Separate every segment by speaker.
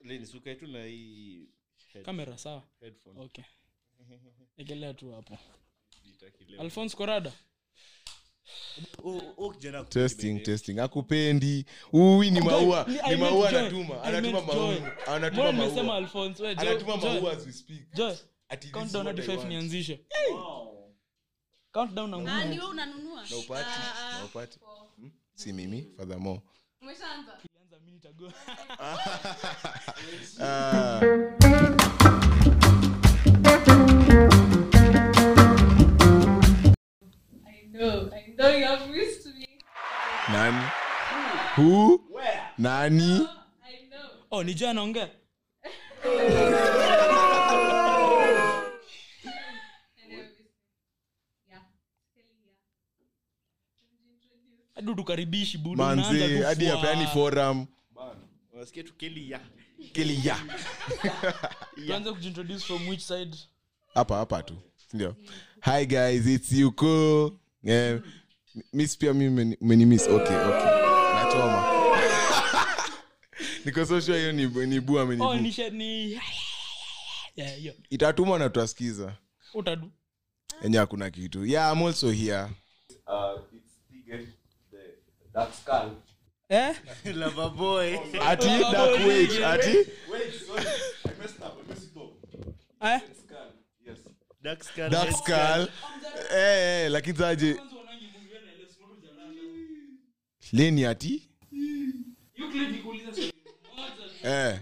Speaker 1: lenisukae tu na hii head-
Speaker 2: kamera sawa
Speaker 1: headphone.
Speaker 2: okay ekelea tu hapo
Speaker 1: Jitakile.
Speaker 2: alphonse corada
Speaker 1: Oh, oh, kijana hakupendi
Speaker 3: testing
Speaker 1: bebe.
Speaker 3: testing akupendi uwi ni maua
Speaker 2: Joy,
Speaker 3: ni
Speaker 2: I
Speaker 3: maua
Speaker 2: meant
Speaker 3: anatuma
Speaker 2: Joy. I meant
Speaker 3: anatuma
Speaker 2: Joy.
Speaker 3: maua anatuma
Speaker 2: Mbona nimesema
Speaker 3: maua
Speaker 2: alphonse we
Speaker 3: anatuma maua
Speaker 2: joy
Speaker 3: as we speak
Speaker 2: joy
Speaker 3: Ati this is
Speaker 2: countdown
Speaker 3: what
Speaker 2: hadi
Speaker 3: I
Speaker 2: 5
Speaker 3: want.
Speaker 2: nianzishe countdown na
Speaker 4: Ah, ni
Speaker 2: ngumu
Speaker 4: wewe unanunua
Speaker 3: Na upate,
Speaker 4: Ah, ah,
Speaker 3: na upate.
Speaker 4: poa.
Speaker 3: si mimi furthermore
Speaker 4: umeshaanza
Speaker 2: ilianza minute ago
Speaker 3: Ah.
Speaker 4: I know, I know you have missed me.
Speaker 3: nani who nani
Speaker 4: I know.
Speaker 2: oh ni joy anaongea
Speaker 4: I know you missed me. Yeah. Hell yeah. Let me introduce.
Speaker 2: hadi tukaribishi budu
Speaker 3: manze hadi yaani apeani forum
Speaker 1: unasikia tu keli ya
Speaker 3: kili ya
Speaker 2: tuanze kujintroduce from which side
Speaker 3: hapa hapa tu ndio hi guys its yuko eh, miss pia mi umenimis okay okay nachoma nikososhua hiyo ni, ni bu
Speaker 2: oh
Speaker 3: amenibu
Speaker 2: ni shed ni yeah hiyo
Speaker 3: itatuma na tuasikiza
Speaker 2: utadu
Speaker 3: enye hakuna kitu yeah i'm also here
Speaker 2: eh
Speaker 1: Oh,
Speaker 3: ati dark wage ati
Speaker 2: eh
Speaker 1: Dark Scar-
Speaker 3: dark skull eh eh lakini zaje leni ati eh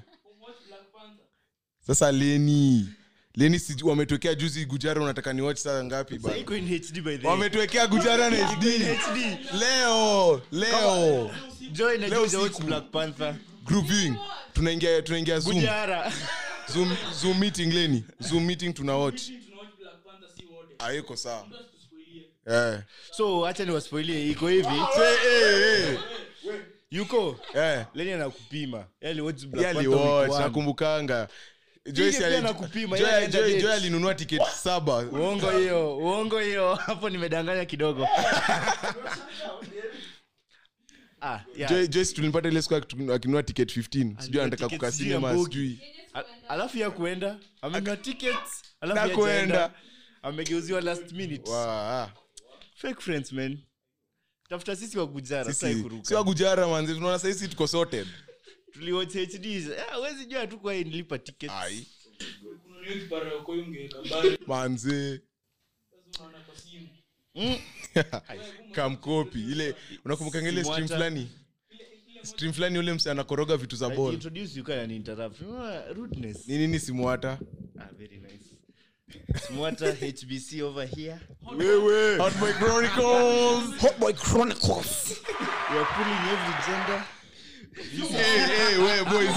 Speaker 3: sasa leni leni si wametokea juzi gujara unataka ni watch saa ngapi
Speaker 1: Sasa
Speaker 3: bana
Speaker 1: iko in HD by the way.
Speaker 3: wametuwekea gujara na hd
Speaker 1: HD.
Speaker 3: leo leo
Speaker 1: Joy na
Speaker 3: Leo
Speaker 1: Juja
Speaker 3: siku.
Speaker 1: watch Black Panther.
Speaker 3: grouping tunaingia tunaingia zoom
Speaker 1: Gujara.
Speaker 3: zoom zoom meeting leni zoom meeting tuna watch haiko Ah, sawa eh
Speaker 1: so hacha niwaspoilie iko hivi
Speaker 3: Say, eh eh
Speaker 1: yuko
Speaker 3: eh
Speaker 1: leni anakupima
Speaker 3: yaliwatch nakumbukanga Joyce
Speaker 1: Ile pia
Speaker 3: ali-
Speaker 1: nakupima,
Speaker 3: Joy-
Speaker 1: ile aenda
Speaker 3: Joy-
Speaker 1: date.
Speaker 3: Joy alinunua tiketi saba
Speaker 1: uongo hiyo uongo hiyo hapo nimedanganya kidogo Ah, yeah.
Speaker 3: Joy- Joyce tulimpata ile siku akitu- akinunua tiketi 15 sijui
Speaker 1: Alinunua
Speaker 3: anataka
Speaker 1: tiketi
Speaker 3: kukaa
Speaker 1: sijui ya
Speaker 3: cinema
Speaker 1: Bogi.
Speaker 3: sijui
Speaker 4: Yenye
Speaker 1: Al-
Speaker 4: tukuenda.
Speaker 1: alafu ya kuenda amenunua tickets alafu
Speaker 3: Na
Speaker 1: ya
Speaker 3: kuenda.
Speaker 1: kuenda amegeuziwa last minute
Speaker 3: Wa- ah.
Speaker 1: fake friends man tafuta sisi wa gujara
Speaker 3: Sisi-
Speaker 1: sasa
Speaker 3: si wa
Speaker 1: kuruka
Speaker 3: gujara manze tunaona saisi tuko sorted
Speaker 1: tuliwatch hd ah wezi jua tu kwa hii nilipa tickets
Speaker 3: ai
Speaker 2: ungeekabari
Speaker 3: manze
Speaker 2: unaona kwa simu
Speaker 3: kamkopi ile unakumbukanga ile stream
Speaker 1: Simwacha.
Speaker 3: fulani stream fulani ule mse anakoroga vitu za bol
Speaker 1: introduce you can interrupt Ah, rudeness
Speaker 3: ni nini simwata
Speaker 1: ah very nice smwata hbc over here
Speaker 3: wewe Hot Boy Chronicles.
Speaker 1: we are pulling every gender
Speaker 3: Eh, eh, we, boys.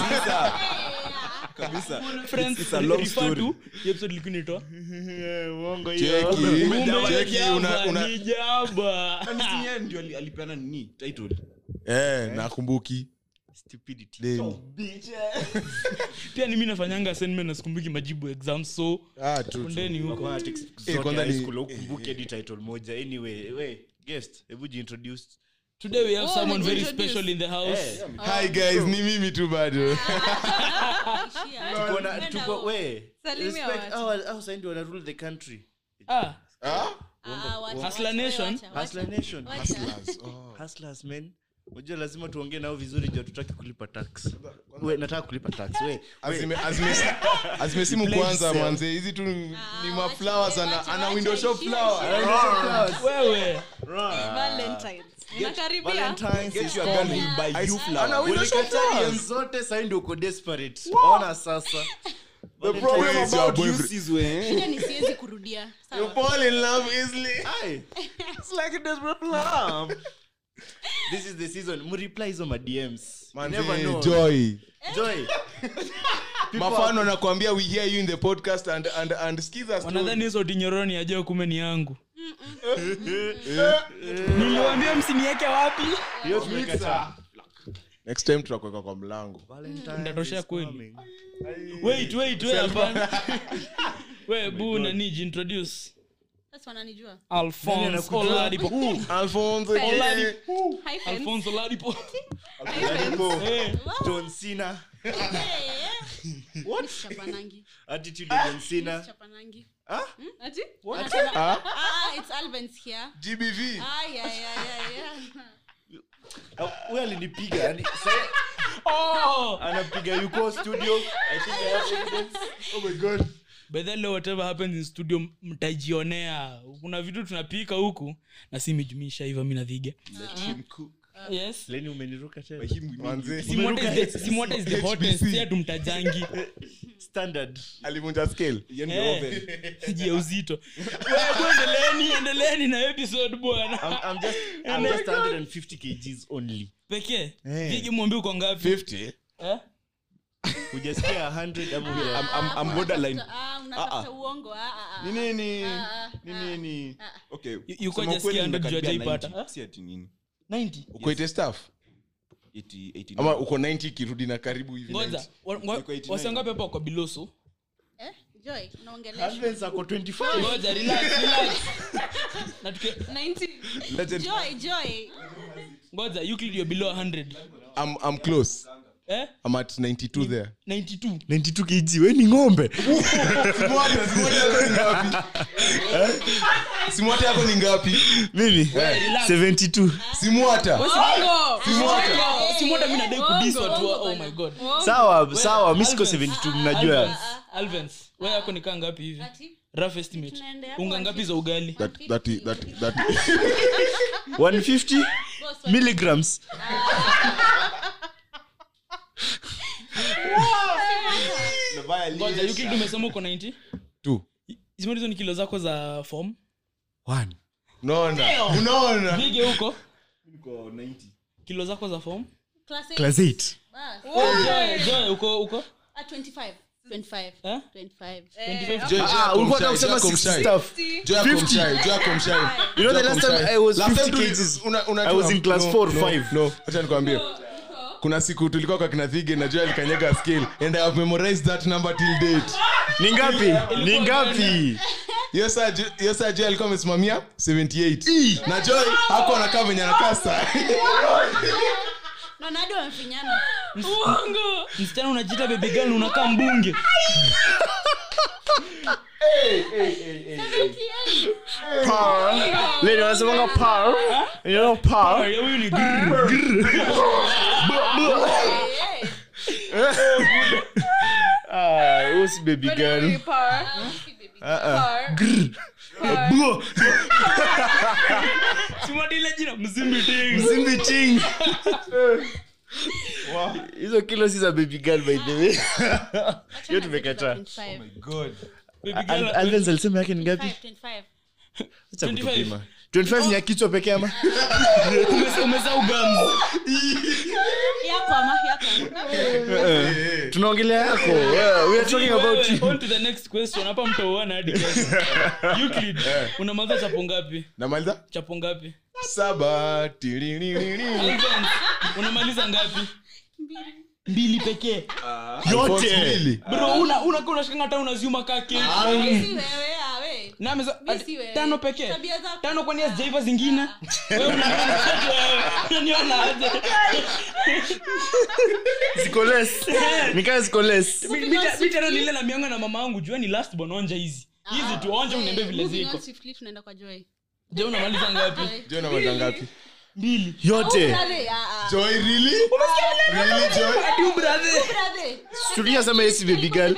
Speaker 2: friends
Speaker 3: it's a long
Speaker 2: refer
Speaker 3: story.
Speaker 2: to the episode ilikuwa inaitwa
Speaker 1: Eh, uongo
Speaker 3: Cheki.
Speaker 1: hiyo
Speaker 2: Kumbe
Speaker 3: Cheki, una- una-
Speaker 2: jaba, ni jaba.
Speaker 5: ndio ali- alipeana nini title
Speaker 3: Eh, nakumbuki
Speaker 1: stupidity
Speaker 3: Deni.
Speaker 2: pia ni mi nafanyanga assignment na sikumbuki majibu exam so
Speaker 3: Ah, tu- tu.
Speaker 2: kundeni huko
Speaker 1: Kwa text
Speaker 3: Eh,
Speaker 1: zote
Speaker 3: kwanza
Speaker 1: high
Speaker 3: ni- Eh.
Speaker 1: school, hukumbuki hadi title moja anyway we guest hebu jiintroduce
Speaker 2: today we have
Speaker 4: Oh,
Speaker 2: someone very
Speaker 4: introduce.
Speaker 2: special in the house
Speaker 1: Eh,
Speaker 3: Hi, guys ni mimi tu bado
Speaker 4: Ishia.
Speaker 1: tuko na-
Speaker 4: Napenda
Speaker 1: tuko-
Speaker 4: huo.
Speaker 1: we,
Speaker 4: Salimia
Speaker 1: respect,
Speaker 4: watu.
Speaker 1: hawa- hawa saindi wana rule the country
Speaker 2: ah
Speaker 4: Ah, wacha,
Speaker 2: Hustler
Speaker 4: wacha,
Speaker 2: Nation?
Speaker 4: wacha, wacha.
Speaker 1: Hustler nation
Speaker 4: Wacha.
Speaker 1: Hustlers, Oh. man unajua lazima tuongee nao vizuri juu tutaki kulipa tax we nataka kulipa tax we
Speaker 3: Azime- azime- azimesimu
Speaker 1: Blame
Speaker 3: kwanza
Speaker 1: yourself.
Speaker 3: manze hizi tu ni
Speaker 4: Ah,
Speaker 3: maflowers
Speaker 4: wacha,
Speaker 3: ana,
Speaker 4: wacha,
Speaker 3: ana
Speaker 4: wacha,
Speaker 3: window shop
Speaker 4: ishia,
Speaker 3: flower
Speaker 4: ishia.
Speaker 2: wewe
Speaker 4: Valentine's. Unakaribia?
Speaker 1: Valentine's is
Speaker 5: your girl
Speaker 1: coming.
Speaker 5: will buy you
Speaker 3: ana
Speaker 5: flower
Speaker 3: window shop
Speaker 1: Ulikata hiyo
Speaker 3: flowers
Speaker 1: zote saindi uko desperate ona sasa
Speaker 3: problem
Speaker 1: Valentine's-
Speaker 3: is your
Speaker 5: About you
Speaker 3: boyfriend.
Speaker 5: sis we, eh?
Speaker 4: Yaani siwezi kurudia Sawa.
Speaker 3: You fall in love easily.
Speaker 1: Aye. Love. this is the season mreply hizo madms
Speaker 3: Manze, joy
Speaker 1: joy People
Speaker 3: mafano nakwambia we hear you in the podcast and, and, and skiza
Speaker 2: wanadhani hizo tinyoroni ajua kume ni yangu
Speaker 3: Eh,
Speaker 2: niliwambia msinieke wapi
Speaker 1: hiyo tumekataa.
Speaker 3: next time tutakuweka kwa mlango
Speaker 1: Valentine's
Speaker 2: Nitatoshea
Speaker 1: is
Speaker 2: kweli.
Speaker 1: coming.
Speaker 2: wait wait wait hapana we bu nani jintroduce
Speaker 4: Sasa wananijua.
Speaker 1: Nani
Speaker 2: alphonse
Speaker 1: anakujua?
Speaker 2: oladipo
Speaker 3: alfonso
Speaker 2: Oladi-
Speaker 4: Hyphens.
Speaker 2: alphonse oladipo
Speaker 4: Hyphens.
Speaker 1: Alipo
Speaker 2: Eh,
Speaker 1: John Cena.
Speaker 4: Eh, eh.
Speaker 1: What?
Speaker 4: Chapanangi.
Speaker 1: Attitude against
Speaker 4: Miss
Speaker 1: sinner.
Speaker 4: Chapanangi.
Speaker 1: Ah?
Speaker 6: Ati?
Speaker 4: Anasema,
Speaker 3: Ah?
Speaker 4: ah, it's Albans here.
Speaker 3: GBV.
Speaker 4: Ah, yeah, yeah, yeah, yeah.
Speaker 1: Ah, huyo alinipiga yani, sa-
Speaker 2: Oh!
Speaker 1: anapiga yuko studio I think I have evidence. Oh my God.
Speaker 2: By the way, whatever happens in studio mtajionea kuna vitu tunapika huku na si mijumisha hivyo mi nadhiga yes
Speaker 1: Lenny, umeniruka tena.
Speaker 3: Manze.
Speaker 2: Si what is the- si what is the hottest,
Speaker 3: HBC.
Speaker 2: si tumtajangi
Speaker 1: Standard.
Speaker 3: alivunja scale
Speaker 2: sijia uzito Wewe, tu endeleeni endeleeni na episode
Speaker 1: I'm-
Speaker 2: bwana
Speaker 1: I'm just- I'm
Speaker 2: Oh my
Speaker 1: just 150 kgs only.
Speaker 2: pekee
Speaker 3: Eh.
Speaker 2: vigi mwambi uko ngapi
Speaker 3: 50
Speaker 2: Eh?
Speaker 1: Hujasikia 100 ama huja-
Speaker 3: I'm- I'm- I'm borderline.
Speaker 4: Ah, unatafuta uongo, ah, ah, ah.
Speaker 7: Ni nini?
Speaker 4: Ah, ah,
Speaker 7: Ni
Speaker 4: ah.
Speaker 7: nini? Okay,
Speaker 2: Y- yuko
Speaker 7: kusema
Speaker 2: hajasikia
Speaker 7: ukweli
Speaker 2: 100 juu
Speaker 7: nimekaribia
Speaker 2: hajaipata.
Speaker 7: 90. Si ati nini?
Speaker 2: 90
Speaker 3: ukoite staff
Speaker 7: 80, 89.
Speaker 3: ama uko 90 kirudi na karibu hivi
Speaker 2: ngoja
Speaker 3: 90.
Speaker 7: Yuko 89.
Speaker 2: wasangape pa kwa biloso
Speaker 4: Eh, Joy, unaongeleshwa.
Speaker 1: Husbands ako 25.
Speaker 2: ngoja relax relax na tuki-
Speaker 4: 90.
Speaker 3: Legend.
Speaker 4: Joy, Joy.
Speaker 2: ngoja Euclid you're below 100
Speaker 3: I'm, i'm close
Speaker 2: eh
Speaker 3: i'm at 92 there
Speaker 2: 92
Speaker 1: 92 kg we ni ng'ombe
Speaker 3: simwata yako ni ngapi
Speaker 1: mimi
Speaker 2: relax.
Speaker 1: 72
Speaker 3: simwata
Speaker 4: Eh,
Speaker 2: simota mi
Speaker 4: eh,
Speaker 2: nadai
Speaker 4: uongo,
Speaker 2: kubiswa tu
Speaker 4: uongo
Speaker 2: oh
Speaker 4: bana.
Speaker 2: my god
Speaker 1: sawa sawa mi siko
Speaker 2: Alvin.
Speaker 1: 72
Speaker 2: Alvens,
Speaker 4: Ah,
Speaker 1: mnajua
Speaker 2: Alvens, wewe yako nikaa ngapi hivi
Speaker 4: Ati?
Speaker 2: rough estimate
Speaker 4: Tunaenda hapo
Speaker 2: unga ngapi za ugali
Speaker 3: That- that is- that- that-
Speaker 1: 150
Speaker 4: Boss, wa-
Speaker 1: milligrams
Speaker 2: ngoja Euclid umesema uko 90
Speaker 3: two.
Speaker 2: Hizo ndizo ni kilo zako za form
Speaker 1: One.
Speaker 3: unaona unaona
Speaker 2: vige huko
Speaker 7: Niko 90.
Speaker 2: kilo zako za form
Speaker 4: class eight.
Speaker 1: Class eight.
Speaker 4: Bas.
Speaker 2: Oh, Joy, Joy, uko uko
Speaker 4: Ah, 25. 25.
Speaker 2: eh
Speaker 4: 25.
Speaker 2: 25
Speaker 3: Joy, Joy,
Speaker 1: Ah,
Speaker 3: come
Speaker 1: ulikuwa unataka
Speaker 3: shy, Joy,
Speaker 1: kusema
Speaker 3: come
Speaker 1: 60
Speaker 3: shy.
Speaker 1: stuff.
Speaker 3: Joy, come
Speaker 1: 50.
Speaker 3: shy, Joy, come shy.
Speaker 1: You know the
Speaker 3: Joy,
Speaker 1: last
Speaker 3: come
Speaker 1: time
Speaker 3: shy.
Speaker 1: I was
Speaker 3: Last time
Speaker 1: 50
Speaker 3: tuli-
Speaker 1: kgs.
Speaker 3: una- una-
Speaker 1: I was in class
Speaker 3: no,
Speaker 1: four,
Speaker 3: no,
Speaker 1: five.
Speaker 3: no. Acha nikwambie. kuna siku tulikuwa kwa kinathige na Joy alikanyaga scale and i have memorized that number till date
Speaker 1: ni ngapi ni ngapi
Speaker 3: Hiyo saa Jo- hiyo saa joy alikuwa amesimamia 78 na joy hako anakaa venye anakaa saa
Speaker 4: Naona hadi wamefinyana.
Speaker 2: msichana unajiita baby girl unakaa mbunge
Speaker 1: leni wanasemanga par You know, par
Speaker 2: Maria, huyu ni grrr.
Speaker 4: Eh,
Speaker 1: Ah, who's baby girl
Speaker 2: Ah,
Speaker 4: Ah,
Speaker 1: Uh-uh. Bro,
Speaker 2: Si mwati ile jina mzimbi ting.
Speaker 1: mzimbi ting hizo kilo si za baby girl by the way hiyo tumekataa
Speaker 4: 25.
Speaker 2: Baby girl,
Speaker 1: Al- Alvin alisema yake ni ngapi
Speaker 4: 25.
Speaker 1: Acha
Speaker 2: 25.
Speaker 1: kutupima. 25 ni ya kichwa pekee ama
Speaker 2: ume- umezaa ugamu.
Speaker 4: Yako ama, yako ama.
Speaker 1: tunaongelea yako Yeah, we are talking about
Speaker 2: Wewe,
Speaker 1: you.
Speaker 2: on to the next question. Hapa mtauana hadi kesho. Euclid, unamaliza chapo ngapi
Speaker 3: namaliza
Speaker 2: chapo ngapi
Speaker 3: saba tiririri.
Speaker 2: Alvin, unamaliza ngapi mbili pekee
Speaker 3: Alphonse Mwili.
Speaker 2: bro una unakaa unashikanga hata unaziuma kaa keki.
Speaker 4: Mi si wewe, ah, we.
Speaker 2: Na ameza-
Speaker 4: Mi si wewe.
Speaker 2: tano pekee
Speaker 4: Tabia zako. Ah.
Speaker 2: tano kwani hazijaiva zingine Wewe unaniona- unaniona aje?
Speaker 1: Ziko less. Ni kama ziko less.
Speaker 2: Mi- mi- mi tena nile na mianga na mama yangu jua ni last bwana onja hizi
Speaker 4: Ah.
Speaker 2: hizi tu
Speaker 4: eh,
Speaker 2: onja uniambie vile
Speaker 4: Moving
Speaker 2: ziko
Speaker 4: on swiftly, tunaenda kwa Joy.
Speaker 2: je
Speaker 4: Ah.
Speaker 2: unamaliza ngapi
Speaker 3: Joy unamaliza ngapi
Speaker 2: mbili
Speaker 1: yote
Speaker 4: Brother, ah, ah.
Speaker 3: Joy, really? Really, Joy?
Speaker 2: Ati brother
Speaker 4: Brother,
Speaker 1: tuliasema yesi baby girl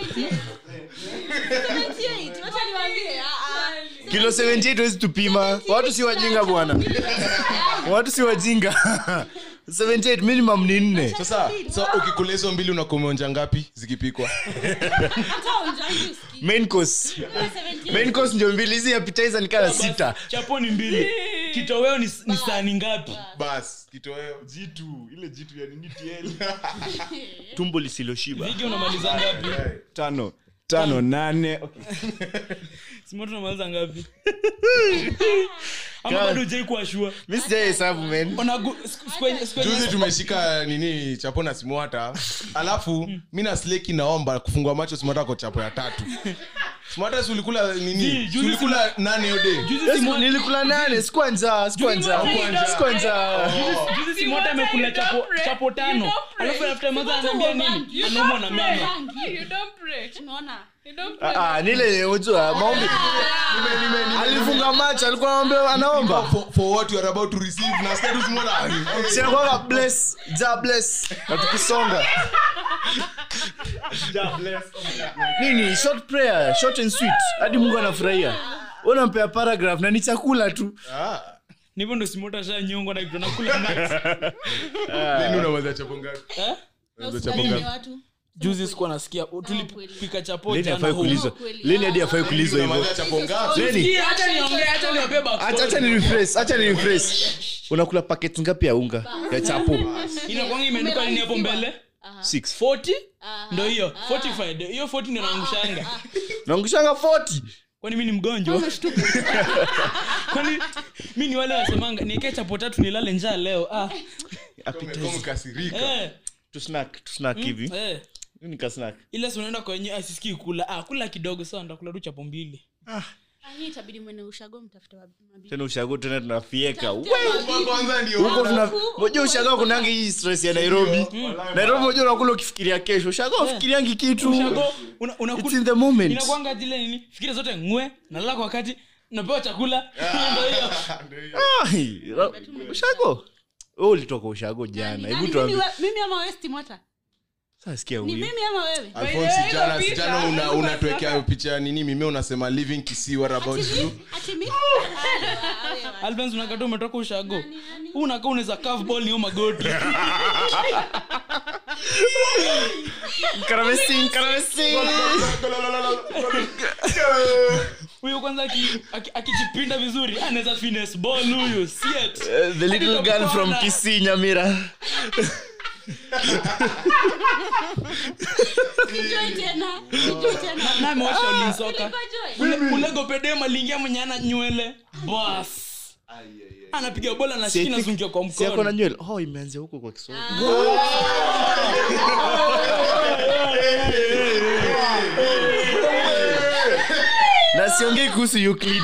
Speaker 4: 78, wacha niwaambie, ah, ah.
Speaker 1: kilo 78 wezi tupima watu si wajinga bwana watu si wajinga 78 minimum ni nne
Speaker 3: sasa sa ukikula hizo mbili unakumonja ngapi zikipikwa
Speaker 4: Hata unjangi usikii.
Speaker 1: main course main course ndio mbili hizi appetizer ni kala sita
Speaker 2: chaponi mbili kitoweo ni, ni sani ngapi
Speaker 3: bas kitoweo
Speaker 7: Jitu, ile jitu ya nini TL.
Speaker 1: tumbo lisiloshiba
Speaker 2: vigi unamaliza
Speaker 8: Ah.
Speaker 2: ngapi
Speaker 7: Tano. Tano, nane. Okay.
Speaker 2: simot unamaliza ngapi ama bado ujai kuashua
Speaker 1: mi sijahesabu men
Speaker 3: juzi tumeshika nini chapo na simwata alafu mi na sleki naomba kufungua macho simwata kwa chapo ya tatu smartas ulikula
Speaker 2: Zii,
Speaker 3: nini
Speaker 2: juzi
Speaker 3: ulikula nane ode
Speaker 2: Juzi
Speaker 1: Yes,
Speaker 2: Simon-
Speaker 1: nilikula nane sikuwa njaa sikuwa
Speaker 2: Juzi
Speaker 1: njaa
Speaker 2: Simon-
Speaker 1: Sikuwa njaa. sikuwa njaa
Speaker 2: Juzi- juzi
Speaker 8: Si
Speaker 2: simota
Speaker 8: water,
Speaker 2: amekula
Speaker 8: you don't
Speaker 2: chapo-
Speaker 8: pray.
Speaker 2: chapo tano
Speaker 8: You don't pray.
Speaker 2: alafu after mother
Speaker 4: Simota
Speaker 2: anaambia
Speaker 4: woman.
Speaker 2: nini
Speaker 4: You
Speaker 2: anaumwa na
Speaker 8: pray.
Speaker 2: meno
Speaker 8: You don't pray.
Speaker 4: tunaona
Speaker 8: You don't pray.
Speaker 1: Ah, ah, nile unajua maombi alifunga macho alikuwa anaomba anaomba
Speaker 3: for, for what you are about to receive na status mbona
Speaker 1: sinakwanga bless ja bless na tukisonga nini short prayer short and sweet hadi mungu anafurahia unampea paragraph na ni chakula tu
Speaker 3: ah
Speaker 2: nivyo ndo simota sha nyongwa na kitu nakula nuts.
Speaker 3: then unaweza chapo ngapi
Speaker 2: Eh?
Speaker 4: Na
Speaker 3: Unaweza
Speaker 4: usikubali
Speaker 3: chapo ngapi
Speaker 4: wale watu
Speaker 2: juzi sikuwa nasikia
Speaker 8: Oh,
Speaker 4: kweli.
Speaker 2: tulipika chapo
Speaker 1: Leni
Speaker 2: jana
Speaker 1: hafai
Speaker 2: huko.
Speaker 1: kuulizwa.
Speaker 4: kweli.
Speaker 1: Leni hadi hafai kuulizwa hivyo.
Speaker 3: unaweza chapo
Speaker 8: Oh,
Speaker 3: ngapi
Speaker 1: Leni,
Speaker 2: Sikia, acha niongee, acha niwapee backstory.
Speaker 1: acha- acha ni refresh, acha ni refresh. unakula paket ngapi ya unga ya chapo
Speaker 2: Inakuanga imeandikwa nini hapo mbele
Speaker 1: Six.
Speaker 2: 40 ndo hiyo
Speaker 4: Ah,
Speaker 2: 45 ndio- hiyo 40 ndio naangushanga
Speaker 1: naongushanga 40
Speaker 2: kwani mi ni mgonjwa kwani mi ni wale wasemanga niekee chapo tatu nilale njaa leo ah,
Speaker 3: Kama kasirika
Speaker 2: eh,
Speaker 1: tu snack tu snack hivi
Speaker 2: eh.
Speaker 1: nika snack
Speaker 2: ile sunaenda kwenye asisiki kula ah, kula kidogo saa ndakula tu chapo mbili
Speaker 4: Ah, hii itabidi mwene ushago mtafute wa- mabibi.
Speaker 1: tena ushago tena tunafieka
Speaker 4: Mtafute
Speaker 1: We,
Speaker 4: mabibi.
Speaker 3: kwanza ndio
Speaker 1: huko tuna
Speaker 4: Huku-
Speaker 1: moja ushago
Speaker 4: huku-
Speaker 1: kunangi hii stress ya nairobi nairobi moja unakula ukifikiria kesho ushago
Speaker 4: Eh.
Speaker 1: ufikiriangi kitu
Speaker 2: Ushago, una- unakula-
Speaker 1: It's in the moment.
Speaker 2: inakuanga zile nini fikira zote ngwe nalala kwa wakati napewa chakula Ndio hiyo.
Speaker 1: Ai, ra- ushago wewe ulitoka ushago jana
Speaker 4: Nani,
Speaker 1: hebu
Speaker 4: nani,
Speaker 1: tuambie
Speaker 4: Yaani, mimi we- mimi ama wewe Stimota?
Speaker 1: sasa sikia
Speaker 4: ni
Speaker 1: huyu
Speaker 4: mimi ama wewe
Speaker 3: Alphonse, jana
Speaker 8: Picha.
Speaker 3: sijana una- unatuwekea picha ya nini mimi unasema living kisi what about you
Speaker 4: Ati mimi?
Speaker 2: Ah, Albans, unakaa tu umetoka ushago huu unakaa unaweza curveball ni hiyo magoti
Speaker 1: karamesi karamesi
Speaker 2: huyu kwanza aki- aki- akijipinda vizuri anaweza finesse ball huyu siet
Speaker 1: Uh, the little girl from Kisii Nyamira
Speaker 4: Enjoy tena. Enjoy tena.
Speaker 2: Oh. na ameosha ulinsoka
Speaker 4: Enjoy.
Speaker 2: ulegopedema lingia mwenye ana nywele bas anapiga bola na
Speaker 1: Si I
Speaker 2: shiki
Speaker 1: think-
Speaker 2: nazungia kwa
Speaker 1: si ako na
Speaker 2: mkono
Speaker 1: nywele oh imeanzia huko kwa Kiswahili
Speaker 4: Ah.
Speaker 1: na siongei kuhusu Euclid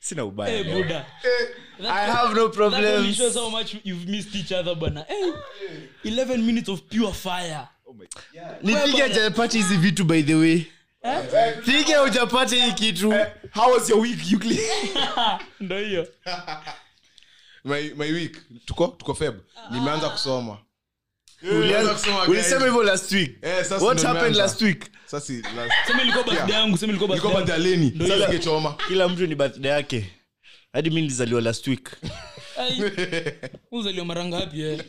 Speaker 1: sina ubaya
Speaker 2: Eh,
Speaker 1: leo.
Speaker 2: buda
Speaker 1: I have no
Speaker 2: That only
Speaker 1: problems
Speaker 2: shows how much you've missed each other bwana Eh, 11 minutes of pure fire
Speaker 1: nipige japati hizi vitu by the way
Speaker 9: Eh?
Speaker 1: pige ujapate hii kitu
Speaker 3: Eh, how was your week Euclid?
Speaker 2: ndo hiyo
Speaker 3: my, my week tuko tuko feb nimeanza kusoma
Speaker 1: Ulianza-
Speaker 3: Nimeanza Ah. kusoma,
Speaker 1: ulisema
Speaker 3: guys.
Speaker 1: hivyo last week
Speaker 3: Eh, sasa
Speaker 1: what
Speaker 3: ndo
Speaker 1: happened
Speaker 3: nimeanza.
Speaker 1: last week
Speaker 3: sasa la-
Speaker 2: sema ilikuwa birthday yangu sema ilikuwa
Speaker 3: niko
Speaker 2: birthday yangu.
Speaker 3: badaleni
Speaker 2: hiyo.
Speaker 3: sasa ningechoma
Speaker 1: kila mtu ni birthday yake hadi mi nilizaliwa last week
Speaker 2: Ai, uzaliwa Eh, mara ngapi eh?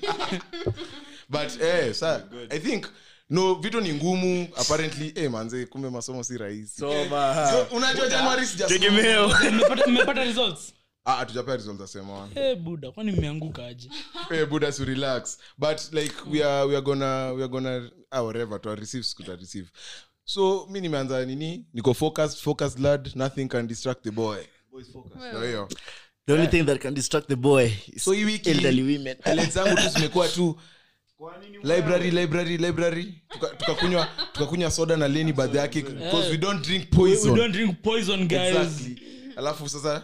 Speaker 3: but eh sa i think no vitu ni ngumu apparently eh manze kumbe masomo si rahisi Eh, So, unajua januari sijasoma
Speaker 1: tegemeo
Speaker 2: Mmepata- mmepata results
Speaker 3: ah hatujapea results za sema one
Speaker 2: Eh, buda kwani mmeanguka aje
Speaker 3: eh buda so relax but like we are we are gonna we are gonna ah, whatever to receive to receive so mi nimeanza nini niko focused focused lad nothing can distract the boy Ndio hiyo
Speaker 1: the only thing that can distract the boy is
Speaker 3: So hii wiki-
Speaker 1: elderly women
Speaker 3: highlights zangu tu zimekuwa tu library library library Tuka- tukakunywa tukakunywa soda na leni baadhi yake because we don't drink
Speaker 2: we
Speaker 3: poison
Speaker 2: don't drink poison guys
Speaker 3: Exactly. alafu sasa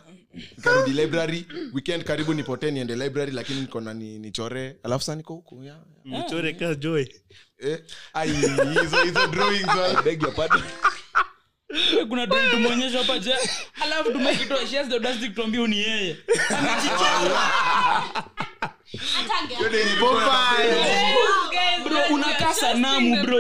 Speaker 3: karudi library weekend karibu nipotee niende library lakini niko na ni- nichore alafu sasa niko huku yeah, yeah.
Speaker 1: mchore Mm. ka joy
Speaker 3: Eh, ai, hizo- hizo drawings, ah.
Speaker 2: Eh, kuna drawing tumeonyeshwa hapa je alafu tumekitoa shares the audacity kutuambia ni yeye
Speaker 4: Atange.
Speaker 1: Popeye.
Speaker 8: Guys,
Speaker 2: bro
Speaker 8: guys, we
Speaker 2: unakaa
Speaker 8: are just
Speaker 2: sanamu
Speaker 8: in
Speaker 2: bro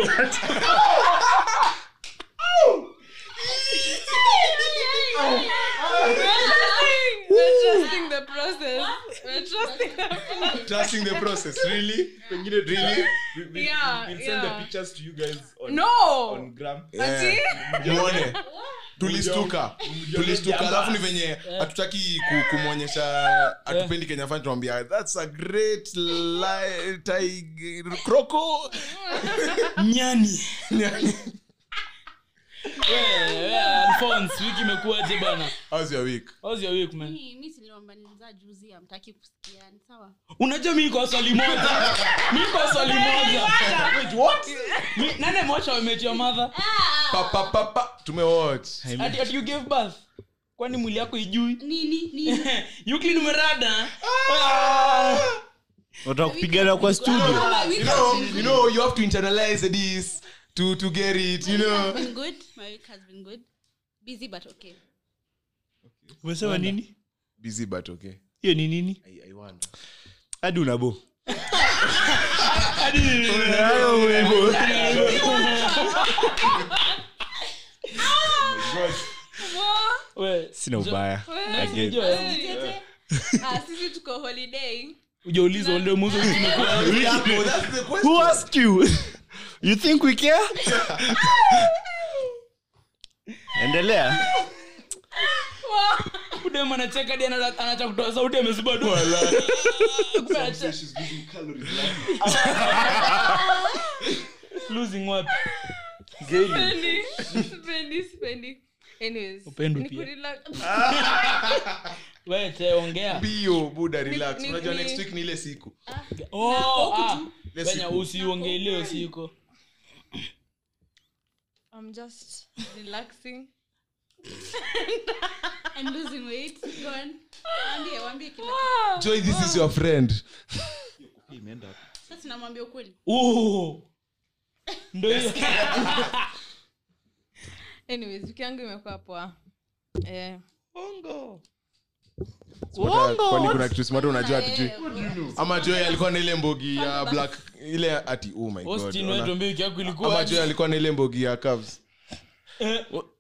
Speaker 8: the- We're trusting the process. We're trusting the process.
Speaker 3: Trusting the process, really?
Speaker 8: Yeah, Ah, yeah.
Speaker 7: pictures to you guys on,
Speaker 8: No.
Speaker 7: on gram Oh
Speaker 3: Eh, muone. tulistuka tulistuka alafu ni venye hatutaki ku- kumwonyesha hatupendi kenya fani tunamwambia thats a great li- tiger- croco
Speaker 2: nyani Wewe, wewe, Alphonse, wiki imekuwaje bana
Speaker 9: How's your week?
Speaker 2: How's your week, man?
Speaker 4: Mi- mi siliomba nilizaa juzi amtaki kusikia ni sawa
Speaker 2: unajua mi kwa swali moja mi kwa swali moja Mi- nane mocha wametia madha
Speaker 9: Pa, pa, pa, pa. Tumewatch.
Speaker 2: ati ati you gave birth kwani mwili yako ijui
Speaker 4: nini nini
Speaker 2: yuklin umerada Ah.
Speaker 1: watakupigana kwa studio
Speaker 4: Ah, my week
Speaker 9: You
Speaker 4: has
Speaker 9: know,
Speaker 4: been
Speaker 9: you know, you have to internalize this to, to get it, you
Speaker 4: good. My week
Speaker 9: know.
Speaker 4: has been good. My week has been good. Busy but okay.
Speaker 1: umesema nini
Speaker 9: Busy but okay.
Speaker 1: hiyo ni nini
Speaker 9: I, I wonder.
Speaker 1: hadi unabo
Speaker 9: Oh,
Speaker 2: Oh,
Speaker 1: sina ubaya
Speaker 4: Tete.
Speaker 10: Ah, sisi tuko holiday
Speaker 2: ujauliza olemuzo
Speaker 1: who asked you you think we care endelea
Speaker 2: udem anacheka di anacha kutoa sauti ameziba du Kumbe anache- losing wapi
Speaker 10: Spendi, spendi, spendi. Anyways,
Speaker 2: Upendo
Speaker 10: ni
Speaker 2: pia.
Speaker 10: kurelax.
Speaker 2: wete ongea
Speaker 9: Bio, Buddha, relax.
Speaker 10: ni-
Speaker 9: Unajua
Speaker 10: ni-
Speaker 9: next week ni ile siku.
Speaker 2: Oh, ah.
Speaker 9: Ile
Speaker 2: Benya
Speaker 9: siku.
Speaker 2: usiongelee usiko
Speaker 10: I'm just relaxing.
Speaker 4: I'm losing weight. Go on. Waambie, waambie kila kitu.
Speaker 10: Ah.
Speaker 2: Ah,
Speaker 9: Joy, this is your friend.
Speaker 4: Sasa tunamwambia ukweli.
Speaker 2: Oh. ndo hiyo
Speaker 10: Anyways, wiki yangu imekuwa poa. Eh,
Speaker 9: Smata, kwani kuna kitu smata unajua tujui
Speaker 2: eh?
Speaker 9: ama joy alikuwa na ile mbogi ya black ile ati oh my god
Speaker 2: Austin, wewe
Speaker 9: ona.
Speaker 2: tuambie wiki yako
Speaker 9: ama
Speaker 2: ilikuwa
Speaker 9: joy alikuwa na ile mbogi ya Cavs.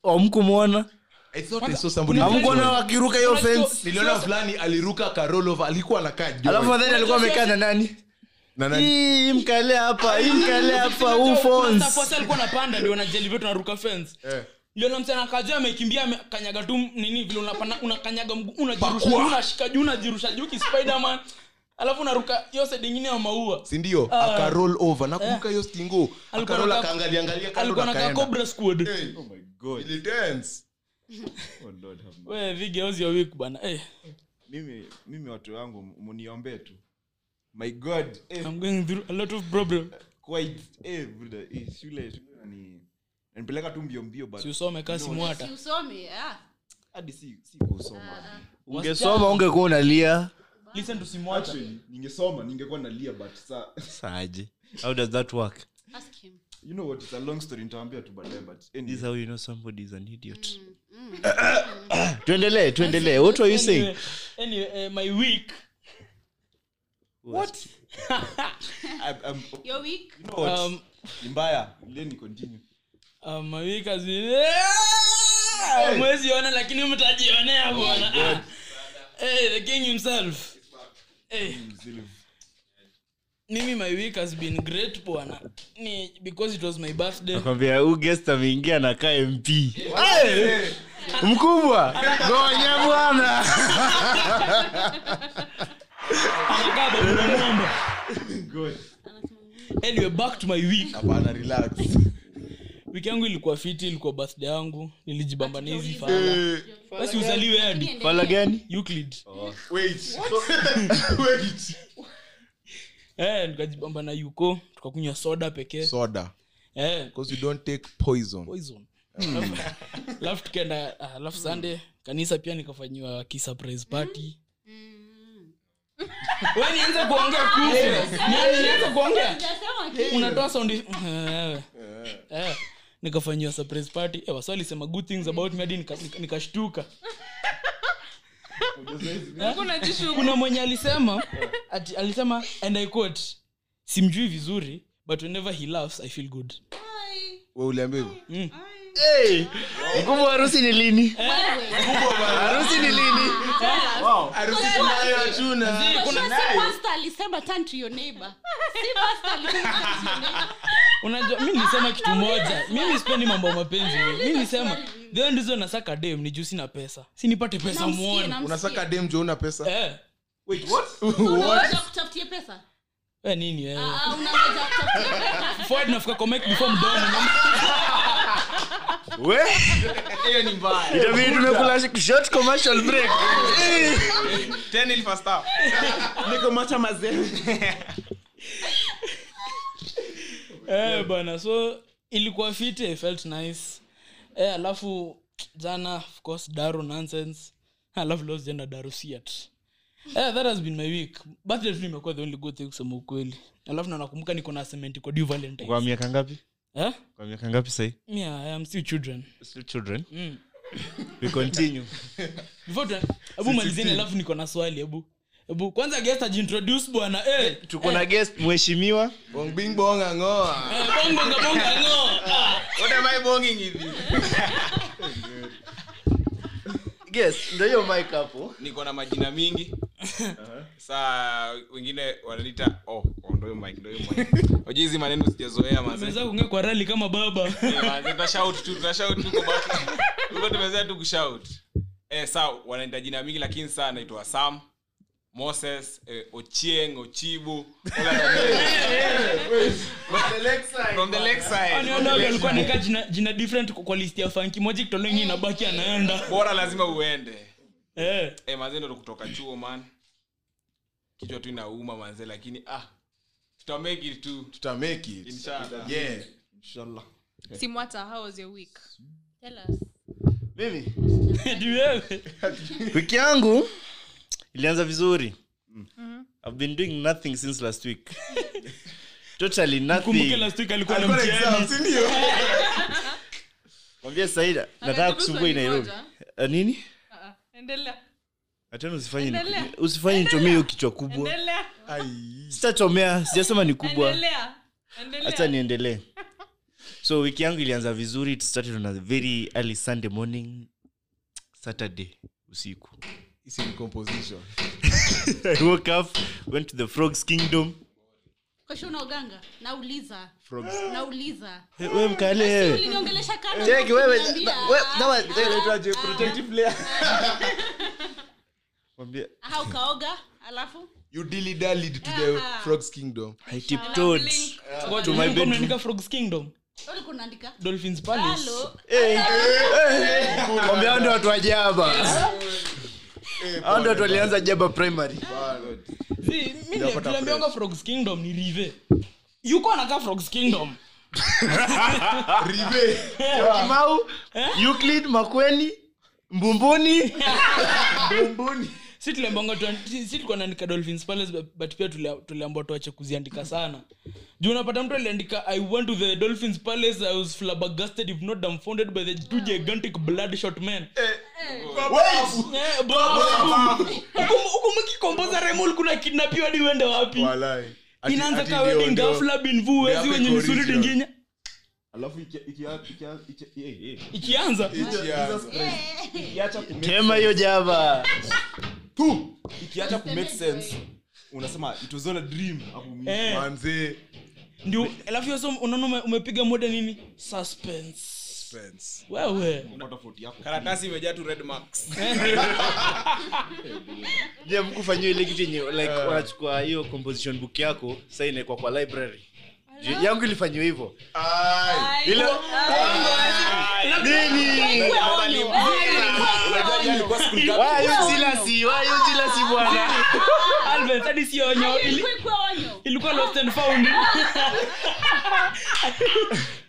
Speaker 1: amkumwona
Speaker 9: I thought I saw somebody-
Speaker 1: amkuona wakiruka hiyo
Speaker 2: Unajua-
Speaker 1: fence
Speaker 9: niliona fulani aliruka karolova alikuwa anakaa Joy.
Speaker 1: alafu nadhani alikuwa amekaa na nani
Speaker 9: Na nani-
Speaker 1: hii mkale hapa hii mkale hapa huu
Speaker 2: Sasa
Speaker 1: phones
Speaker 2: alikuwa anapanda ndio anajaribu tunaruka fence
Speaker 9: Eh.
Speaker 2: liona msichana kaja amekimbia amekanyaga tu nini vile unapanda unakanyaga mguu unajirusha
Speaker 9: Pakua.
Speaker 2: juu, unashika juu unajirusha juu kispiderman alafu unaruka hiyo side ingine ya maua
Speaker 9: sindio akaroll over nakumbuka hiyo stingo
Speaker 2: Ah. Eh. Alikuwa
Speaker 9: akaroll
Speaker 2: anakaa-
Speaker 9: akaangaliangalia kando Eh.
Speaker 2: alikuwa
Speaker 9: na
Speaker 2: nakaa
Speaker 9: akaenda.
Speaker 2: cobra squad
Speaker 9: Hey,
Speaker 7: Oh my God.
Speaker 9: it ends.
Speaker 7: Oh Lord, have mercy.
Speaker 2: we vige how's your week bana eh
Speaker 7: Mimi- mimi watu wangu mniombe tu my god eh,
Speaker 2: i'm going through a lot of problem
Speaker 7: quite eh, brother, eh, shule shule ni nipeleka tu mbio mbio but
Speaker 2: si usome kasi mwata
Speaker 4: Si usome. Ah.
Speaker 7: hadi si si kusoma
Speaker 8: Ah,
Speaker 1: ungesoma ungekuwa unalia
Speaker 2: listen to simwata
Speaker 7: Actually, ningesoma ningekuwa nalia but sa
Speaker 1: saje how does that work
Speaker 4: Ask him.
Speaker 7: you know what it's a long story nitawaambia tu baadaye but anyway.
Speaker 1: This is how you know somebody is an idiot tuendelee tuendelee what were you saying
Speaker 2: anyway, anyway eh, my week
Speaker 1: what
Speaker 7: I- I'm- you
Speaker 4: Your week.
Speaker 7: know what?
Speaker 2: um,
Speaker 7: Ni mbaya let me continue
Speaker 2: Ah, mawiki hazi- Ah, mwezi ona lakini mtajionea
Speaker 1: Oh
Speaker 2: bwana Ah. Eh, the king himself Eh,
Speaker 7: Mzile-
Speaker 2: mimi my week has been great bwana ni because it was my birthday
Speaker 1: nakwambia huu guest ameingia na kaa mp Hey! mkubwa gonya bwana
Speaker 2: Anakaa bado na mwamba.
Speaker 7: God.
Speaker 2: anyway back to my week
Speaker 7: Hapana, relax.
Speaker 2: wiki yangu ilikuwa fiti ilikuwa birthday yangu nilijibamba na hizi fala
Speaker 9: Eh,
Speaker 2: basi uzaliwe hadi
Speaker 1: fala gani
Speaker 2: euclid
Speaker 9: wait. Wait.
Speaker 2: eh nikajibamba na yuko tukakunywa soda pekee
Speaker 9: soda
Speaker 2: eh
Speaker 9: 'cause you don't take poison
Speaker 2: poison
Speaker 9: Hmm.
Speaker 2: Alafu- alafu tukaenda ah, alafu sunday kanisa pia nikafanyiwa kisurprise party we nianze kuongea kuhusu Nianze- nianze kuongea
Speaker 4: Sijasema kitu.
Speaker 2: unatoa saundi Wewe. Eh, nikafanyiwa surprise party eh, waswali sema good things about me hadi nika- nika- nikashtuka Eh?
Speaker 10: kuna jishu
Speaker 2: kuna mwenye alisema ati, alisema and i quote simjui vizuri but whenever he laughs i feel good
Speaker 9: we uliambia hivyo
Speaker 1: Hey! mkubwa harusi ni lini harusi ni lini
Speaker 4: Unajua si pastor alisema turn to your neighbor. Si pastor alisema turn to your neighbor.
Speaker 2: unajua mi nilisema kitu moja mimi sipendi mambo ya mapenzi mi nilisema dhio ndizo nasaka dem ni juu sina pesa si nipate pesa
Speaker 4: Namsikie,
Speaker 2: muone
Speaker 4: namsikie.
Speaker 9: unasaka dem jo una pesa
Speaker 2: eh,
Speaker 4: Unangoja kutafutie pesa?
Speaker 2: eh, nini eh.
Speaker 4: Ah, unangoja kutafutie pesa?
Speaker 2: Forward nafika kwa mic before mdomo
Speaker 1: we itabidi tumekula short commercial break Eh.
Speaker 2: eh, bana so ilikuwa fiti I felt nice eh, alafu jana of course daru nonsense alafu leo jana daru siat eh, that has been my week birthday tu imekuwa the only good thing kusema ukweli alafu na nakumbuka niko na sementi kwa due
Speaker 11: kwa
Speaker 2: valentine
Speaker 11: miaka ngapi
Speaker 2: eh?
Speaker 11: kwa miaka ngapi sahii
Speaker 2: yeah, i am still children
Speaker 11: still children
Speaker 2: mm.
Speaker 11: we continue
Speaker 2: before tuna- hebu malizeni alafu niko na swali hebu hebu kwanza guest ajiintroduce bwana eh.
Speaker 1: tuko na guest
Speaker 11: mheshimiwa
Speaker 9: bongbingbongangoa
Speaker 2: Eh, bongo nga bonga ngo ah.
Speaker 1: guest ndio hiyo mic hapo
Speaker 3: niko na majina mingi saa wengine wananita oh, oh, ndio hiyo mic, ndio hiyo mic. Wajua hizi maneno sijazoea manze.
Speaker 2: Nimeweza kuongea kwa rali kama baba
Speaker 3: Eh, manze, tunashout tu tunashout tu kwa bathroom. Tulikuwa tumezoea tu kushout eh, saa wananita jina mingi lakini saa naitwa sam moses eh, ochieng ochibu Ola na Mary. From the lake side.
Speaker 2: Kwani wale wale walikuwa naeka jina, jina different kwa list ya funky moja kitolongi inabaki anaenda
Speaker 3: bora lazima uende
Speaker 2: eh.
Speaker 3: eh, manze ndo kutoka chuo man kichwa tu inauma manze lakini ah tutamake it tu
Speaker 9: tutamake it
Speaker 3: inshallah
Speaker 9: yeah
Speaker 10: simwata how was your week
Speaker 4: Tell us.
Speaker 1: mimi
Speaker 2: Ati wewe.
Speaker 1: wiki yangu ilianza vizuri
Speaker 10: Mm.
Speaker 1: Mm-hmm. i've been doing nothing since last week totally
Speaker 2: Kumbuke
Speaker 1: nothing
Speaker 2: last week alikuwa na mtihani
Speaker 1: mwambie saida nataka
Speaker 10: Anajibu
Speaker 1: kusumbua
Speaker 10: swali
Speaker 1: nairobi
Speaker 10: moja.
Speaker 1: Ah, nini
Speaker 10: Ah, endelea
Speaker 1: atena usifanye ni-
Speaker 10: Endelea.
Speaker 1: usifanye nitomee hiyo kichwa kubwa
Speaker 10: endelea
Speaker 1: sitachomea sijasema ni kubwa
Speaker 10: endelea
Speaker 1: hata
Speaker 10: endelea
Speaker 1: niendelee so wiki yangu ilianza vizuri it started on a very early sunday morning saturday usiku
Speaker 9: Isi ni composition.
Speaker 1: i woke up went to the frogs kingdom
Speaker 4: Kesho unaoganga nauliza
Speaker 9: Frogs.
Speaker 4: nauliza
Speaker 1: Eh, we mkale wewe
Speaker 4: uliniongelesha kando
Speaker 1: Cheki wewe, eh,
Speaker 4: ukiniambia.
Speaker 1: na- we- na- we-
Speaker 4: Ah,
Speaker 9: Inaitwaje? Protective layer.
Speaker 1: Mwambie,
Speaker 4: ah, ukaoga alafu
Speaker 9: You dilly-dallied to the Frogs Kingdom.
Speaker 1: I tiptoed.
Speaker 2: Ngoja,
Speaker 1: To my
Speaker 2: ulikuwa
Speaker 1: bedroom.
Speaker 2: unaandika frogs kingdom
Speaker 4: ulikuwa unaandika
Speaker 2: dolphins palace
Speaker 4: halo
Speaker 1: Eh, eh, mwambie hao ndio watu wa jaba hao ndio watu walianza jaba primary
Speaker 2: si mimi ndio tuliambiwa frogs kingdom ni rive yuko anakaa frogs kingdom
Speaker 1: kimau euclid makweni mbumbuni
Speaker 2: si tuliambiwa si tulikuwa naandika dolphins palace but- but pia tulia- tuliambiwa tuache kuziandika sana juu unapata mtu aliandika i went to the dolphins palace i was flabbergasted if not dumbfounded by the two gigantic bloodshot men Eh, babu. Huku- huku mkikomboza remol kuna kidnapiwa hadi uende wapi
Speaker 9: Walai. Ati-
Speaker 2: inaanza
Speaker 9: ati
Speaker 2: ka
Speaker 9: ndio-
Speaker 2: wedding
Speaker 9: ndio-
Speaker 2: ghafla bin vuezi
Speaker 9: hapo
Speaker 2: wenye
Speaker 9: iko
Speaker 2: misuri
Speaker 9: original.
Speaker 2: dinginya
Speaker 7: alafu ikia- ikia- ikia- ikia- eh, eh.
Speaker 2: ikianza
Speaker 9: Ikianza.
Speaker 7: Ikiacha ku-
Speaker 1: tema hiyo jaba
Speaker 7: tu. ikiacha ku make sense unasema it was all a dream Hapo mimi.
Speaker 2: Eh.
Speaker 9: Manze.
Speaker 2: ndio alafu hiyo song unaona ume- umepiga moda nini suspense
Speaker 9: Friends.
Speaker 2: wewe
Speaker 7: Unapata foti yako
Speaker 3: karatasi imejaa tu red marks
Speaker 1: je mkufanyia ile kitu yenye like wanachukua hiyo composition book yako sasa inaekwa kwa library Ju- yangu ilifanyiwa hivyo ile nini Why you jealousy? Why you jealousy, bwana Ah.
Speaker 2: Alvin, hadi sio onyo ili-
Speaker 4: Ilikuwa- ilikuwa onyo
Speaker 2: ilikuwa lost and found
Speaker 1: Ah.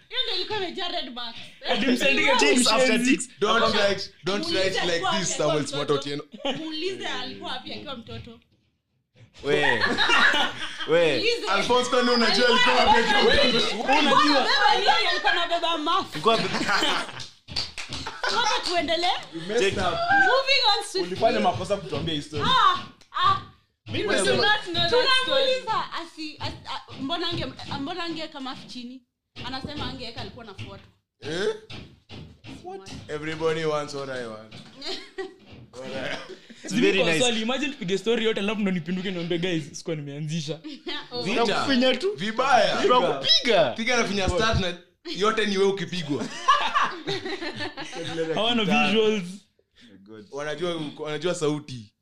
Speaker 4: hiyo ndio ilikuwa imejaa red mark
Speaker 2: Hadi msendike kwa
Speaker 1: Ticks after
Speaker 2: mshenzi.
Speaker 1: ticks.
Speaker 9: Don't write- don't
Speaker 4: Muulize
Speaker 9: write like
Speaker 4: kwake,
Speaker 9: this, Samuel
Speaker 4: kwake,
Speaker 9: Smarta Otieno.
Speaker 4: muulize alikuwa wapi akiwa mtoto
Speaker 1: We. We.
Speaker 4: Muulize.
Speaker 9: Alphonse kwani unajua alikuwa wapi?
Speaker 2: Unajua,
Speaker 4: Baba nini alikuwa anabeba mafu
Speaker 1: Mko wapi?
Speaker 4: hapa tuendelee
Speaker 1: Check.
Speaker 4: moving on swiftly.
Speaker 7: ulifanya makosa kutuambia history
Speaker 4: Ah, ah.
Speaker 10: do not know that story
Speaker 4: tunamuuliza asi- as- a- mbona ange mbona angeweka mafu chini anasema angeweka alikuwa na foto
Speaker 9: Eh? Everybody wants what I want.
Speaker 1: It's
Speaker 2: mimi
Speaker 1: very
Speaker 2: kwa
Speaker 1: nice.
Speaker 2: swali, imagine tupige story yote alafu ndo nipinduke niombe guys sikuwa nimeanzisha
Speaker 4: Oh.
Speaker 1: Nakufinya tu.
Speaker 9: Vibaya.
Speaker 1: Tunakupiga.
Speaker 9: Piga na finya start na yote ni wewe ukipigwa.
Speaker 2: hawana visuals
Speaker 9: Wanajua wanajua sauti.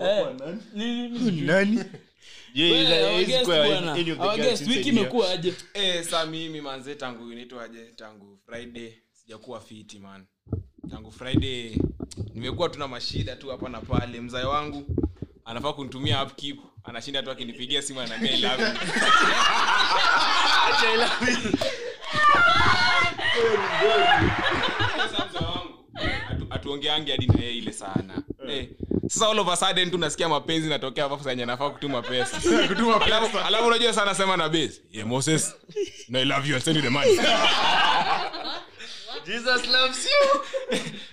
Speaker 2: Eh, nini, mimi sijui.
Speaker 1: Nani? Yeah, he's a- he's square in- any of the girls
Speaker 2: awagest
Speaker 1: inside
Speaker 2: wiki
Speaker 1: here.
Speaker 2: imekuwa aje
Speaker 3: Eh, sa mimi manze tangu inaitwaje tangu friday sijakuwa fiti man tangu friday nimekuwa tuna mashida tu hapa na pale mzae wangu anafaa kunitumia upkeep anashinda tu akinipigia simu ananiambia I love you. Sasa mzae wangu, atu- atuongeange hadi na yeye ile sana Eh, sasa all of a sudden tunasikia mapenzi natokea alafu sasa yenye anafaa kutuma pesa kutuma pesa alafu unajua sana sema na base yeah moses no i love you i'll send you the money
Speaker 1: jesus loves you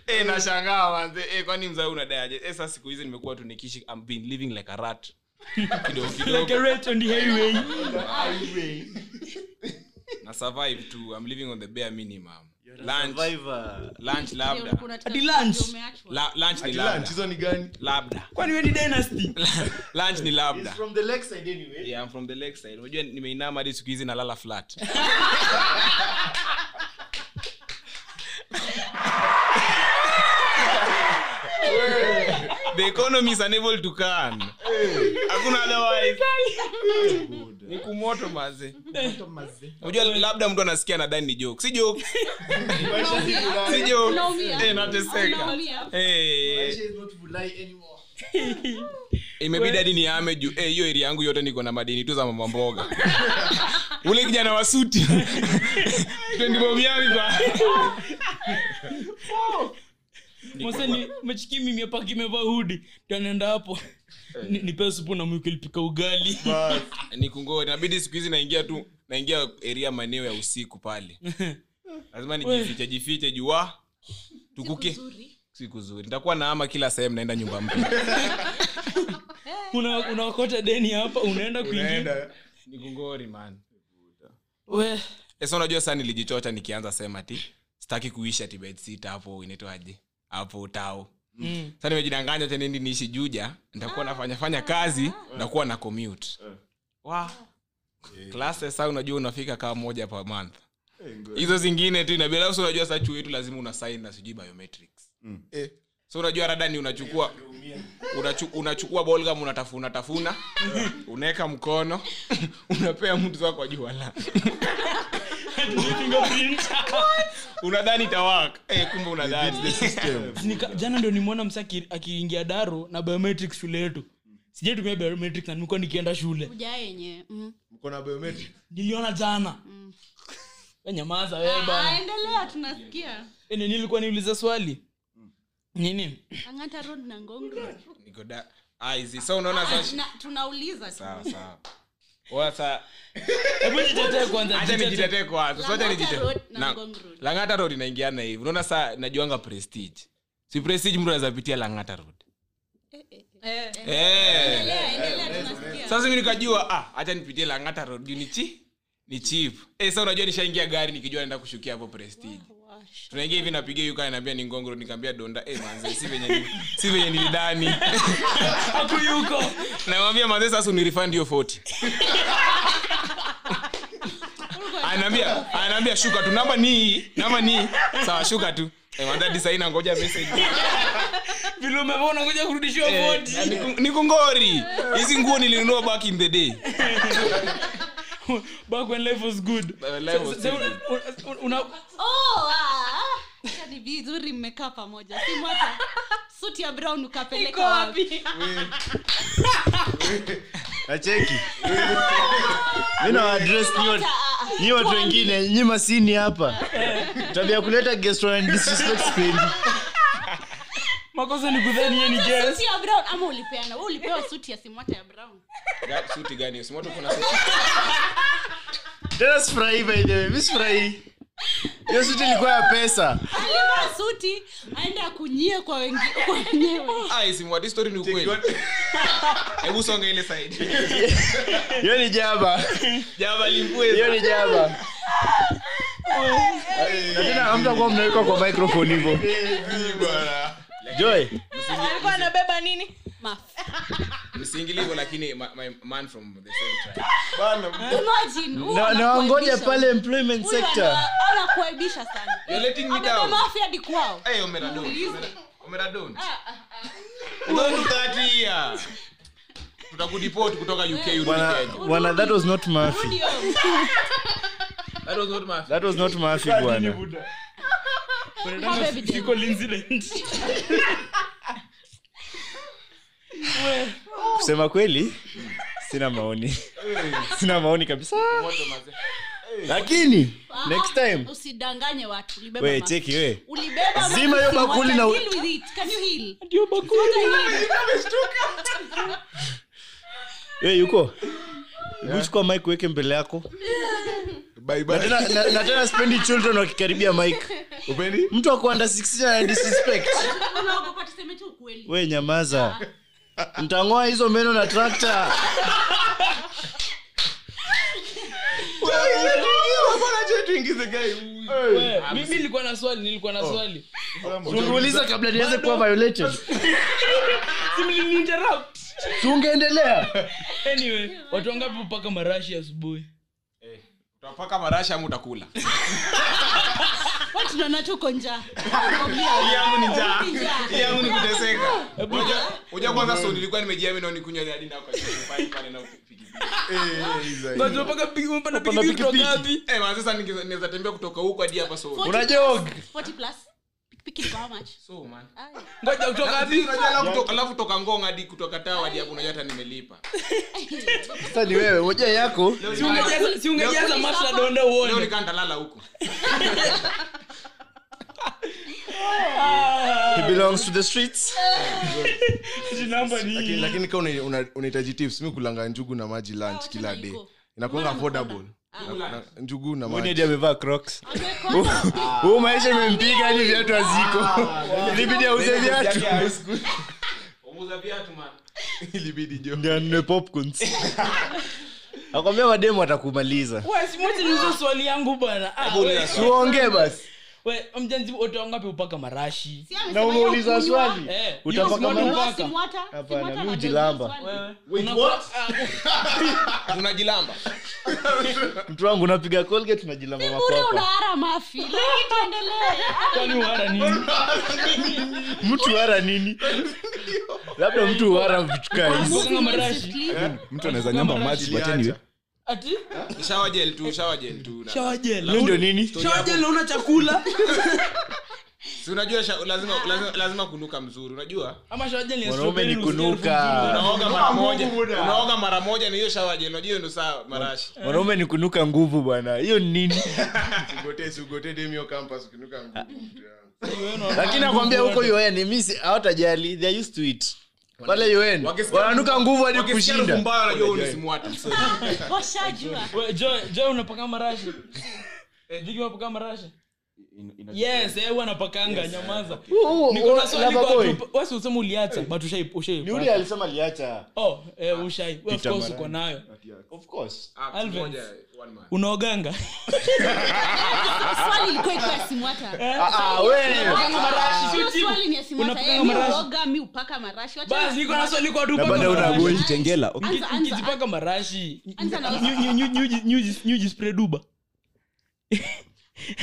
Speaker 3: Eh, nashangaa manze Eh, kwani mzee unadai aje? Eh, sasa siku hizi nimekuwa tu nikiishi I'm been living like a rat kidogo
Speaker 2: like a
Speaker 3: kidogo
Speaker 2: rat on the highway
Speaker 3: na survive tu I'm living on the bare minimum lunch
Speaker 1: survivor
Speaker 3: lunch labda
Speaker 2: Hadi lunch.
Speaker 3: La, lunch ni
Speaker 9: lunch
Speaker 3: labda
Speaker 9: hizo ni gani
Speaker 3: labda
Speaker 2: kwani we ni dynasty
Speaker 3: lunch ni
Speaker 1: He's
Speaker 3: labda
Speaker 1: from the lakeside anyway
Speaker 3: yeah I'm from the lakeside unajua nimeinama hadi siku hizi nalala flat the economy is unable to can hakuna otherwise ni kumoto maze unajua labda mtu anasikia nadhani ni joke si joke si joke
Speaker 4: Unaumia.
Speaker 3: Eh, nateseka
Speaker 4: Unaumia.
Speaker 3: Eh,
Speaker 1: Maisha is not Vulai anymore.
Speaker 3: imebidi hadi niame juu Eh, hiyo area yangu yote niko na madini tu za mama mboga ule kijana wa suti tendibomyamipa
Speaker 2: moseni mechiki mimi hapa kimevaa hudi tanaenda hapo
Speaker 1: Eh.
Speaker 2: Ni- nipee supu na mwiko ilipika ugali
Speaker 3: ni kungoa inabidi siku hizi naingia tu naingia eria maeneo ya usiku pale lazima nijifiche jifiche jua tukuke siku zuri nitakuwa naama kila sehemu naenda nyumba mpya
Speaker 2: Una- unawakota deni hapa unaenda kuingia
Speaker 3: ni kungori man
Speaker 2: we
Speaker 3: sasa Eh, unajua saa nilijichocha nikianza sema ti sitaki kuisha tibetsita hapo inaitwaje hapo tao
Speaker 2: Mm.
Speaker 3: sa nimejidanganya cha nindi niishi juja nitakuwa nafanya fanya kazi na kuwa na commute wa classes saa unajua unafika kama moja per month hizo zingine tu inabidi alafu unajua saa chuo yetu lazima una sign na sijui biometrics
Speaker 9: Eh.
Speaker 3: so unajua rada ni unachukua unachu, unachukua bolgam unatafuna tafuna unaweka mkono unapea mtu wako ajua la unadhani tawak eh, kumbe unadhani
Speaker 2: Nika, jana ndo nimwona msa akiingia daro na biometrics shule yetu sijaitumia biometrics na nimekuwa nikienda shule
Speaker 4: Ujaa yenye mm.
Speaker 9: mko na biometric
Speaker 2: niliona jana We nyamaza we
Speaker 4: Ah,
Speaker 2: bana
Speaker 4: endelea tunasikia
Speaker 2: Ene, nilikuwa niuliza swali nini
Speaker 4: angata road na ngongo
Speaker 3: niko da Ah, hizi so unaona sasa
Speaker 4: Na- tunauliza tu.
Speaker 3: sawa sawa Wasa-
Speaker 2: hebu jitetee kwanza
Speaker 3: acha
Speaker 2: jitetee.
Speaker 3: nijitetee kwanza so acha
Speaker 4: Lang'ata
Speaker 3: nijite-
Speaker 4: Road na
Speaker 3: na-
Speaker 4: Ngong Road.
Speaker 3: lang'ata road inaingiana hivi unaona saa najuanga prestige si prestige mtu anaweza pitia lang'ata road
Speaker 4: Eh, eh.
Speaker 3: Eh.
Speaker 4: Endelea, endelea tunasikia
Speaker 3: sasa mi nikajua ah, acha nipitie lang'ata road juu ni chi ni chip eh, sasa unajua nishaingia gari nikijua naenda kushukia hapo prestige tunaingia hivi napiga hiyo kana niambia ni ngongoro nikaambia donda eh manze si venye ni- si venye nilidani
Speaker 2: Hapo yuko
Speaker 3: namwambia manze sasa unirefund hiyo 40 anaambia anaambia shuka tu namba ni hii namba ni hii sawa shuka tu eh manze hadi sahi nangoja message
Speaker 2: vile umevaa unakuja kurudishiwa
Speaker 3: eh,
Speaker 2: voti
Speaker 3: ni- ni kungori hizi nguo nilinunua back in the day
Speaker 2: back when life was good
Speaker 3: life was
Speaker 2: Sa- sa- una- una-
Speaker 4: Oh, ah, ah. Acha ni vizuri mmekaa pamoja si mwaka suti ya brown ukapeleka wapi
Speaker 1: acheki mi nawaaddress nyote nyi watu wengine nyi masini hapa tabia ya kuleta guest wana disrespect spendi
Speaker 2: makosa ni kudhani yeye ni guest.
Speaker 4: suti ya brown ama ulipeana wewe ulipewa suti ya simwata ya brown
Speaker 3: Ga- suti gani hiyo? Si moto kuna suti
Speaker 1: tena sifurahii by the way mi sifurahii hiyo suti ilikuwa ya pesa
Speaker 4: alivaa suti aenda akunyie kwa wengi- kwa wenyewe
Speaker 3: Ai, si mwadi story ni ukweli. Hebu songa ile side.
Speaker 1: hiyo ni jaba
Speaker 3: Jaba
Speaker 1: hiyo
Speaker 3: limbweza.
Speaker 1: ni jaba na tena hamtakuwa mnawekwa kwa microphone hivyo joy
Speaker 12: alikuwa anabeba nini
Speaker 4: Maf.
Speaker 3: Msingi lipo lakini ma- my man from the same tribe.
Speaker 4: Imagine, huyu
Speaker 1: na na wangoja
Speaker 4: anakuaibisha.
Speaker 1: pale employment
Speaker 4: Huyu
Speaker 1: sector
Speaker 4: ana- anakuaibisha sana
Speaker 3: You're letting me down.
Speaker 4: amebeba afi hadi kwao
Speaker 3: Hey, Omera don't. Omera- Omera don't. Don't that here. tutakudeport kutoka uk urudi
Speaker 1: bwana
Speaker 3: kenya
Speaker 1: bwana, that was not mafi
Speaker 3: that was not my
Speaker 1: that was not mafi bwana
Speaker 2: Ah,
Speaker 1: kusema kweli sina maoni sina maoni kabisa
Speaker 3: moto mazee
Speaker 1: lakini next time
Speaker 4: Ah, usidanganye watu ulibeba
Speaker 1: we
Speaker 4: ma-
Speaker 1: cheki we
Speaker 4: ulibeba
Speaker 1: Zima
Speaker 4: ma-
Speaker 1: hiyo bakuli na u-
Speaker 4: Can you deal with it? Can you heal?
Speaker 1: we yuko uchukua mike uweke mbele yako
Speaker 9: Bye
Speaker 1: na
Speaker 9: bye.
Speaker 1: tena- na- na tena spendi children wakikaribia mike
Speaker 9: Upendi?
Speaker 1: mtu akuanda 16 ana disrespect
Speaker 4: Unaogopa tuseme tu ukweli.
Speaker 1: we nyamaza ntangoa hizo meno na trakta
Speaker 2: mimi nilikuwa na swali nilikuwa na swali
Speaker 1: tungeuliza kabla niweze kuwa violated
Speaker 2: Si mlininterrupt.
Speaker 1: tungeendelea
Speaker 2: anyway watu wangapi hupaka marashi asubuhi
Speaker 3: utapaka marashi ama utakula
Speaker 4: Watu tunaona tuko njaa.
Speaker 3: yangu ni njaa
Speaker 4: Njaa.
Speaker 3: Hii yangu ni kuteseka Unajua- unajua kwanza so nilikuwa nimejia mimi nikunywa hadi ndako pale na pikipiki
Speaker 9: Eh,
Speaker 2: mpaka pikipiki
Speaker 3: eh maana sasa ninge- naweza tembea kutoka huko hadi hapa so
Speaker 4: 40
Speaker 1: Unajog.
Speaker 4: plus. 40 plus. Pikipiki kwa how much?
Speaker 3: so man
Speaker 4: Ai.
Speaker 2: ngoja kutoka wapi
Speaker 3: Unajua alafu kutoka- alafu toka ngong hadi kutoka tao hadi hapo unajua hata nimelipa
Speaker 1: sasa ni wewe moja yako
Speaker 2: Si ungejaza- si ungejaza masla donda
Speaker 3: leo
Speaker 2: uone
Speaker 3: nikaa ndalala huko
Speaker 1: he belongs to the streets
Speaker 9: Lakini- lakini kama una- una- unahitaji tips mi kulanga njugu Ah, na maji lunch kila day
Speaker 4: yuko.
Speaker 9: inakuanga affordable Na- Ah. na- njugu na maji
Speaker 1: Mwini hadi amevaa crocs
Speaker 4: Wajua kwanza,
Speaker 1: huu maisha imempiga hadi viatu haziko ilibidi auze viatu
Speaker 3: Punguza viatu man
Speaker 9: ilibidi jo
Speaker 1: ndanne popcorns akwambia mademu atakumaliza
Speaker 2: Wewe, si mwache niulize swali yangu bwana Ah, wewe,
Speaker 1: tuongee basi
Speaker 2: wewe, mjanzi, watu wangapi hupaka marashi
Speaker 4: si amesema
Speaker 1: na
Speaker 4: yeye
Speaker 1: umeuliza
Speaker 4: hukunywa.
Speaker 1: swali
Speaker 2: Eh,
Speaker 1: utapaka
Speaker 2: you smart
Speaker 1: mara-
Speaker 4: Huwa
Speaker 2: mpaka.
Speaker 4: si mwata, si
Speaker 1: Hapana,
Speaker 4: mwata
Speaker 1: mi
Speaker 4: na
Speaker 1: hujilamba.
Speaker 4: swali.
Speaker 2: Ah,
Speaker 3: unajilamba
Speaker 1: mtu wangu unapiga colgate unajilamba
Speaker 4: Bure
Speaker 1: makwapa
Speaker 4: unaara mafi, lakini tuendelee.
Speaker 2: kwani uhara nini
Speaker 1: mtu hara nini labda mtu hara vitukani
Speaker 2: Mbukanga marashi
Speaker 7: mtu anaweza nyamba maji bateni
Speaker 2: ati
Speaker 3: shower gel tu shower gel tu na-
Speaker 2: shawajel
Speaker 1: ndio nini
Speaker 2: shawajel nauna chakula
Speaker 3: si unajua sha-
Speaker 9: Ah.
Speaker 3: lazima lazima lazima kunuka mzuri unajua
Speaker 2: ama shawajel ni
Speaker 1: mwanaume
Speaker 2: strawberry
Speaker 1: ni
Speaker 2: usikie
Speaker 1: kunuka
Speaker 2: harufu
Speaker 3: unaoga mara moja unaoga mara moja na hiyo shower gel unajua hiyo ndo saa marashi
Speaker 1: mwanaume ni kunuka nguvu bwana hiyo ni nini
Speaker 9: Usigote- usigote dem hiyo campus ukinuka nguvu, mtu yangu.
Speaker 1: lakini nakwambia huko un mi si- hawatajali they are used to it pale un
Speaker 3: Wakisikia-
Speaker 1: wananuka nguvu hadi
Speaker 3: Wakisikia harufu
Speaker 1: kushinda
Speaker 3: mbaya wanajua huu ni simwata
Speaker 4: Washajua.
Speaker 2: Wewe, Joy- Joy, unapaka marashi Eh, Vicky, unapaka marashi yes eh, huwa anapakanga nyamaza
Speaker 1: Oh,
Speaker 2: Niko na swali kwa watu- wewe si useme uliacha but ushai ushai
Speaker 1: Eh. ni ule alisema liacha
Speaker 2: oh eh, ushai Wewe, of
Speaker 1: Peter
Speaker 2: course
Speaker 1: Marani.
Speaker 2: uko nayo
Speaker 1: of course
Speaker 2: Alvin.
Speaker 3: Ah, one man
Speaker 2: unaoganga
Speaker 4: Yaani, Swali ilikuwa ikuwa ya si mwata.
Speaker 1: ah, ah, wewe
Speaker 2: Unapakanga marashi sio
Speaker 4: Hiyo
Speaker 2: jibu.
Speaker 4: swali ni ya si mwata.
Speaker 2: Unapakanga
Speaker 4: Yeye mi
Speaker 2: marashi.
Speaker 4: huoga, mi hupaka marashi. Wacha
Speaker 2: basi niko na swali kwa watu
Speaker 1: Na
Speaker 2: hupaka
Speaker 1: bado
Speaker 2: marashi.
Speaker 1: unagoi.
Speaker 7: chengela
Speaker 4: Anza, anza,
Speaker 2: Mkijipaka marashi
Speaker 4: Anza na-
Speaker 2: Nyu- nyu- nyu- nyu- nyu- nyu- jispray duba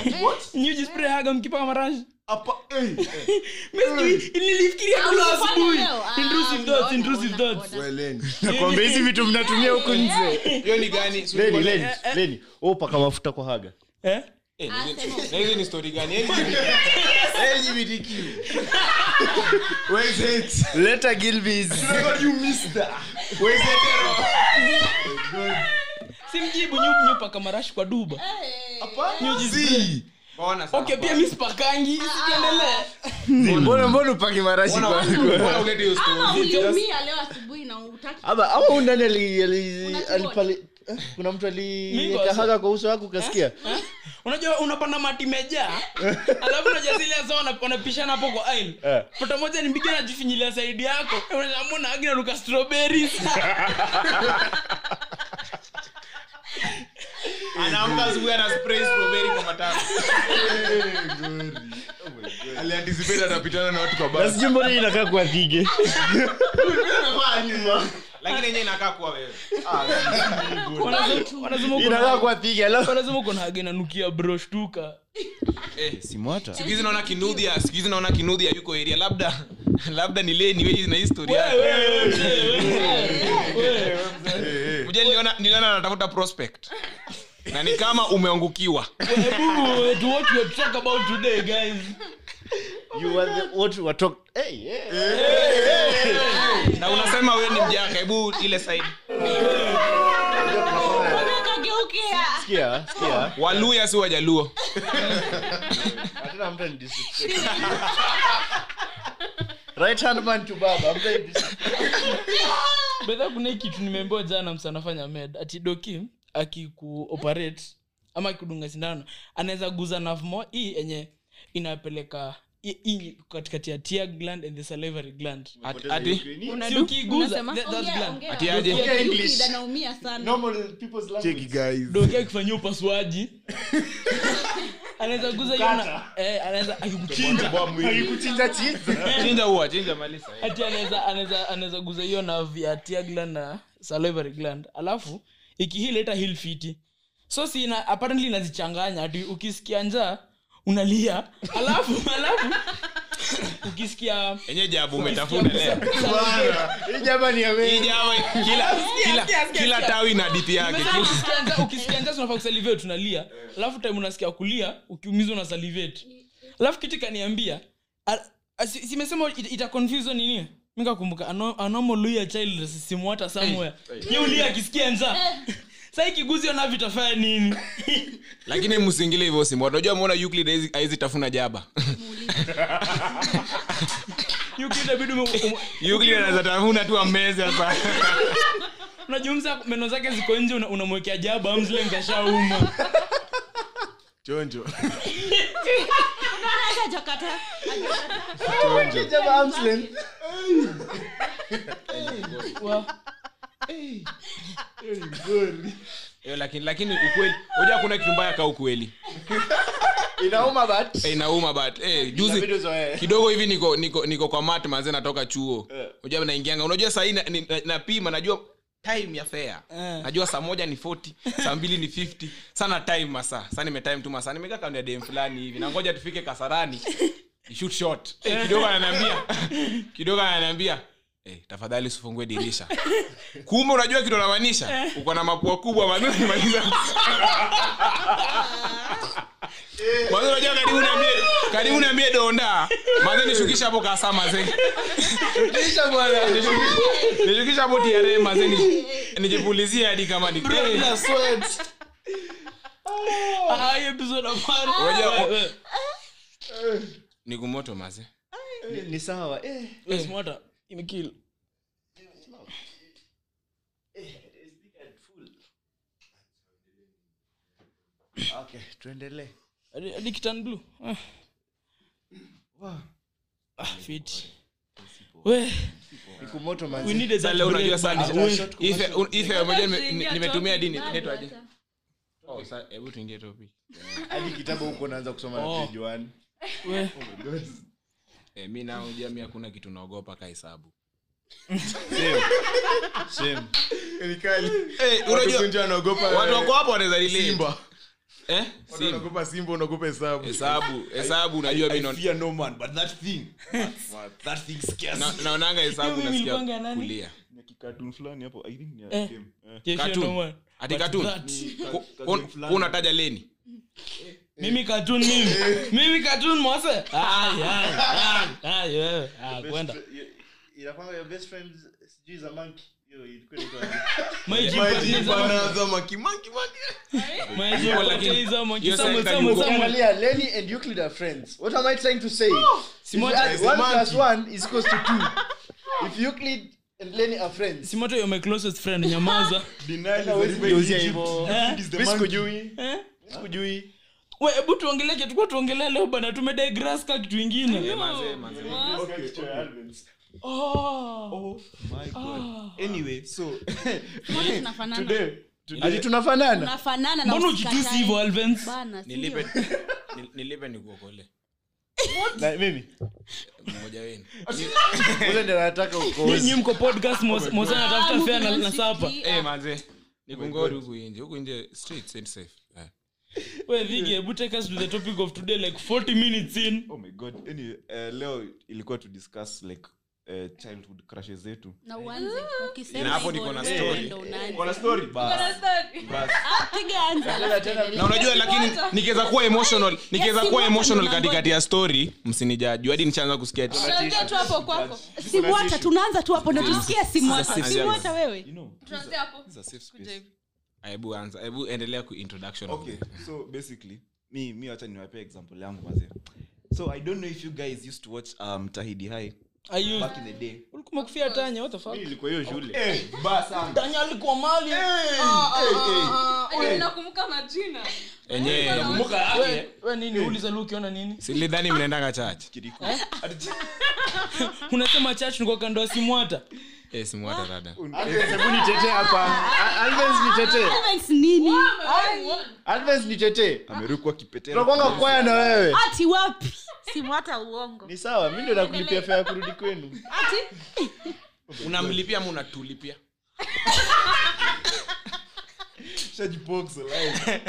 Speaker 4: Eh,
Speaker 2: Nyu jispray haga mkipaka marashi
Speaker 7: eh.
Speaker 2: Mimi
Speaker 1: Mm.
Speaker 2: sijui, nilifikiria tu leo
Speaker 4: Ah, ulifanya
Speaker 2: asubuhi.
Speaker 4: leo. Ah,
Speaker 2: Intrusive thoughts,
Speaker 4: unaona,
Speaker 2: intrusive
Speaker 4: unaona,
Speaker 2: thoughts.
Speaker 4: unaona.
Speaker 9: Weleni.
Speaker 1: nakwambia hizi vitu mnatumia huku nje
Speaker 3: hiyo ni gani Sio
Speaker 1: leni
Speaker 3: ni-
Speaker 1: leni leni oh paka mafuta kwa haga
Speaker 2: Eh?
Speaker 3: Eh,
Speaker 4: Ah,
Speaker 3: hizi-
Speaker 4: sema.
Speaker 3: na hizi ni story gani
Speaker 1: leta gilbis
Speaker 2: simjibu nyu- nyu paka marashi kwa
Speaker 4: Eh.
Speaker 2: duba Nyu jispray.
Speaker 3: Mbona sana
Speaker 2: okay pia
Speaker 3: bwana?
Speaker 2: mi sipakangi
Speaker 4: Ah,
Speaker 2: sikiendelee
Speaker 1: mbona mbona upaki marashi
Speaker 3: Mbona-
Speaker 1: kwa
Speaker 3: mbona ulete hiyo story?
Speaker 4: Ama uliumia leo asubuhi na utaki
Speaker 1: ama ama huyu ndani ali- ali-
Speaker 4: Unatuona.
Speaker 1: alipali- eh, kuna mtu
Speaker 2: Mimi kwa-
Speaker 1: alikahaga kwa uso wako ukasikia
Speaker 2: Eh? unajua unapanda matimejaa alafu unajazile sa wanapishana hapo kwa aisle
Speaker 1: Eh.
Speaker 2: pata moja nimbiga najifinyilia saidi yako unamona agina luka strawberries
Speaker 3: Anaamka asubuhi ana spray strawberry kwa matako.
Speaker 9: Alianticipate atapitana na watu kwa
Speaker 1: na
Speaker 9: basi
Speaker 1: sijui mbona hii inakaa kwa dhige
Speaker 3: Lakini yenyewe inakaa kuwa wewe.
Speaker 2: Wanasema- wanasema uko
Speaker 1: inakaa
Speaker 2: na-
Speaker 1: kwa dhige alafu
Speaker 2: wanasema uko na agina nukia bro shtuka
Speaker 3: Eh, Siku hizi naona kinudhi ya- siku hizi naona kinudhi ya yuko area labda labda ni leni wewe na history yake Unajua niliona niliona anatafuta prospect na ni kama umeangukiwa
Speaker 1: you were the, what you were talk hey, hey.
Speaker 3: na unasema wewe ni mjaka hebu ile side
Speaker 4: Unakageukea.
Speaker 1: Sikia, sikia.
Speaker 3: waluya si wajaluo
Speaker 1: Hatuna mtu anidisrespect. right hand man to baba mtu anidisrespect.
Speaker 2: bedha kuna hii kitu nimeambiwa jana msanafanya med ati doki akikuoperate ama akikudunga sindano anaweza guza navmo hii yenye inapeleka hii- hii katikati ya tear gland and the salivary gland
Speaker 3: Ati- ati
Speaker 2: si
Speaker 12: Unadu-
Speaker 2: ukiguza
Speaker 12: unasema?
Speaker 2: that- that's gland
Speaker 4: Ongea,
Speaker 3: ati
Speaker 4: ongea.
Speaker 3: aje
Speaker 1: Yeah, English.
Speaker 4: Kid anaumia sana
Speaker 1: normal people's
Speaker 9: Cheki,
Speaker 1: language
Speaker 9: guys.
Speaker 2: doki akifanyia upasuaji anaweza guza hiyo na- eh, anaweza akikuchinja
Speaker 1: kuchinja chinza
Speaker 3: chinja huwa chinja malisa
Speaker 2: ati anaweza anaweza anaweza guza hiyo nerve ya tear gland na salivary gland alafu ikihileta hil fiti so si ina, apparently inazichanganya ati ukisikia njaa unalia alafu alafu ukisikia
Speaker 3: yenye jabu umetafuta leo
Speaker 1: hii jamaa ni ya wewe.
Speaker 3: Hii jabu, kila kila kila tawi na diti yake
Speaker 2: Umesema ukisikia njaa- ukisikia njaa tunafaa kusalivate unalia alafu time unasikia kulia ukiumizwa una salivate alafu kiti kaniambia a- a- si- simesema ita- ita confuse nini mikakumbuka anomaluya child simuata somewhere ye ulia akisikia njaa sa ikiguzio navi itafanya nini
Speaker 3: lakini msingile hivyo simu unajua muona Euclid haizi- haizi tafuna jaba
Speaker 2: yukitabidi
Speaker 3: Euclid anaweza tafuna tu ameze hapa
Speaker 2: unajumza meno zake ziko nje una- unamwekea jaba amzile nkashauma
Speaker 9: chonjo
Speaker 4: hajakata
Speaker 1: Hii jamaa arms length.
Speaker 3: Yo, lakini lakini ukweli unajua kuna kitu mbaya ka ukweli
Speaker 1: inauma but
Speaker 3: eh nauma but eh
Speaker 1: inabidi
Speaker 3: juzi
Speaker 1: uzoee.
Speaker 3: kidogo hivi niko niko niko kwa mat manze natoka chuo unajua naingianga unajua saa hii na- ni- na- napima najua time ya fare
Speaker 2: Eh.
Speaker 3: najua saa moja ni 40 saa mbili ni 50 sana time masaa saa nimetime tu masaa nimekaa kando ya dem fulani hivi na ngoja tufike kasarani ni shoot shot eh, kidogo ananiambia kidogo ananiambia eh, tafadhali usifungue dirisha kumbe unajua kitu anamaanisha uko na mapua kubwa maneno nimaliza Kwanza unajua karibu niambie karibu niambie donda maze nishukisha hapo kasa maze nishukisha bwana nishukisha- nishukisha hapo tiare maze ni- nijipulizie hadi kama ni Eh,
Speaker 1: Na sweat.
Speaker 2: Ah, hii episode of Mara.
Speaker 3: Unajua-
Speaker 2: Eh, eh,
Speaker 3: ni kumoto maze
Speaker 1: Ni- ni sawa eh.
Speaker 2: eh, Smarter, imekill.
Speaker 1: okay tuendelee
Speaker 2: Hadi- hadi kitan blue. Ah. Ah, fit. We,
Speaker 1: ikumoto
Speaker 2: we
Speaker 1: manzi
Speaker 2: need a
Speaker 3: Sasa leo unajua
Speaker 2: break,
Speaker 3: sana
Speaker 2: man.
Speaker 1: Ah,
Speaker 2: We-
Speaker 1: shot
Speaker 3: ife
Speaker 1: commercial.
Speaker 3: ife moja nime-
Speaker 12: Drink ya
Speaker 3: nimetumia
Speaker 12: topic,
Speaker 3: dini
Speaker 12: bado
Speaker 3: inaitwa aje
Speaker 12: hata.
Speaker 3: oh sasa hebu tuingie topic
Speaker 1: hadi kitabu huko unaanza kusoma
Speaker 2: Oh.
Speaker 1: na page one.
Speaker 2: we.
Speaker 3: eh mimi nao unajua mimi hakuna kitu naogopa ka hesabu
Speaker 1: Same.
Speaker 9: Serikali.
Speaker 3: eh
Speaker 9: Watu
Speaker 3: unajua
Speaker 9: kunja wanaogopa eh,
Speaker 3: watu wako hapo wanaweza relate
Speaker 9: Simba.
Speaker 3: eh
Speaker 9: Watu
Speaker 3: Simba.
Speaker 9: wanaogopa Simba, wanaogopa hesabu.
Speaker 3: hesabu hesabu unajua mimi
Speaker 7: I
Speaker 3: naona-
Speaker 7: fear no man, but that thing, that thing scares
Speaker 3: na-
Speaker 7: me.
Speaker 3: naonanga hesabu
Speaker 2: Mimi nilikuwanga
Speaker 3: nasikia
Speaker 2: nani?
Speaker 3: kulia
Speaker 7: Ni kikatuni fulani hapo, I think ni ya
Speaker 2: Eh.
Speaker 7: game. Eh.
Speaker 2: Yes,
Speaker 3: Cartoon.
Speaker 2: you know what?
Speaker 3: Ati
Speaker 2: But
Speaker 3: cartoon.
Speaker 2: that-
Speaker 7: Ka-
Speaker 3: Ku-
Speaker 7: ka-
Speaker 3: un-
Speaker 7: game fulani.
Speaker 3: unataja leni
Speaker 2: mimi cartoon mimi mimi cartoon mwase Ai, ai, ai, ai, wewe. Ah, kwenda
Speaker 1: Yo- inakwanga your best friends sijui za monkey. Yo, ilikuwa inaitwa-
Speaker 2: My gym
Speaker 9: Maji,
Speaker 2: partners are-
Speaker 9: banaza, maki, maki, maki.
Speaker 2: my gym
Speaker 3: Hiyo
Speaker 2: partners are monkey.
Speaker 3: hiyo
Speaker 2: Samuel,
Speaker 3: serikali
Speaker 2: Samuel,
Speaker 3: uko-
Speaker 2: Samuel.
Speaker 1: Angalia, Lenny and Euclid are friends. What am I trying to say? If you
Speaker 2: Simota
Speaker 1: add
Speaker 2: is
Speaker 1: one plus one is equals to two. If Euclid and Lenny are friends,
Speaker 2: Simoto, you're my closest friend nyamaza
Speaker 7: Denial is a
Speaker 1: hawezi
Speaker 7: river
Speaker 1: geuzia
Speaker 7: in Egypt.
Speaker 1: hivyo.
Speaker 7: It is the
Speaker 1: Mi
Speaker 7: monkey.
Speaker 1: sikujui.
Speaker 2: Eh?
Speaker 1: Mi sikujui.
Speaker 2: we hebu tuongelee kitukuwa tuongelea leo bana tumedaigrasi ka kitu ingine oh.
Speaker 7: Oh my God. Anyway, so
Speaker 4: Mbona tunafanana?
Speaker 7: today- today-
Speaker 1: Ati tunafanana
Speaker 4: Tunafanana na
Speaker 2: mbona uchitusi
Speaker 4: usikatai.
Speaker 2: hivo alvens
Speaker 4: Bana, si
Speaker 3: nilipe nil- nilipe nikuokole
Speaker 1: Na mimi
Speaker 3: mmoja wenu
Speaker 1: ule ndo nataka
Speaker 2: nyinyi mko podcast mos- mosana tafuta fea na- na sapa
Speaker 4: Ah,
Speaker 3: Eh, manze nikungori huku inje huku inje street and safe Eh.
Speaker 2: we Vigi, hebu take us to the topic of today like 40 minutes in
Speaker 7: oh my god anyway, eh, leo ilikuwa to discuss like eh, childhood crushes zetu
Speaker 4: na
Speaker 12: Ah,
Speaker 4: uanze
Speaker 3: Na
Speaker 4: ukisema
Speaker 3: hapo
Speaker 4: hivyo
Speaker 3: niko na
Speaker 4: Eh, ndio
Speaker 3: story.
Speaker 4: ndo unaanza.
Speaker 7: Kuna story
Speaker 12: Kuna
Speaker 7: bas
Speaker 12: story.
Speaker 7: bas
Speaker 4: Ah, piga anza, alafu
Speaker 3: na
Speaker 4: tuendelee.
Speaker 3: unajua lakini nikiweza kuwa emotional nikiweza kuwa
Speaker 4: Simwacha
Speaker 3: emotional
Speaker 4: mama
Speaker 3: katikati ya story msinijaju hadi nichaanza kusikia ati-
Speaker 12: Tunaongea tu hapo kwako.
Speaker 4: simwata tunaanza tu hapo ndo tusikie simwata
Speaker 3: Sasa, Eh.
Speaker 4: simwata wewe
Speaker 12: Tunaongea hapo.
Speaker 7: It's a safe space.
Speaker 12: Kuja hivi.
Speaker 3: hebu anza hebu endelea ku introduction
Speaker 7: okay so basically mi mi wacha niwapea example yangu mazee so i don't know if you guys used to watch um, tahidi high
Speaker 2: Are you-
Speaker 7: back in the day
Speaker 2: ulikuwa kufia tanya what the fuck
Speaker 1: ilikuwa hiyo shule
Speaker 7: Eh, bas, um,
Speaker 2: tanya alikuwa mali Ah,
Speaker 4: ah,
Speaker 12: Yaani unakumbuka majina.
Speaker 3: enyewe
Speaker 2: we, ah. we nini uliza lu ukiona nini
Speaker 3: silidhani mnaendanga church
Speaker 7: Kiriku.
Speaker 2: unasema church nikuwa kando ya simwata
Speaker 3: Eh, simwata dada
Speaker 1: Alves, hebu nitetee hapa A- Alves nitetee
Speaker 4: Events nini
Speaker 1: Alves nitetee
Speaker 7: amerukwa kipete
Speaker 1: tunakwanga kwaya na wewe
Speaker 4: ati wapi simwata uongo
Speaker 1: ni sawa mi ndo nakulipia fea ya kurudi kwenu
Speaker 4: ati
Speaker 3: unamlipia ama unatulipia
Speaker 7: shajibox alive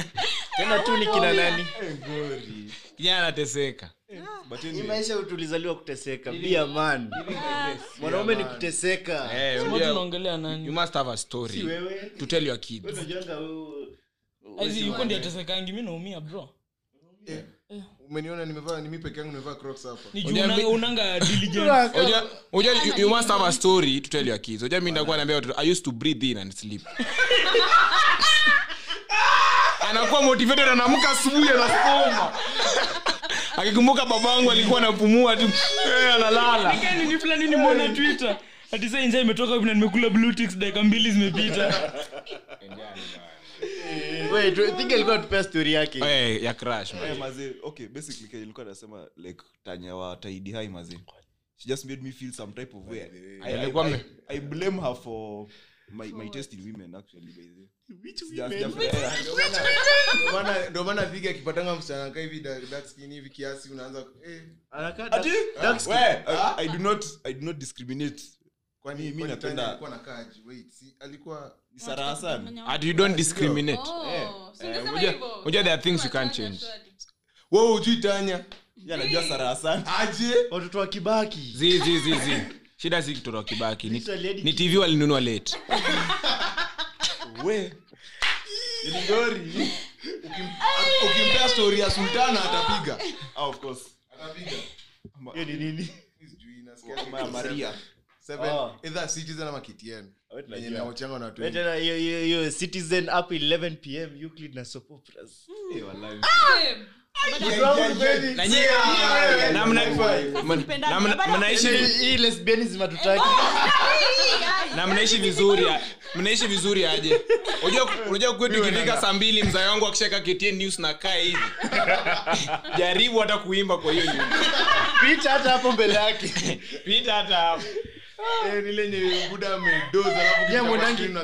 Speaker 1: tena tu ni kina nani
Speaker 7: Eh, ngori.
Speaker 3: kijana anateseka
Speaker 7: but anyway,
Speaker 1: ni maisha tulizaliwa kuteseka bia man mwanaume ni kuteseka
Speaker 3: Eh,
Speaker 2: Watu
Speaker 3: unajua,
Speaker 2: unaongelea
Speaker 3: you
Speaker 2: nani
Speaker 3: must have a story
Speaker 1: wewe
Speaker 3: to tell your kids
Speaker 1: unajanga wewe
Speaker 2: hizi yuko ndiye atesekangi mi naumia bro
Speaker 9: Eh.
Speaker 2: Eh.
Speaker 9: umeniona nimevaa nimi peke yangu nimevaa crocs hapa
Speaker 2: ni
Speaker 3: Unajua mi-
Speaker 2: juu unanga diligence
Speaker 3: Unajua- unajua, you- Oh, you must have a story to tell your kids unajua mi nitakuwa naambia watoto i used to breathe in and sleep anakuwa motivated anaamka asubuhi anasoma akikumbuka babangu alikuwa anapumua tu eh, analala
Speaker 2: Yaani ni fulani nimeona twitter ati saa inja imetoka hivi na nimekula blue ticks dakika mbili zimepita
Speaker 1: Wait, wait, think alikuwa tupea story yake
Speaker 3: Eh, ya crash man.
Speaker 7: Eh, mazee okay basically kenye nilikuwa nasema like tanya wa taidi hai mazee she just made me feel some type of way I, I,
Speaker 3: Alikuwa ame-
Speaker 7: I, I blame her for my, my taste in women actually by the way. eh, Sija- sijafurahia.
Speaker 9: Ndio maana- ndio maana vigi akipatanga msichana kaa hivi dark dark skin hivi kiasi unaanza eh,
Speaker 1: Anakaa-
Speaker 7: We, Eh, I- I do not i do not discriminate
Speaker 9: kwani
Speaker 7: Mi- mi
Speaker 9: kwani
Speaker 7: napenda-
Speaker 9: Tanya alikuwa na kaji wait si alikuwa
Speaker 7: ni sara hasan
Speaker 3: Ati you don't discriminate
Speaker 12: Oh, si ungesema
Speaker 3: Eh. unajua-
Speaker 12: hivyo.
Speaker 3: unajua there are things you can't
Speaker 12: Tanya,
Speaker 3: change.
Speaker 12: Tanya.
Speaker 9: wewe hujui tanya
Speaker 7: Yeye anajua sara hasan
Speaker 9: aje
Speaker 1: watoto wa kibaki
Speaker 3: Zi, zi, zi, zi. shida si kitoro kibaki ni,
Speaker 1: Little lady
Speaker 3: ni tv walinunua late
Speaker 7: we iligori
Speaker 9: ukimpea stori ya sultana atapiga
Speaker 7: ah, of course
Speaker 9: atapiga
Speaker 7: Ma-
Speaker 1: hiyo ni nini
Speaker 9: Mi sijui, nasikia
Speaker 7: Ma- maria
Speaker 9: seven
Speaker 1: Oh.
Speaker 9: either citizen ama kitn
Speaker 1: Wait,
Speaker 9: enye
Speaker 1: najua.
Speaker 9: naochanga na
Speaker 1: Wait, tena hiyo- hiyo hiyo citizen up 11 pm euclid na soap operas
Speaker 7: Eh, wallahi.
Speaker 4: Ah!
Speaker 12: Same.
Speaker 3: Na nyie- na mna- mna- na mna- mnaishi
Speaker 1: Hii- hii lesbianism hatutaki
Speaker 3: na mnaishi vizuri a- mnaishi vizuri aje Unajua- unajua kwetu ikifika saa mbili mzai wangu akishaka KTN news na kaa hivi jaribu hata kuimba kwa hiyo nyumba
Speaker 1: picha hata hapo mbele yake Ah.
Speaker 3: pita hata hapo
Speaker 1: Eh, Yeah, mwanangu.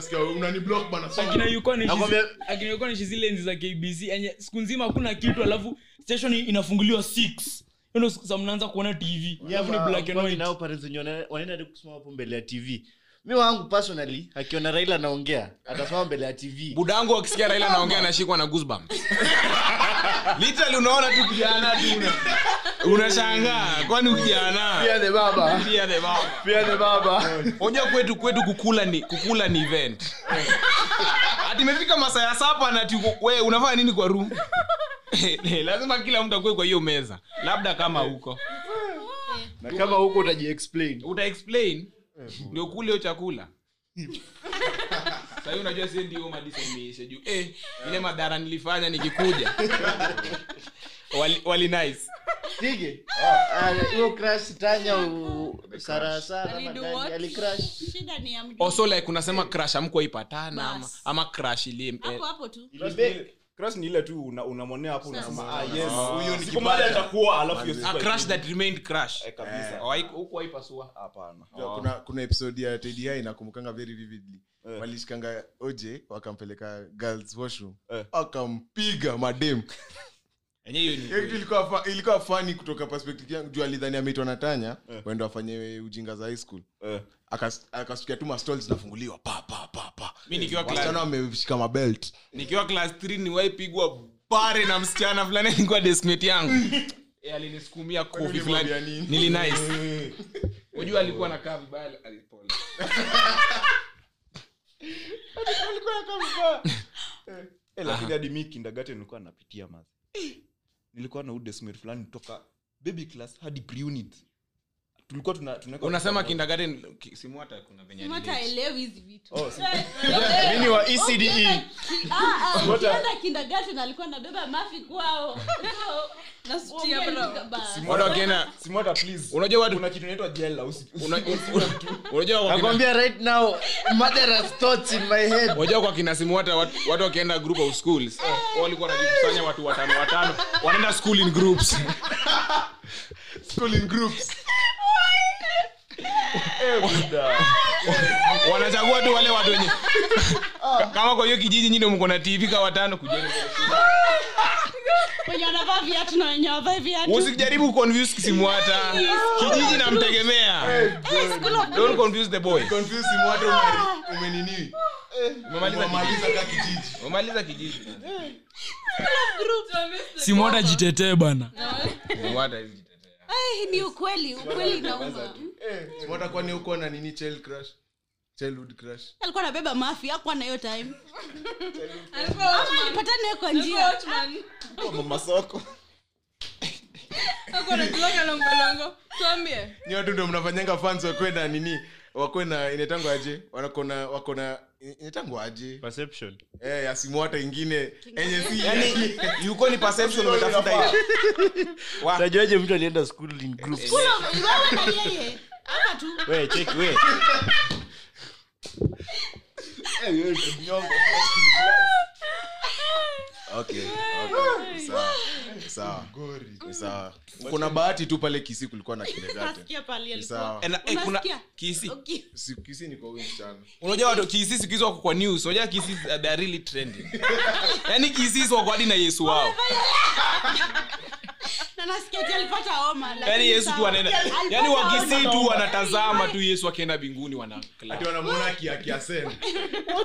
Speaker 2: akina yuko ni shizi-
Speaker 1: Nakwambia-
Speaker 2: akina yuko ni shizi zile enzi za kbc yenye siku nzima hakuna kitu alafu station inafunguliwa 6 Hiyo ndio siku za mnaanza kuona tv alafu ni black and white
Speaker 1: nao parents wenye wana- wanaenda hadi kusoma hapo mbele ya tv mi wangu personally akiona raila anaongea atasoma mbele ya tv
Speaker 3: budangu wakisikia raila naongea nashikwa na goosebumps literally unaona tu kijana tu una- unashangaa kwani kijana
Speaker 1: pia the baba
Speaker 3: pia the baba
Speaker 1: pia the baba
Speaker 3: unajua kwetu kwetu kukula ni kukula ni event ati imefika masaa ya sapa na ati we unafanya nini kwa room Eh, lazima kila mtu akue kwa hiyo meza labda kama huko
Speaker 1: na kama huko utajiexplain
Speaker 3: uta explain ndio kule hiyo chakula sahii unajua si ndio madisa imeisha juu eh, ile madhara nilifanya nikikuja wali, wali nice
Speaker 1: tige Ah, hiyo crash tanya u- sara sara ama
Speaker 12: Alidu
Speaker 1: nani,
Speaker 12: what?
Speaker 1: alicrash
Speaker 4: shida ni ya mdi-
Speaker 3: also Oh, like unasema crash amkuwa ipatana ama,
Speaker 4: Bas.
Speaker 3: ama crash ili eh,
Speaker 4: hapo hapo tu
Speaker 7: Crush ni ile tu una- unamwonea hapo unasema ah yes
Speaker 9: huyo ni
Speaker 7: Siku moja
Speaker 9: kibaya.
Speaker 7: atakuwa, alafu hiyo
Speaker 3: a
Speaker 7: siku
Speaker 3: crash
Speaker 7: haitakuwa.
Speaker 3: that remained Oh, crash
Speaker 7: Eh, kabisa.
Speaker 3: Hawaiku- huku haipasua
Speaker 7: Hapana.
Speaker 9: kuna kuna episode ya tdi nakumbukanga very vividly
Speaker 7: Eh.
Speaker 9: walishikanga oje wakampeleka girls washroom
Speaker 7: Eh.
Speaker 9: akampiga madem
Speaker 3: enyewe ni
Speaker 9: Hiyo kitu ilikuwa fa- ilikuwa fani kutoka perspective yangu juu alidhani ameitwa na tanya waende wafanye ujinga za high school
Speaker 7: Eh.
Speaker 9: Akas- akasikia tu mastol zinafunguliwa pa pa pa pa
Speaker 3: mi nikiwa class
Speaker 9: wasichana wameshika mabelt
Speaker 3: nikiwa class 3 niwaipigwa pare na msichana fulani alikuwa deskmate yangu Eh, alinisukumia kofi fulani nili nice unajua alikuwa nakaa vibaya alipole
Speaker 7: Eh, lakini hadi mi kindergarten nilikuwa napitia mazi nilikuwa na udesmate fulani toka baby class hadi pre-unit tulikuwa tuna, tunaweka-
Speaker 3: unasema kindergarten ki- simwata kuna venye
Speaker 4: Mata
Speaker 3: alilate.
Speaker 4: haelewi hizi vitu. Oh,
Speaker 7: Oh, si-
Speaker 1: mimi ni wa E
Speaker 9: E.
Speaker 1: ecde
Speaker 4: Ki- ah, ah, ukienda kindergarten alikuwa anabeba mafi kwao.
Speaker 12: Nasutia bro.
Speaker 7: Simwata-
Speaker 3: Watu wakienda-
Speaker 7: Simwata, please.
Speaker 3: unajua watu
Speaker 7: kuna kitu inaitwa jela usi- usi-
Speaker 3: una- un- unajua kwa kina-
Speaker 1: nakwambia right now mother has thoughts in my head
Speaker 3: unajua kwa kina simuata watu watu wakienda group of schools wao walikuwa wanajikusanya watu watano watano wanaenda school in groups school in groups wanachagua tu wale watu wenye Ka- kama kwa hiyo kijiji nyini mko na tv ka watano kujeni
Speaker 4: Wenye wanavaa viatu na wenye hawavai viatu.
Speaker 3: usijaribu confuse kisimwata kijiji namtegemea don't confuse the boy
Speaker 9: Confuse Simwata ume- umenini
Speaker 3: umemaliza
Speaker 9: Umemaliza ka kijiji
Speaker 3: umemaliza kijiji
Speaker 2: simwata jitetee bana
Speaker 3: Simwata hizi jitetea.
Speaker 4: Ai, ni ukweli, ukweli inauma.
Speaker 9: Simwata kwani huko na nini child crush childhood crush
Speaker 4: Alikuwa anabeba mafi, hakuwa na hiyo time.
Speaker 12: Alikuwa
Speaker 4: Ama
Speaker 12: watchman.
Speaker 4: alipatana naye kwa
Speaker 12: Alikuwa
Speaker 4: njia.
Speaker 12: watchman.
Speaker 7: mama soko
Speaker 12: Hakuwa anatulonga longo-longo. Tuambie.
Speaker 9: ni watu ndo mnafanyanga fans wakwe na nini wakwe na inaitangwa aje wanakona wakona inaitangwa aje
Speaker 11: perception
Speaker 9: eh ya Simwata ingine enye si
Speaker 3: Yaani, yuko ni perception umetafuta hiyo. Wa-
Speaker 1: najuaje mtu alienda school in groups
Speaker 4: Wewe wewe na yeye. Hapa tu.
Speaker 11: we check we
Speaker 9: okay okay sawa sawa Ni sawa kuna bahati tu pale Kisii kulikuwa na kindergarten
Speaker 4: Nasikia pale
Speaker 9: Ni
Speaker 4: alikuwa.
Speaker 9: sawa
Speaker 3: Eh, na- eh, kuna-
Speaker 4: Unasikia?
Speaker 3: Kisii.
Speaker 4: Okay.
Speaker 9: Si- Kisii ni kwa wingi sana
Speaker 3: unajua watu kisi siku hizi wako kwa news unajua kisi uh, they are really trending yani kisi hizi wako hadi na yesu wao
Speaker 4: Na nasikia ati alipata homa.
Speaker 3: yani
Speaker 4: lakini
Speaker 3: Yaani yesu tu
Speaker 4: sawa.
Speaker 3: wanaenda
Speaker 4: Alipata
Speaker 3: yani
Speaker 4: homa.
Speaker 3: wakisi tu wanatazama tu yesu akienda mbinguni wana
Speaker 9: ati wanamuona kiakiasema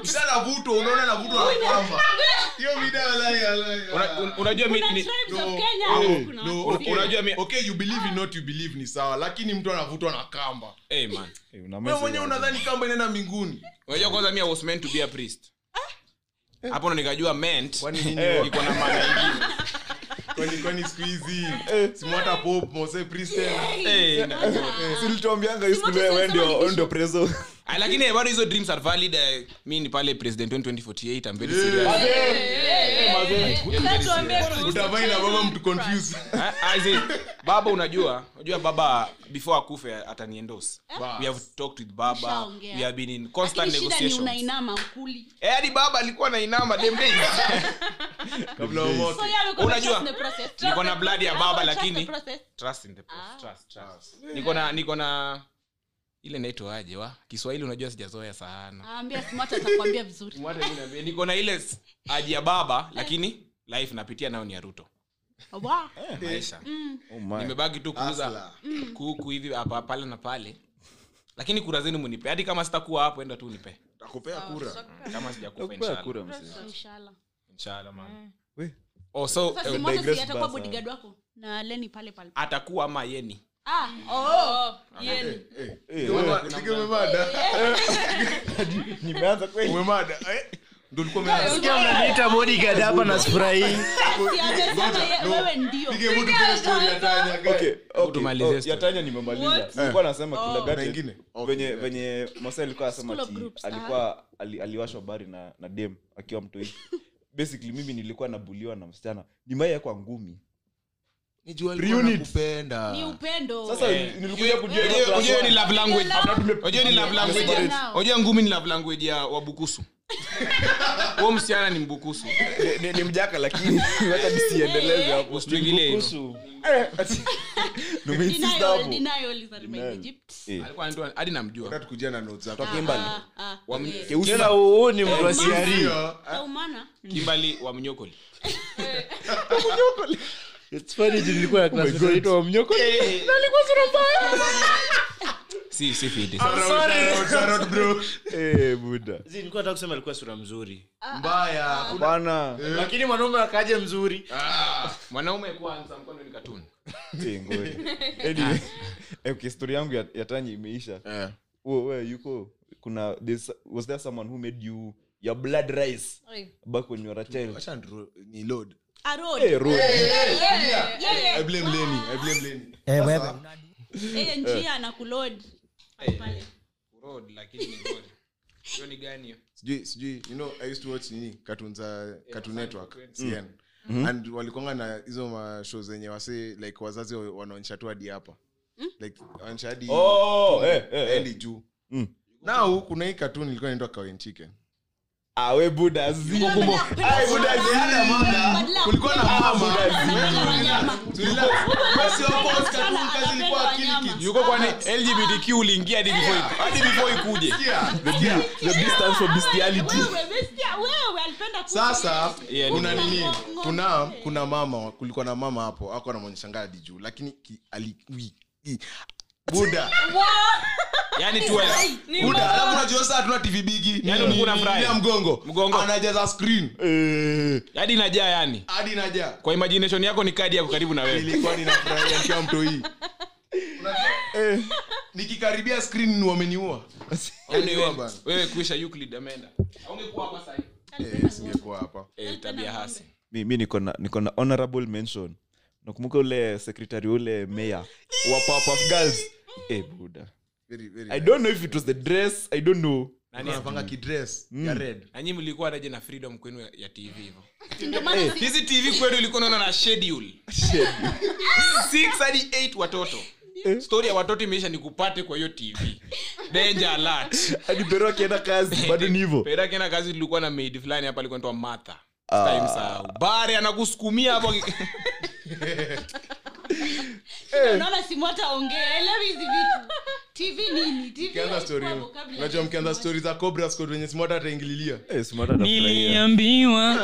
Speaker 9: msanavutwa unaona navutwa na kwamba hiyo video wallahi, wallahi,
Speaker 3: Una- un- unajua mi-
Speaker 4: Kuna
Speaker 3: ni-
Speaker 4: tribes of
Speaker 9: No,
Speaker 4: Kenya,
Speaker 9: no,
Speaker 4: alafu kuna
Speaker 9: no,
Speaker 4: Wakisii.
Speaker 9: okay.
Speaker 3: unajua mi-
Speaker 9: okay you believe in not you believe ni sawa lakini mtu anavutwa na kamba
Speaker 3: hey, man
Speaker 9: wewe mwenyewe unadhani kamba inaenda mbinguni
Speaker 3: unajua kwanza mi i was meant to be a priest hapo ndo nikajua meant
Speaker 9: Eh? kwani nini
Speaker 3: iko na maana ingine
Speaker 9: kwani kwani siku hizi simwata pop mose pristen
Speaker 3: Eh, na-
Speaker 7: silituambianga iskulewendio preso
Speaker 3: Ah, lakini eh, bado hizo dreams are valid eh, mi ni pale president 2048 I'm very serious
Speaker 12: Tuambie kuhusu
Speaker 9: utavai na baba mtu confuse
Speaker 3: Ah, ah, is it- baba unajua unajua baba before akufe ataniendos we have talked with baba
Speaker 4: Eh? Nishaongea.
Speaker 3: we have been in constant
Speaker 4: Lakini shida ni
Speaker 3: negotiations
Speaker 4: unainama mkuli.
Speaker 3: eh hadi baba alikuwa na inama dem days
Speaker 9: kabla umoke
Speaker 4: So, yeye alikuwa na
Speaker 3: Unajua,
Speaker 4: trust the process.
Speaker 3: niko na blood ya
Speaker 4: Alikuwa
Speaker 3: baba
Speaker 4: na trust the
Speaker 3: lakini
Speaker 4: process.
Speaker 3: trust in the
Speaker 4: Ah.
Speaker 3: process, trust, trust.
Speaker 4: Eh.
Speaker 3: niko na niko na ile naitwa aje wa kiswahili unajua sijazoea sana Eh,
Speaker 4: Ambia Smart atakwambia vizuri.
Speaker 3: niko na ile s- aji ya baba
Speaker 4: Eh.
Speaker 3: lakini life napitia nayo ni ya ruto
Speaker 4: Wa.
Speaker 7: Eh.
Speaker 4: Mm,
Speaker 3: maisha
Speaker 7: Oh my.
Speaker 3: nimebaki tu kuuza
Speaker 9: Hustler.
Speaker 3: kuku hivi hapa pale na pale lakini kura zenu munipe hadi kama sitakuwa hapo enda tu nipe
Speaker 9: takupea kura
Speaker 3: kama sijakufa
Speaker 7: Nakupea
Speaker 3: inshallah.
Speaker 7: kura msee. Eh.
Speaker 4: Inshallah.
Speaker 3: Inshallah, man.
Speaker 7: We.
Speaker 3: Oh, so
Speaker 4: Sasa
Speaker 3: eh, Ah,
Speaker 4: Smart
Speaker 7: digress
Speaker 4: si atakuwa
Speaker 7: basa.
Speaker 4: bodyguard wako. Na Leni pale pale.
Speaker 3: atakuwa ama yeni
Speaker 4: Ah,
Speaker 12: Oh, yeye ni-
Speaker 7: Eh,
Speaker 9: Umema- sikia umemada
Speaker 7: nimeanza kweli
Speaker 9: umemada eh? ndo ulikuwa umeanza.
Speaker 1: Sikia mnaniita bodyguard hapa na sifurahii
Speaker 4: si amesema ye- wewe ndio.
Speaker 9: Pige mtu kwa story ya Tanya, guy.
Speaker 7: Okay, okay.
Speaker 3: tumalize
Speaker 7: Oh,
Speaker 3: story.
Speaker 7: ya Tanya nimemaliza
Speaker 12: What?
Speaker 4: Oh.
Speaker 7: nilikuwa nasema
Speaker 9: Na
Speaker 7: kindergarten.
Speaker 9: ingine? Okay,
Speaker 7: venye
Speaker 9: yeah.
Speaker 7: venye masa alikuwa anasema
Speaker 4: School of
Speaker 7: ati
Speaker 4: groups, Ah.
Speaker 7: alikuwa ali- aliwashwa bari na na dem akiwa mtoi basically mimi nilikuwa nabuliwa na msichana nimaiya kwa ngumi
Speaker 9: Nijua
Speaker 7: alikuwa
Speaker 9: alikuwa
Speaker 7: Reunit.
Speaker 9: nakupenda.
Speaker 4: ni upendo.
Speaker 7: sasa
Speaker 9: Eh.
Speaker 7: nilikuja kujua
Speaker 3: Ujue-
Speaker 7: kwa
Speaker 3: ujue ni
Speaker 7: class
Speaker 3: love language ujue ni love language
Speaker 4: Tumeseparate.
Speaker 3: ya- ujue ngumi ni love language ya wabukusu huo msichana ni mbukusu
Speaker 7: one. Ni- ni- ni mjaka lakini wacha nisiendeleze hapo
Speaker 3: Usituingilie hilo.
Speaker 7: Kuhusu- Eh, ati- nimeisist
Speaker 4: Denial,
Speaker 7: hapo.
Speaker 4: denial is remain
Speaker 7: Denial.
Speaker 4: Egypt.
Speaker 7: Eh,
Speaker 3: alikuwa anaitwa hadi namjua
Speaker 9: Unataka tukujia na notes zako.
Speaker 7: Kwa Kimbali.
Speaker 4: Ah, ah, ah.
Speaker 3: Wam-
Speaker 4: Eh,
Speaker 7: Keusi.
Speaker 1: tena huu ni mtu wa
Speaker 4: Mama.
Speaker 1: CRE.
Speaker 9: Ndio.
Speaker 4: ya umana.
Speaker 3: kimbali wa mnyokoli
Speaker 7: Oh Eh,
Speaker 1: It's funny, juu nilikuwa na classmate anaitwa Wamnyoko.
Speaker 3: Si si si fiti
Speaker 7: Ah. Eh, buda
Speaker 1: Zii, nilikuwa nataka kusema alikuwa sura mzuri
Speaker 9: mbaya
Speaker 7: bana
Speaker 1: lakini mwanaume akaja mzuri
Speaker 3: Ah. mwanaume kwanza mkono ni katuni
Speaker 7: Eh, ngoja. Anyway, eh, okay, story yangu ya, ya tanya imeisha
Speaker 9: Eh.
Speaker 7: Wo- we, yuko kuna there's- was there someone who made you your blood rise back when you were a child
Speaker 9: Wacha niro- ni load.
Speaker 4: A road.
Speaker 7: Eh, Ro-
Speaker 9: I blame Lenny, I blame Lenny.
Speaker 7: eh.
Speaker 4: Yeye njia na kulod
Speaker 3: road lakini ni road hiyo ni gani hiyo
Speaker 9: sijui sijui you know i used to watch nini cartoon za cartoon
Speaker 3: Eh,
Speaker 9: network cn and walikwanga na hizo mashow zenye wase like wazazi wa- wanaonyesha tu hadi hapa like wanaonyesha hadi
Speaker 7: Oh, eh, eh, eh.
Speaker 9: hadi juu
Speaker 7: Mm.
Speaker 9: nao kuna hii cartoon ilikuwa inaitwa cow and chicken
Speaker 7: Ah, we buda zi. Ai, buda zi. ah.
Speaker 9: kulikuwa na mama
Speaker 7: Mm.
Speaker 3: yuko kwani lgbtq uliingia hadi before hadi before ikuje
Speaker 7: The distance for bestiality.
Speaker 9: sasa
Speaker 3: Yeah, ni
Speaker 9: kuna
Speaker 3: ng'ombe.
Speaker 9: nini
Speaker 4: Ng'ombe.
Speaker 9: kuna kuna mama kulikuwa na mama hapo ako anamwonyesha ngadi juu lakini ki- ali wi- i- buda
Speaker 3: yani 12
Speaker 9: buda alafu unajua saa tuna tv bigi
Speaker 3: Yaani
Speaker 9: Ni-
Speaker 3: kuna
Speaker 9: ni-
Speaker 3: fry.
Speaker 9: ni ya mgongo
Speaker 3: Mgongo.
Speaker 9: anajaza screen Eh,
Speaker 3: hadi najaa yani
Speaker 9: hadi naja
Speaker 3: Yaani kwa imagination yako ni kadi yako karibu na wewe
Speaker 9: nilikuwa ninafurahia nikiwa mto hii nikikaribia screen wameniua
Speaker 3: Yaani
Speaker 9: Wameniua
Speaker 3: wewe-
Speaker 9: bana.
Speaker 3: wewe kuisha Euclid ameenda haungekuwa hapa sasa hivi
Speaker 9: Eh, singekuwa hapa
Speaker 3: eh tabia hasi
Speaker 7: mi, mi niko na niko na honorable mention nakumbuka ule secretary ule mayor wa Powerpuff girls eh buda
Speaker 9: Very, very
Speaker 7: i
Speaker 9: nice.
Speaker 7: don't know if it was the dress i don't know
Speaker 9: Alikuwa anavanga kidress ya red
Speaker 3: na nyinyi mlikuwa naje na freedom kwenu ya- ya tv hivyo
Speaker 4: ndio
Speaker 7: Eh,
Speaker 4: maana si-
Speaker 3: hizi tv kwenu ilikuwa naona na schedule
Speaker 7: Shit.
Speaker 3: 6 hadi 8 watoto
Speaker 7: Eh,
Speaker 3: story ya watoto imeisha nikupate kwa hiyo tv danger alert
Speaker 7: hadi pero akienda kazi bado ni hivyo
Speaker 3: pera kena kazi tulikuwa na maid fulani hapa alikuwa anaitwa Martha Sitaki msahau. bare anakusukumia hapo
Speaker 4: unaona simu hata ongea elewi hizi vitu tv nini TV
Speaker 9: Mkianza story
Speaker 4: haikuwa
Speaker 9: hiyo.
Speaker 4: vocabulary.
Speaker 9: unajua mkianza stori za cobra squad wenye simota ataingililia
Speaker 7: Eh, smart anafurahia.
Speaker 2: niliambiwa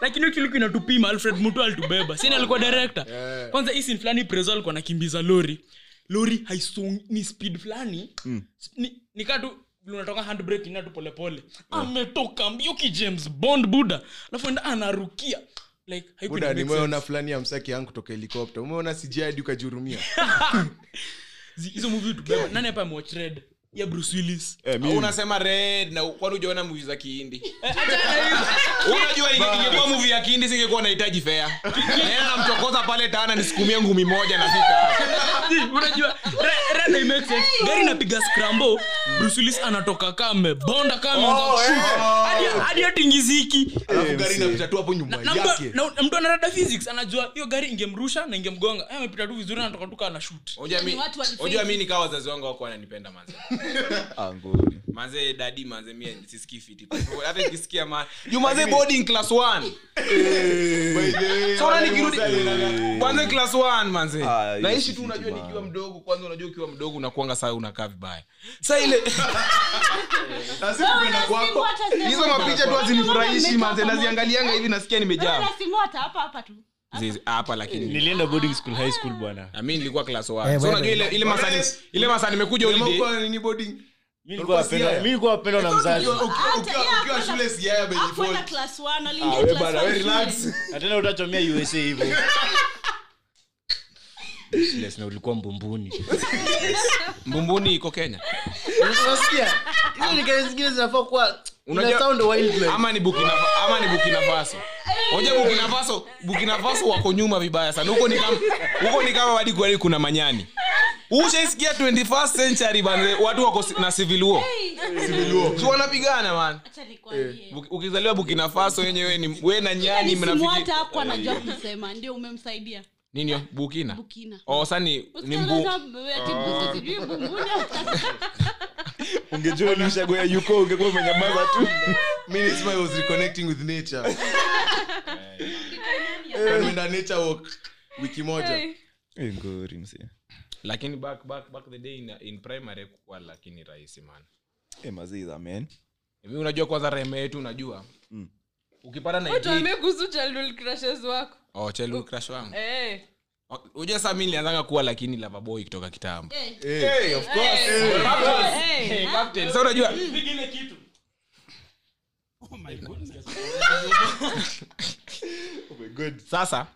Speaker 2: lakini ukiliku inatupima alfred mutu alitubeba sini alikuwa direkta kwanza hii sin fulani prezo alikuwa nakimbiza lori lori haisong ni speed fulani Ni- nikaa tu vile unatoka handbrake inatu polepole ametoka mbio ki james bond buda alafu enda anarukia like haikuwa
Speaker 9: buda
Speaker 2: ina make
Speaker 9: nimeona fulani ya msaki yangu kutoka helikopta umeona sijadi ukajihurumia
Speaker 2: sense. hizo movie hutubeba. nani hapa amewatch red ya bruce willis
Speaker 7: Eh, mi-
Speaker 3: Au unasema red na kwani ujaona muvi za kihindi unajua inge- ingekuwa muvi ya kihindi singekuwa nahitaji fea naenda namchokoza pale tana nisikumie ngumi moja nafika
Speaker 2: unajua re- re- na make sense. gari napiga scrambo brusulis anatoka kame bonda kame hadi atingiziki
Speaker 9: alafu gari inapita tu hapo nyuma yake
Speaker 2: mtu anarada physics anajua hiyo gari ingemrusha na ingemgonga Eh, amepita tu vizuri anatoka tu kaa na shoot
Speaker 3: Unajua mi-
Speaker 4: Ni watu walifake.
Speaker 3: unajua mi nikaa wazazi wangu wako wananipenda manze
Speaker 7: Ah, ngori.
Speaker 3: manze dadi manze mie sisikii fiti Kwa hivyo, hata ikisikia ma you manze boarding class 1
Speaker 7: Eh.
Speaker 3: sora nikirudi kwanza class 1 manze
Speaker 7: Ah, hiyo
Speaker 3: naishi
Speaker 7: si
Speaker 3: tu
Speaker 7: fiti
Speaker 3: unajua
Speaker 7: bana.
Speaker 3: nikiwa mdogo kwanza unajua ukiwa mdogo unakuanga saa unakaa vibaya saa ile
Speaker 4: Wewe una simu hata sehemu.
Speaker 3: hizo mapicha tu hazinifurahishi manze naziangalianga hivi nasikia
Speaker 4: Wewe
Speaker 3: nimejaa
Speaker 4: una simu hata hapa hapa tu
Speaker 3: Zizi, hapa lakini
Speaker 1: nilienda boarding school high school bwana
Speaker 3: na mi nilikuwa class 1 so unajua ile ile masaa ni- ile masaa nimekuja holiday
Speaker 9: Umekuwa nini boarding
Speaker 1: Mi nilikuwa
Speaker 9: Ulikuwa
Speaker 1: napenda-
Speaker 9: Siaya?
Speaker 1: mi nilikuwa napendwa na mzazi
Speaker 9: Ukiwa- ukiwa-
Speaker 4: Hata yeye
Speaker 9: ukiwa ukiwa
Speaker 4: hakwenda-
Speaker 9: shule siaya
Speaker 4: hakwenda
Speaker 9: bejifold
Speaker 4: class one,
Speaker 7: Ah,
Speaker 4: aliingia
Speaker 7: we
Speaker 3: Eh,
Speaker 4: class
Speaker 7: bana,
Speaker 4: one
Speaker 7: we
Speaker 4: shule.
Speaker 7: relax.
Speaker 1: na tena utachomea usa hivo Useless na ulikuwa mbumbuni
Speaker 3: mbumbuni iko kenya
Speaker 1: unasikia hizo ni kelele zingine zinafaa kuwa
Speaker 3: Unajua-
Speaker 1: ina sound wildlife.
Speaker 3: ama ni burkina Fa- ama ni burkina faso moja burkina faso burkina faso wako nyuma vibaya sana huko ni kama huko ni kama hadi kweli kuna manyani ushaisikia 21st century bana watu wako si- na civil war si wanapigana man
Speaker 4: Acha
Speaker 9: Eh.
Speaker 4: nikwambie.
Speaker 3: Buk- ukizaliwa burkina faso yenyewe ni we na nyani
Speaker 4: Yaani simu
Speaker 3: mnafikiri
Speaker 4: hata hakuwa anajua
Speaker 9: Eh.
Speaker 4: kusema ndio umemsaidia
Speaker 3: nini yo? burkina
Speaker 4: Burkina.
Speaker 3: oh sani ni mbu
Speaker 4: Usikaleta mbe- ati mbuzi sijui bumbuni.
Speaker 7: ungejua ulishagoya yuko ungekuwa umenyamaza tu
Speaker 9: Minisma was reconnecting with nature Tunaenda nature walk wiki moja
Speaker 7: Eh, ngori msee.
Speaker 3: lakini back back back the day in, in primary kukua lakini rahisi man
Speaker 7: Eh, mazee is a man.
Speaker 3: hivi unajua kwanza rehema yetu unajua
Speaker 7: Mm.
Speaker 3: ukipata na
Speaker 12: Wewe tuambie
Speaker 3: idea-
Speaker 12: kuhusu childhood crushes wako
Speaker 3: oh, childhood crush wangu
Speaker 12: Eh.
Speaker 3: ujua saa mi nilianzaga kuwa lakini lavaboi kutoka kitambo
Speaker 9: Eh.
Speaker 12: Eh. Mm.
Speaker 3: sa unajua sasa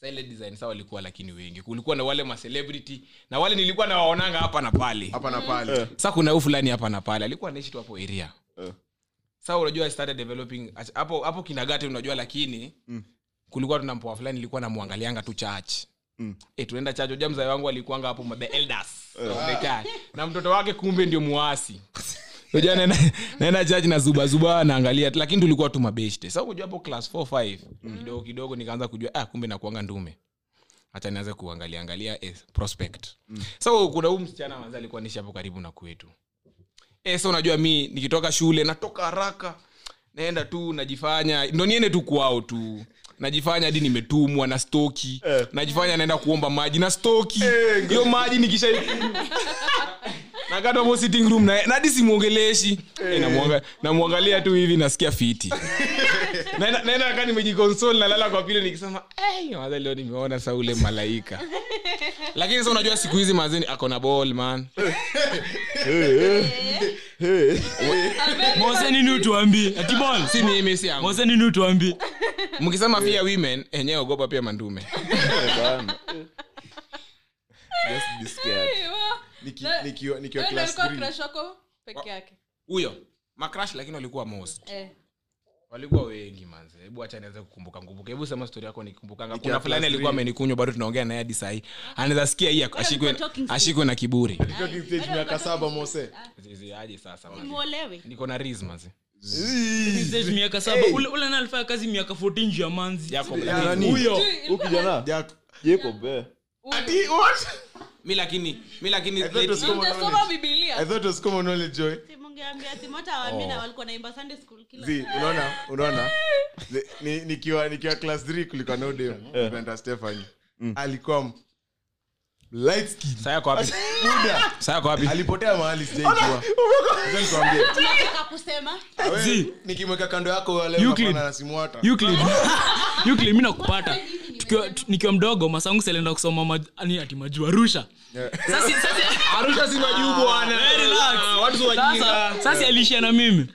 Speaker 3: sa ile design sa walikuwa lakini wengi kulikuwa na wale macelebrity na wale nilikuwa nawaonanga hapa na pale
Speaker 9: hapa na pale
Speaker 3: sa kuna huu fulani hapa na pale alikuwa anaishi tu hapo area sa unajua I started developing ach- hapo hapo kinagate unajua lakini mm. kulikuwa tuna mpoa fulani nilikuwa namwangalianga tu church mm. Eh. e, tunaenda church unajua mzae wangu alikuanga hapo ma- the elders of the church. na mtoto wake kumbe ndio muasi Unajua naenda naenda church na zuba zuba naangalia tu, lakini tulikuwa tu mabeshte sa unajua hapo class 4 5 kidogo kidogo nikaanza kujua ah kumbe nakuanga ndume hata nianze kuangalia angalia eh, prospect mm. so kuna huu msichana manzi alikuwa nishi hapo karibu na kwetu eh, so unajua mi nikitoka shule natoka haraka naenda tu najifanya ndo niende tu kwao tu najifanya hadi nimetumwa na stoki najifanya naenda kuomba maji na stoki hiyo maji nikisha nakata hapo sitting room na na hadi simwongeleshi eh, namwanga- namwangalia tu hivi nasikia fiti naenda naenda kaa nimejikonsol nalala kwa pile nikisema "Ei, maza leo nimeona sa ule malaika lakini sa unajua siku hizi mazeni akona ball man
Speaker 2: mose nini utuambie atibol
Speaker 3: si mimi si yangu
Speaker 2: mose nini utuambie
Speaker 3: mkisema pia women enyewe ogopa pia mandume
Speaker 12: Eh, wa-
Speaker 9: Niki- nikiwa
Speaker 12: Na-
Speaker 9: nikiwa
Speaker 12: wewe ndio
Speaker 9: class
Speaker 12: alikuwa
Speaker 9: three.
Speaker 12: crush wako peke yake
Speaker 3: huyo macrash lakini walikuwa most
Speaker 12: Eh.
Speaker 3: walikuwa wengi manze hebu acha niweze kukumbuka kumbuka hebu sema story yako nikikumbukanga
Speaker 9: Nikiwa
Speaker 3: kuna fulani
Speaker 9: class
Speaker 3: alikuwa
Speaker 9: three.
Speaker 3: amenikunywa bado tunaongea naye hadi sahii anaweza sikia hii ashikwe-
Speaker 4: mko talking stage.
Speaker 3: ashikwe na kiburi
Speaker 9: Talking stage miaka saba mose
Speaker 3: Zizi, aje sasa manze.
Speaker 4: mwolewe
Speaker 3: niko na riz manze
Speaker 2: Sasa miaka saba ule ule naye alifanya kazi miaka 14 juu ya manzi
Speaker 3: Jacob,
Speaker 2: huyo
Speaker 12: Ilikuwa-
Speaker 9: Jack.
Speaker 3: mi lakini mi lakini
Speaker 12: Si mtasoma Biblia.
Speaker 9: I thought it was common knowledge, Joy.
Speaker 4: simongeambia simota
Speaker 9: Oh.
Speaker 4: wamina walikuwa naimba sunday school kila
Speaker 9: Zee, unaona unaona The- ni- nikiwa nikiwa class 3 kulikuwa na udem yeah. Mm. stephani alikuwa m- light skin
Speaker 3: sayako wapi
Speaker 9: Buda.
Speaker 3: sayako wapi
Speaker 9: alipotea mahali sijaijua Sasa nikwambie,
Speaker 4: tunataka kusema
Speaker 9: wewe,
Speaker 2: Zee.
Speaker 9: nikimweka kando yako
Speaker 2: Euclid.
Speaker 9: leanasimuata
Speaker 2: Euclid. Euclid, mi nakupata Tukiwa- tu- nikiwa mdogo masangu salienda kusoma maj- ani ati majuu arusha Sasa- sasa-
Speaker 3: arusha si majuu bwana
Speaker 2: Very relax.
Speaker 3: Ah, watu si
Speaker 2: Sasa-
Speaker 3: wajinga.
Speaker 2: sasa alishia na mimi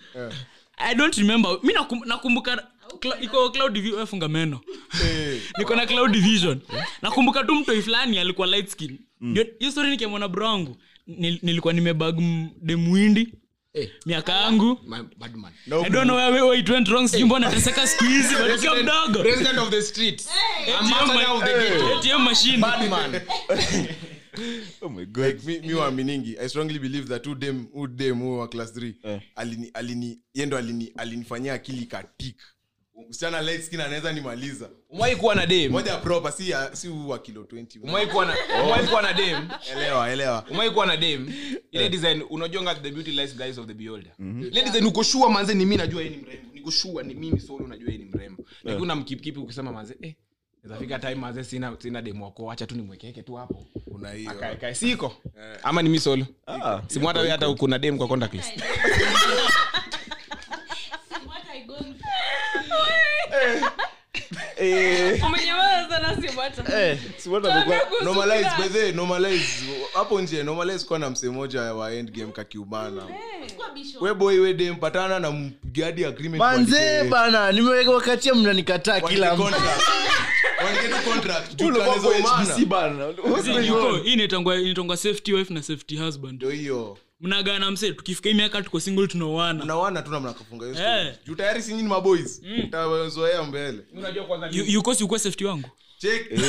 Speaker 2: i don't remember mi nakum- nakumbuka Cla- iko cloud Divi- wewe funga meno niko na cloud vision nakumbuka tu mtoi fulani alikuwa light skin
Speaker 3: Mm.
Speaker 2: Ndio- hiyo story nikimwona bro wangu nil- nilikuwa nimebag m- demuindi
Speaker 3: Eh.
Speaker 2: miaka yangu
Speaker 3: My bad man.
Speaker 2: i don't know where, where it went wrong sijui mbona nateseka siku hizi but nikiwa mdogo
Speaker 3: President of the streets. I'm
Speaker 2: ATM
Speaker 3: master now of the
Speaker 2: ma-
Speaker 3: ghetto.
Speaker 2: ATM machine
Speaker 7: Oh
Speaker 9: like mi, mi waaminingi i strongly believe that udem udem huyo wa class 3
Speaker 1: Eh.
Speaker 9: alini alini yendo alini alinifanyia akili katik msichana light skin anaweza nimaliza
Speaker 3: Umewahi kuwa na dem?
Speaker 9: moja proper si ya- si huu wa kilo 20
Speaker 3: Umewahi kuwa na umewahi kuwa na dem?
Speaker 9: elewa elewa
Speaker 3: Umewahi kuwa na dem? Ile design unajonga the beauty lies the eyes of the beholder. Ile design uko sure manze ni mimi najua yeye ni mrembo. Niko sure ni mimi solo najua yeye ni mrembo. Lakini una mkipikipi ukisema manze eh Zafika time manze sina sina dem wako acha tu nimwekeke tu hapo.
Speaker 9: kuna hiyo
Speaker 3: Kae kae siko. Ama ni mimi solo.
Speaker 7: Ah.
Speaker 3: Simwata wewe hata kuna dem kwa contact list.
Speaker 4: simota igongi
Speaker 7: Eh.
Speaker 12: Umenyamaza sana, Sibata. Tuambie kuhusu
Speaker 9: normalize
Speaker 12: crush.
Speaker 9: by the way, normalize hapo nje normalize kuwa na msee moja wa end game kakiubana
Speaker 12: Eh.
Speaker 4: kwa bisho
Speaker 9: we boy we dem patana na mgadi agreement
Speaker 1: manzee
Speaker 9: walike-
Speaker 1: bana nimeweka wakati mnanikataa
Speaker 9: walike
Speaker 1: kila mtu
Speaker 9: contract. Walike tu contract, juu
Speaker 11: Ulikuwa
Speaker 9: tunaweza
Speaker 11: kwa
Speaker 9: umana.
Speaker 11: HBC bana.
Speaker 2: Yuko, hii inaitangwa inaitangwa safety wife na safety husband
Speaker 9: Ndio hiyo
Speaker 2: mnagana mse tukifika hii miaka tuko single tunaoana
Speaker 9: mnawana tu na mnakafunga hiyo
Speaker 2: Eh.
Speaker 9: story. juu tayari si nyinyi maboys tawazoea mbele
Speaker 3: Unajua kwanza
Speaker 2: Yu- yuko si ukuwe safety wangu
Speaker 9: check
Speaker 1: Eh.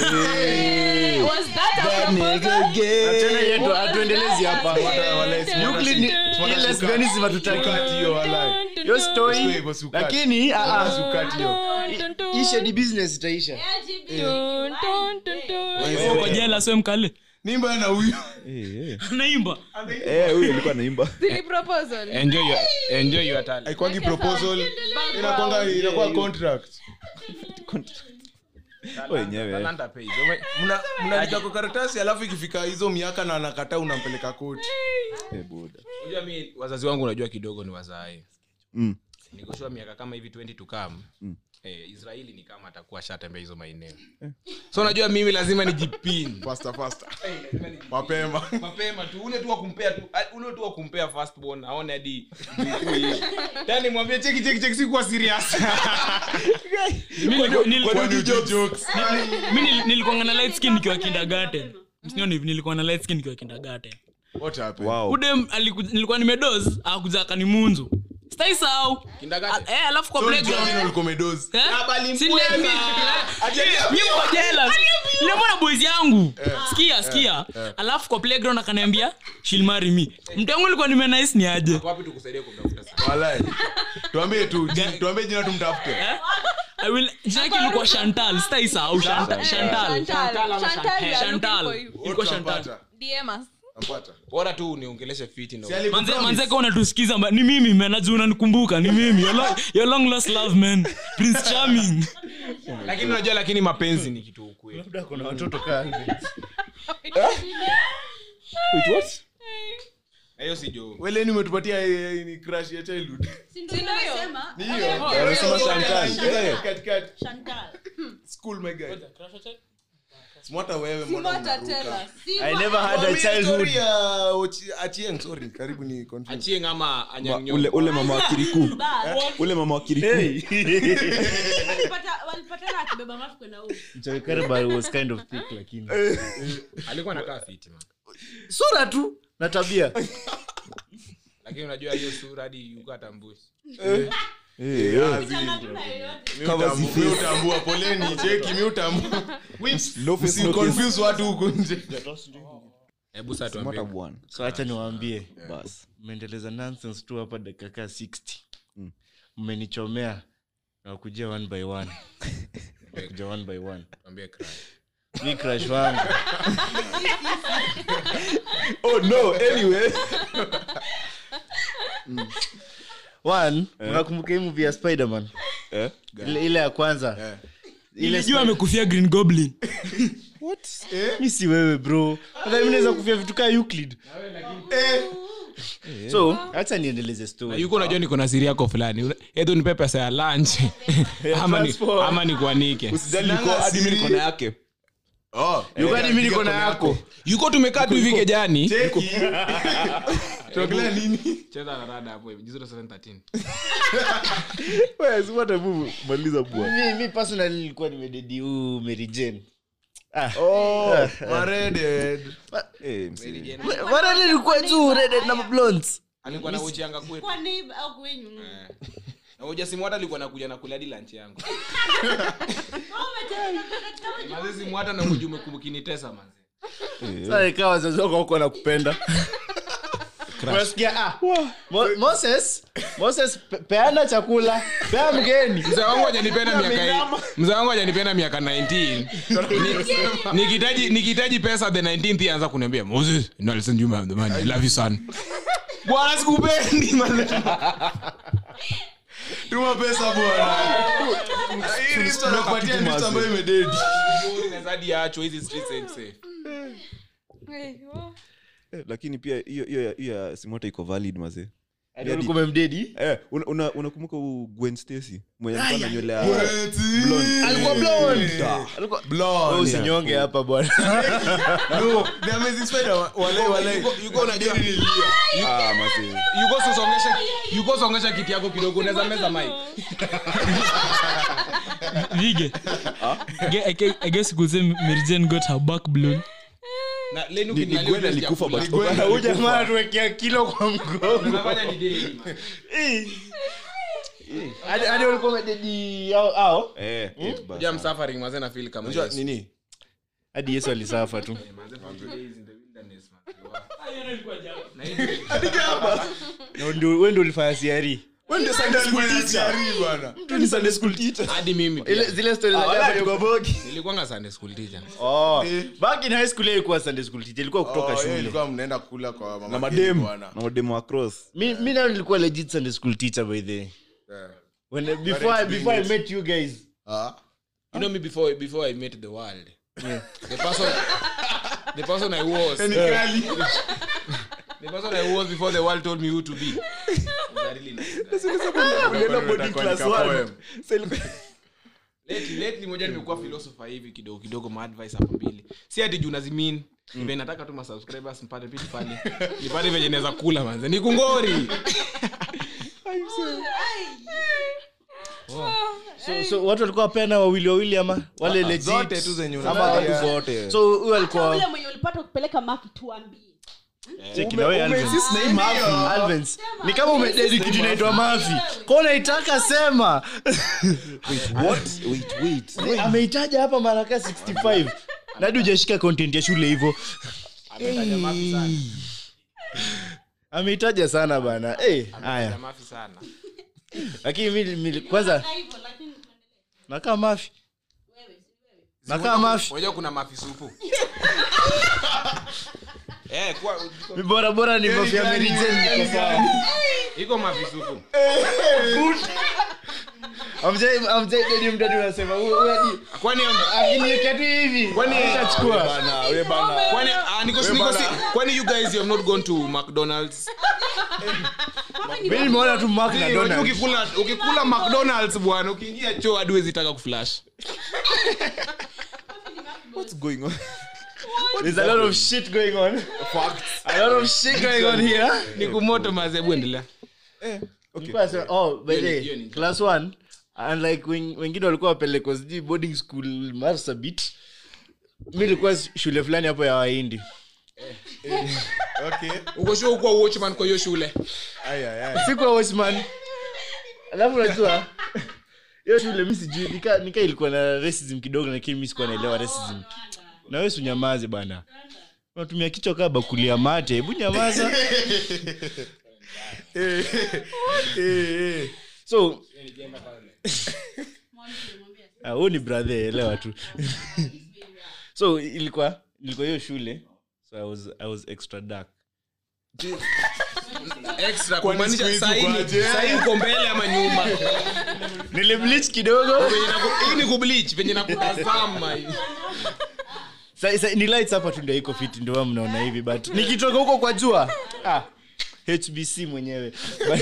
Speaker 12: Was that a proposal?
Speaker 1: Achana yetu, hatuendelezi hapa
Speaker 9: Wala- wala-
Speaker 12: Dun,
Speaker 9: Euclid
Speaker 1: Euclid ni-
Speaker 12: dun,
Speaker 1: ni
Speaker 9: Suka.
Speaker 1: lesbianism hatutaki.
Speaker 9: Sukati hiyo walai.
Speaker 12: dun, dun,
Speaker 1: Hiyo
Speaker 12: dun,
Speaker 1: story,
Speaker 9: Sio hivyo, si ukati.
Speaker 1: lakini ah, ah,
Speaker 9: Sukati hiyo.
Speaker 12: dun, dun, dun,
Speaker 1: hii shady business itaisha
Speaker 9: Eh.
Speaker 12: dun, dun, dun, dun.
Speaker 2: Wewe uko jela sio mkale
Speaker 9: nimba na huyu
Speaker 7: Eh,
Speaker 2: naimba
Speaker 12: Silly proposal.
Speaker 3: Enjoy your enjoy your talent.
Speaker 9: aikwangi proposal
Speaker 12: Background.
Speaker 9: inakwanga inakuwa contract
Speaker 3: Talanta pays. Ume-
Speaker 9: Mna- mnaandika kwa karatasi alafu ikifika hizo miaka na anakataa unampeleka koti
Speaker 7: Eh, Mm.
Speaker 3: unajua mi wazazi wangu unajua kidogo ni wazae nikoshua miaka kama hivi 20 to come
Speaker 2: Mm.
Speaker 3: eh, israeli ni kama atakuwa shatembea hizo maeneo
Speaker 2: Eh.
Speaker 3: so unajua mimi lazima nijipin Eh,
Speaker 9: faster faster mapema
Speaker 3: mapema tu ule tu wa kumpea tu a- ule tu wa kumpea firstborn aone hadi mkuu hiyo. yani mwambie cheki cheki cheki sikuwa serious
Speaker 2: nilikuanga na light skin nikiwa kindergarten msioni hivi nilikuwa na light skin nikiwa kindergarten
Speaker 9: what happened
Speaker 2: udem aliku- nilikuwa nimedoz akuja akanimunzu stai sahau
Speaker 3: Kindergarten?
Speaker 2: Ah, eh, alafu kwa
Speaker 9: So,
Speaker 2: playground
Speaker 9: Jordan ulikuwa umedozi.
Speaker 2: Eh?
Speaker 3: Abali
Speaker 2: Si
Speaker 3: mpweka.
Speaker 2: nini? Eh?
Speaker 3: Ajaniambia.
Speaker 2: Niko jealous. Nilimwona boys yangu sikia sikia alafu kwa playground akaniambia she'll marry me mtangu likuwa nimenice ni aje
Speaker 3: wapi tukusaidie kumtafuta sasa
Speaker 9: Walai. tuambie tu tuambie jina tumtafute
Speaker 2: I will- jina yake ilikuwa Chantal, sitaisahau, Chantal- Eh, Chantal. Chantal. Ilikuwa Chantal.
Speaker 9: Tampata. Tampata.
Speaker 3: bora tu uniongeleshe fiti ndo
Speaker 9: Si aliku-
Speaker 2: Manze-
Speaker 9: promise.
Speaker 2: manze kama unatusikiza mba- ni mimi menaji unanikumbuka ni mimi Your lo- your long lost love man prince charming
Speaker 3: lakini unajua lakini mapenzi ni kitu ukweli
Speaker 1: labda kuna watoto kaa
Speaker 3: na hiyo sijo
Speaker 9: Weleni umetupatia eh, eh, ni crush ya childhood. Ni hiyo.
Speaker 1: Oh, Anasema Chantal.
Speaker 9: Eh, katikati. School, my guy. Smota wewe, mbona unaruka?
Speaker 1: i never had a
Speaker 9: Tuambie
Speaker 1: childhood
Speaker 9: story ya Ochi- Achieng, sorry, karibu ni confuse.
Speaker 3: achieng ama anyang'nyo
Speaker 7: ule, ule mama wa kiriku ule mama wa kiriku
Speaker 1: Joey Karibal was kind of thick lakini
Speaker 3: alikuwa anakaa fiti man
Speaker 1: sura tu na tabia
Speaker 3: lakini unajua hiyo sura hadi yuko atambushi
Speaker 7: Eh, eh.
Speaker 9: Kazi. Mi utambu- mi utambua poleni cheki mi utambua
Speaker 7: No face, no case.
Speaker 9: Msiconfuse watu huku nje
Speaker 3: hebu sasa
Speaker 7: Smarter
Speaker 3: tuambie
Speaker 7: one.
Speaker 1: so hacha niwaambie
Speaker 7: Bas.
Speaker 1: mmeendeleza nonsense tu hapa dakika kaa 60 mmenichomea nawakujia one by one nakuja one by one
Speaker 3: tuambie crush.
Speaker 1: mi crash wangu
Speaker 7: Oh, no, anyway.
Speaker 1: Mm. one unakumbuka hii movie ya spiderman
Speaker 7: Eh?
Speaker 1: ile, ile ya kwanza ile
Speaker 2: Nilijua amekufia green goblin
Speaker 7: Eh?
Speaker 1: mi si wewe bro hata mi naweza kufia vitu kaa euclid
Speaker 7: Eh.
Speaker 1: so hacha niendeleze
Speaker 3: Na
Speaker 1: story
Speaker 3: yuko unajua niko na siri yako fulani etu nipe pesa ya lunch ama, ni,
Speaker 1: transport.
Speaker 3: ama nikuanike
Speaker 7: Usijali niko-
Speaker 9: Sinanga
Speaker 7: hadi mi
Speaker 9: siri.
Speaker 7: niko na yake
Speaker 9: Oh,
Speaker 1: yuko hadi mi
Speaker 9: piga
Speaker 1: niko na
Speaker 9: kona
Speaker 1: yako
Speaker 3: yuko tumekaa tu hivi kejani
Speaker 9: Cheki. Tuongelea nini
Speaker 3: cheza na rada hapo hivi 0713
Speaker 7: Wewe, Eh, si what a move. maliza bwana
Speaker 1: mi, mi personally nilikuwa nimededi huu Mary Jane. Ah.
Speaker 9: Mareded.
Speaker 7: Eh, msiri.
Speaker 1: Wa- warani ilikuwa juu redhead na blondes
Speaker 3: alikuwa na uchianga kwetu na uja simu hata alikuwa nakuja na kuladi lunch yangu
Speaker 4: Oh,
Speaker 3: mazi simu hata na ujume kumkinitesa mazi
Speaker 1: sasa ikawa wazazi wako wako nakupenda unasikia ah, Mo- moses moses pe- peana chakula pea mgeni
Speaker 3: mzee wangu hajanipenda miaka mzee wangu hajanipenda miaka 19 Ni- nikihitaji nikihitaji pesa the 19th anza kuniambia Moses no listen you have the money I love you son bwana sikupendi
Speaker 9: tuma pesa bwana Hii list anakupatia list ambayo imededi
Speaker 3: zadi acho hizi streets ain't safe
Speaker 7: Eh, lakini pia hiyo hiyo ya- hiyo ya simota iko valid mazee
Speaker 1: ulikuwa umemdedi
Speaker 7: Eh, una- una- unakumbuka u gwen stacy mwenye alikuwa na nywele ya-
Speaker 9: Eti.
Speaker 1: alikuwa blonde alikuwa
Speaker 9: Blonde.
Speaker 1: Oh, usinyonge hapa bwana
Speaker 9: No, the Amazing Spider, walai, walai.
Speaker 3: yuko unajua
Speaker 7: Ah, mazee.
Speaker 3: yuko sosongesha yuko songesha kiti yako kidogo unaweza meza mic
Speaker 2: vige Ah? Ge- I gue- I guess you could say Mary Jane got her back blown
Speaker 3: na leni
Speaker 7: Ni- ni
Speaker 3: ukinialia
Speaker 7: Gwen
Speaker 3: unaweza
Speaker 7: alikufa
Speaker 3: kula.
Speaker 7: but
Speaker 1: huyu jamaa tuwekea kilo kwa mgongo
Speaker 3: Unafanya ni deli, man.
Speaker 1: Hadi- hadi ulikuwa umededi au au
Speaker 7: Eh,
Speaker 9: Hmm?
Speaker 7: eh, bas.
Speaker 3: Unajua I'm suffering, mazee na feel kama
Speaker 9: Unajua
Speaker 3: Yesu.
Speaker 9: nini?
Speaker 1: hadi yesu alisafa tu
Speaker 3: Mazee from today is in the wilderness, man.
Speaker 1: Na ndio- wewe ndio ulifanya E. siari
Speaker 9: Wewe ndio Sunday school teacher, bwana.
Speaker 1: mtu ni sunday school teacher
Speaker 3: hadi mimi pia.
Speaker 1: Ile- zile stories za jaba ni kwa Ah, bogi
Speaker 3: nilikuwanga sunday school teacher
Speaker 1: oh back in high school yeye ilikuwa sunday school teacher ilikuwa kutoka
Speaker 9: Oh, yeye
Speaker 1: shule
Speaker 9: ilikuwa mnaenda kula kwa mama
Speaker 7: na
Speaker 9: Kenya,
Speaker 7: mademu
Speaker 9: bwana.
Speaker 7: na mademu across
Speaker 1: mi mi nayo nilikuwa legit sunday school teacher by the way.
Speaker 9: Eh.
Speaker 1: when before I, before i met you guys
Speaker 9: Ah.
Speaker 3: you know me before before i met the world the person the person i was
Speaker 9: Ni kali.
Speaker 3: the person I was before the world told me who to be. That really nice guy.
Speaker 1: Ulienda boarding class one. Sasa ilikuwa-
Speaker 3: Lately- lately moja nimekuwa philosopher hivi kidogo kidogo maadvice hapo mbili si ati juu nazimin
Speaker 9: Mm.
Speaker 3: Vile nataka tu masubscribers mpate pili pale nipate venye naweza kula manze ni kungori
Speaker 4: Oh,
Speaker 1: So- so watu walikuwa wapena wawili wawili ama wale legit?
Speaker 9: Ah, zote tu zenye
Speaker 1: Ama
Speaker 9: unapenda.
Speaker 1: watu zote so huyu
Speaker 4: ule
Speaker 1: alikuwa
Speaker 4: mwenye ulipata ukipeleka maki tuambie
Speaker 1: Cheki na wewe, Alvins. Alvins. ni kama umededi kitu inaitwa mafi ko naitaka sema ameitaja hapa maraka 65 nadi ujashika content ya shule hivyo
Speaker 3: ametaja mafi sana
Speaker 1: ameitaja sana bana Eh,
Speaker 3: ametaja
Speaker 1: haya
Speaker 3: mafi sana
Speaker 1: lakini mi- mi- kwanza
Speaker 4: hivyo lakini
Speaker 1: nakaa mafi nakaa mafi
Speaker 3: unajua kuna mafi supu eh kwa
Speaker 1: Mi bora bora
Speaker 3: Yaani
Speaker 1: ni mafi ya Mary Jane niko sawa.
Speaker 3: iko mafi supu
Speaker 1: Amjai- amjai dedi mdadi unasema huyo- huyo hadi-
Speaker 3: kwani
Speaker 1: akiniwekea tu hivi atachukua
Speaker 3: kwani ah, niko niko si kwani you guys you have not gone to McDonald's
Speaker 1: mi nimeona tu Mark na
Speaker 3: Unajua
Speaker 1: Donald.
Speaker 3: ukikula ukikula McDonald's bwana ukiingia choo hadi huwezi taka kuflash
Speaker 1: There's a lot of shit going on. A lot of shit going on here.
Speaker 3: ni kumoto mazebu endelea
Speaker 1: Nilikuwa nasema, oh, by the way,
Speaker 3: hiyo ni-
Speaker 1: class one, and like wen- wengine walikuwa wapelekwa sijui boarding school marsabit mi ilikuwa shule fulani hapo ya wahindi
Speaker 3: uko sure ukuwa watchman kwa hiyo shule
Speaker 1: sikuwa watchman alafu unajua hiyo shule mi sijui nika, nika ilikuwa na racism kidogo lakini mi sikuwa naelewa racism na wewe sunyamaze bana unatumia kichwa kaa bakuli ya mate hebu nyamaza so Ah, huyu ni brother elewa tu so ilikuwa ilikuwa hiyo shule so I was, I was extra dark
Speaker 3: extra kumaanisha sahihi sahihi uko mbele ama nyuma
Speaker 1: nilimlich kidogo
Speaker 3: Venye naku- hii ni kubleach venye nakutazama hii.
Speaker 1: Sa- sa- ni lights hapa tu ndio iko fiti ndio huwa mnaona hivi but nikitoka huko kwa jua ah, hbc mwenyewe but,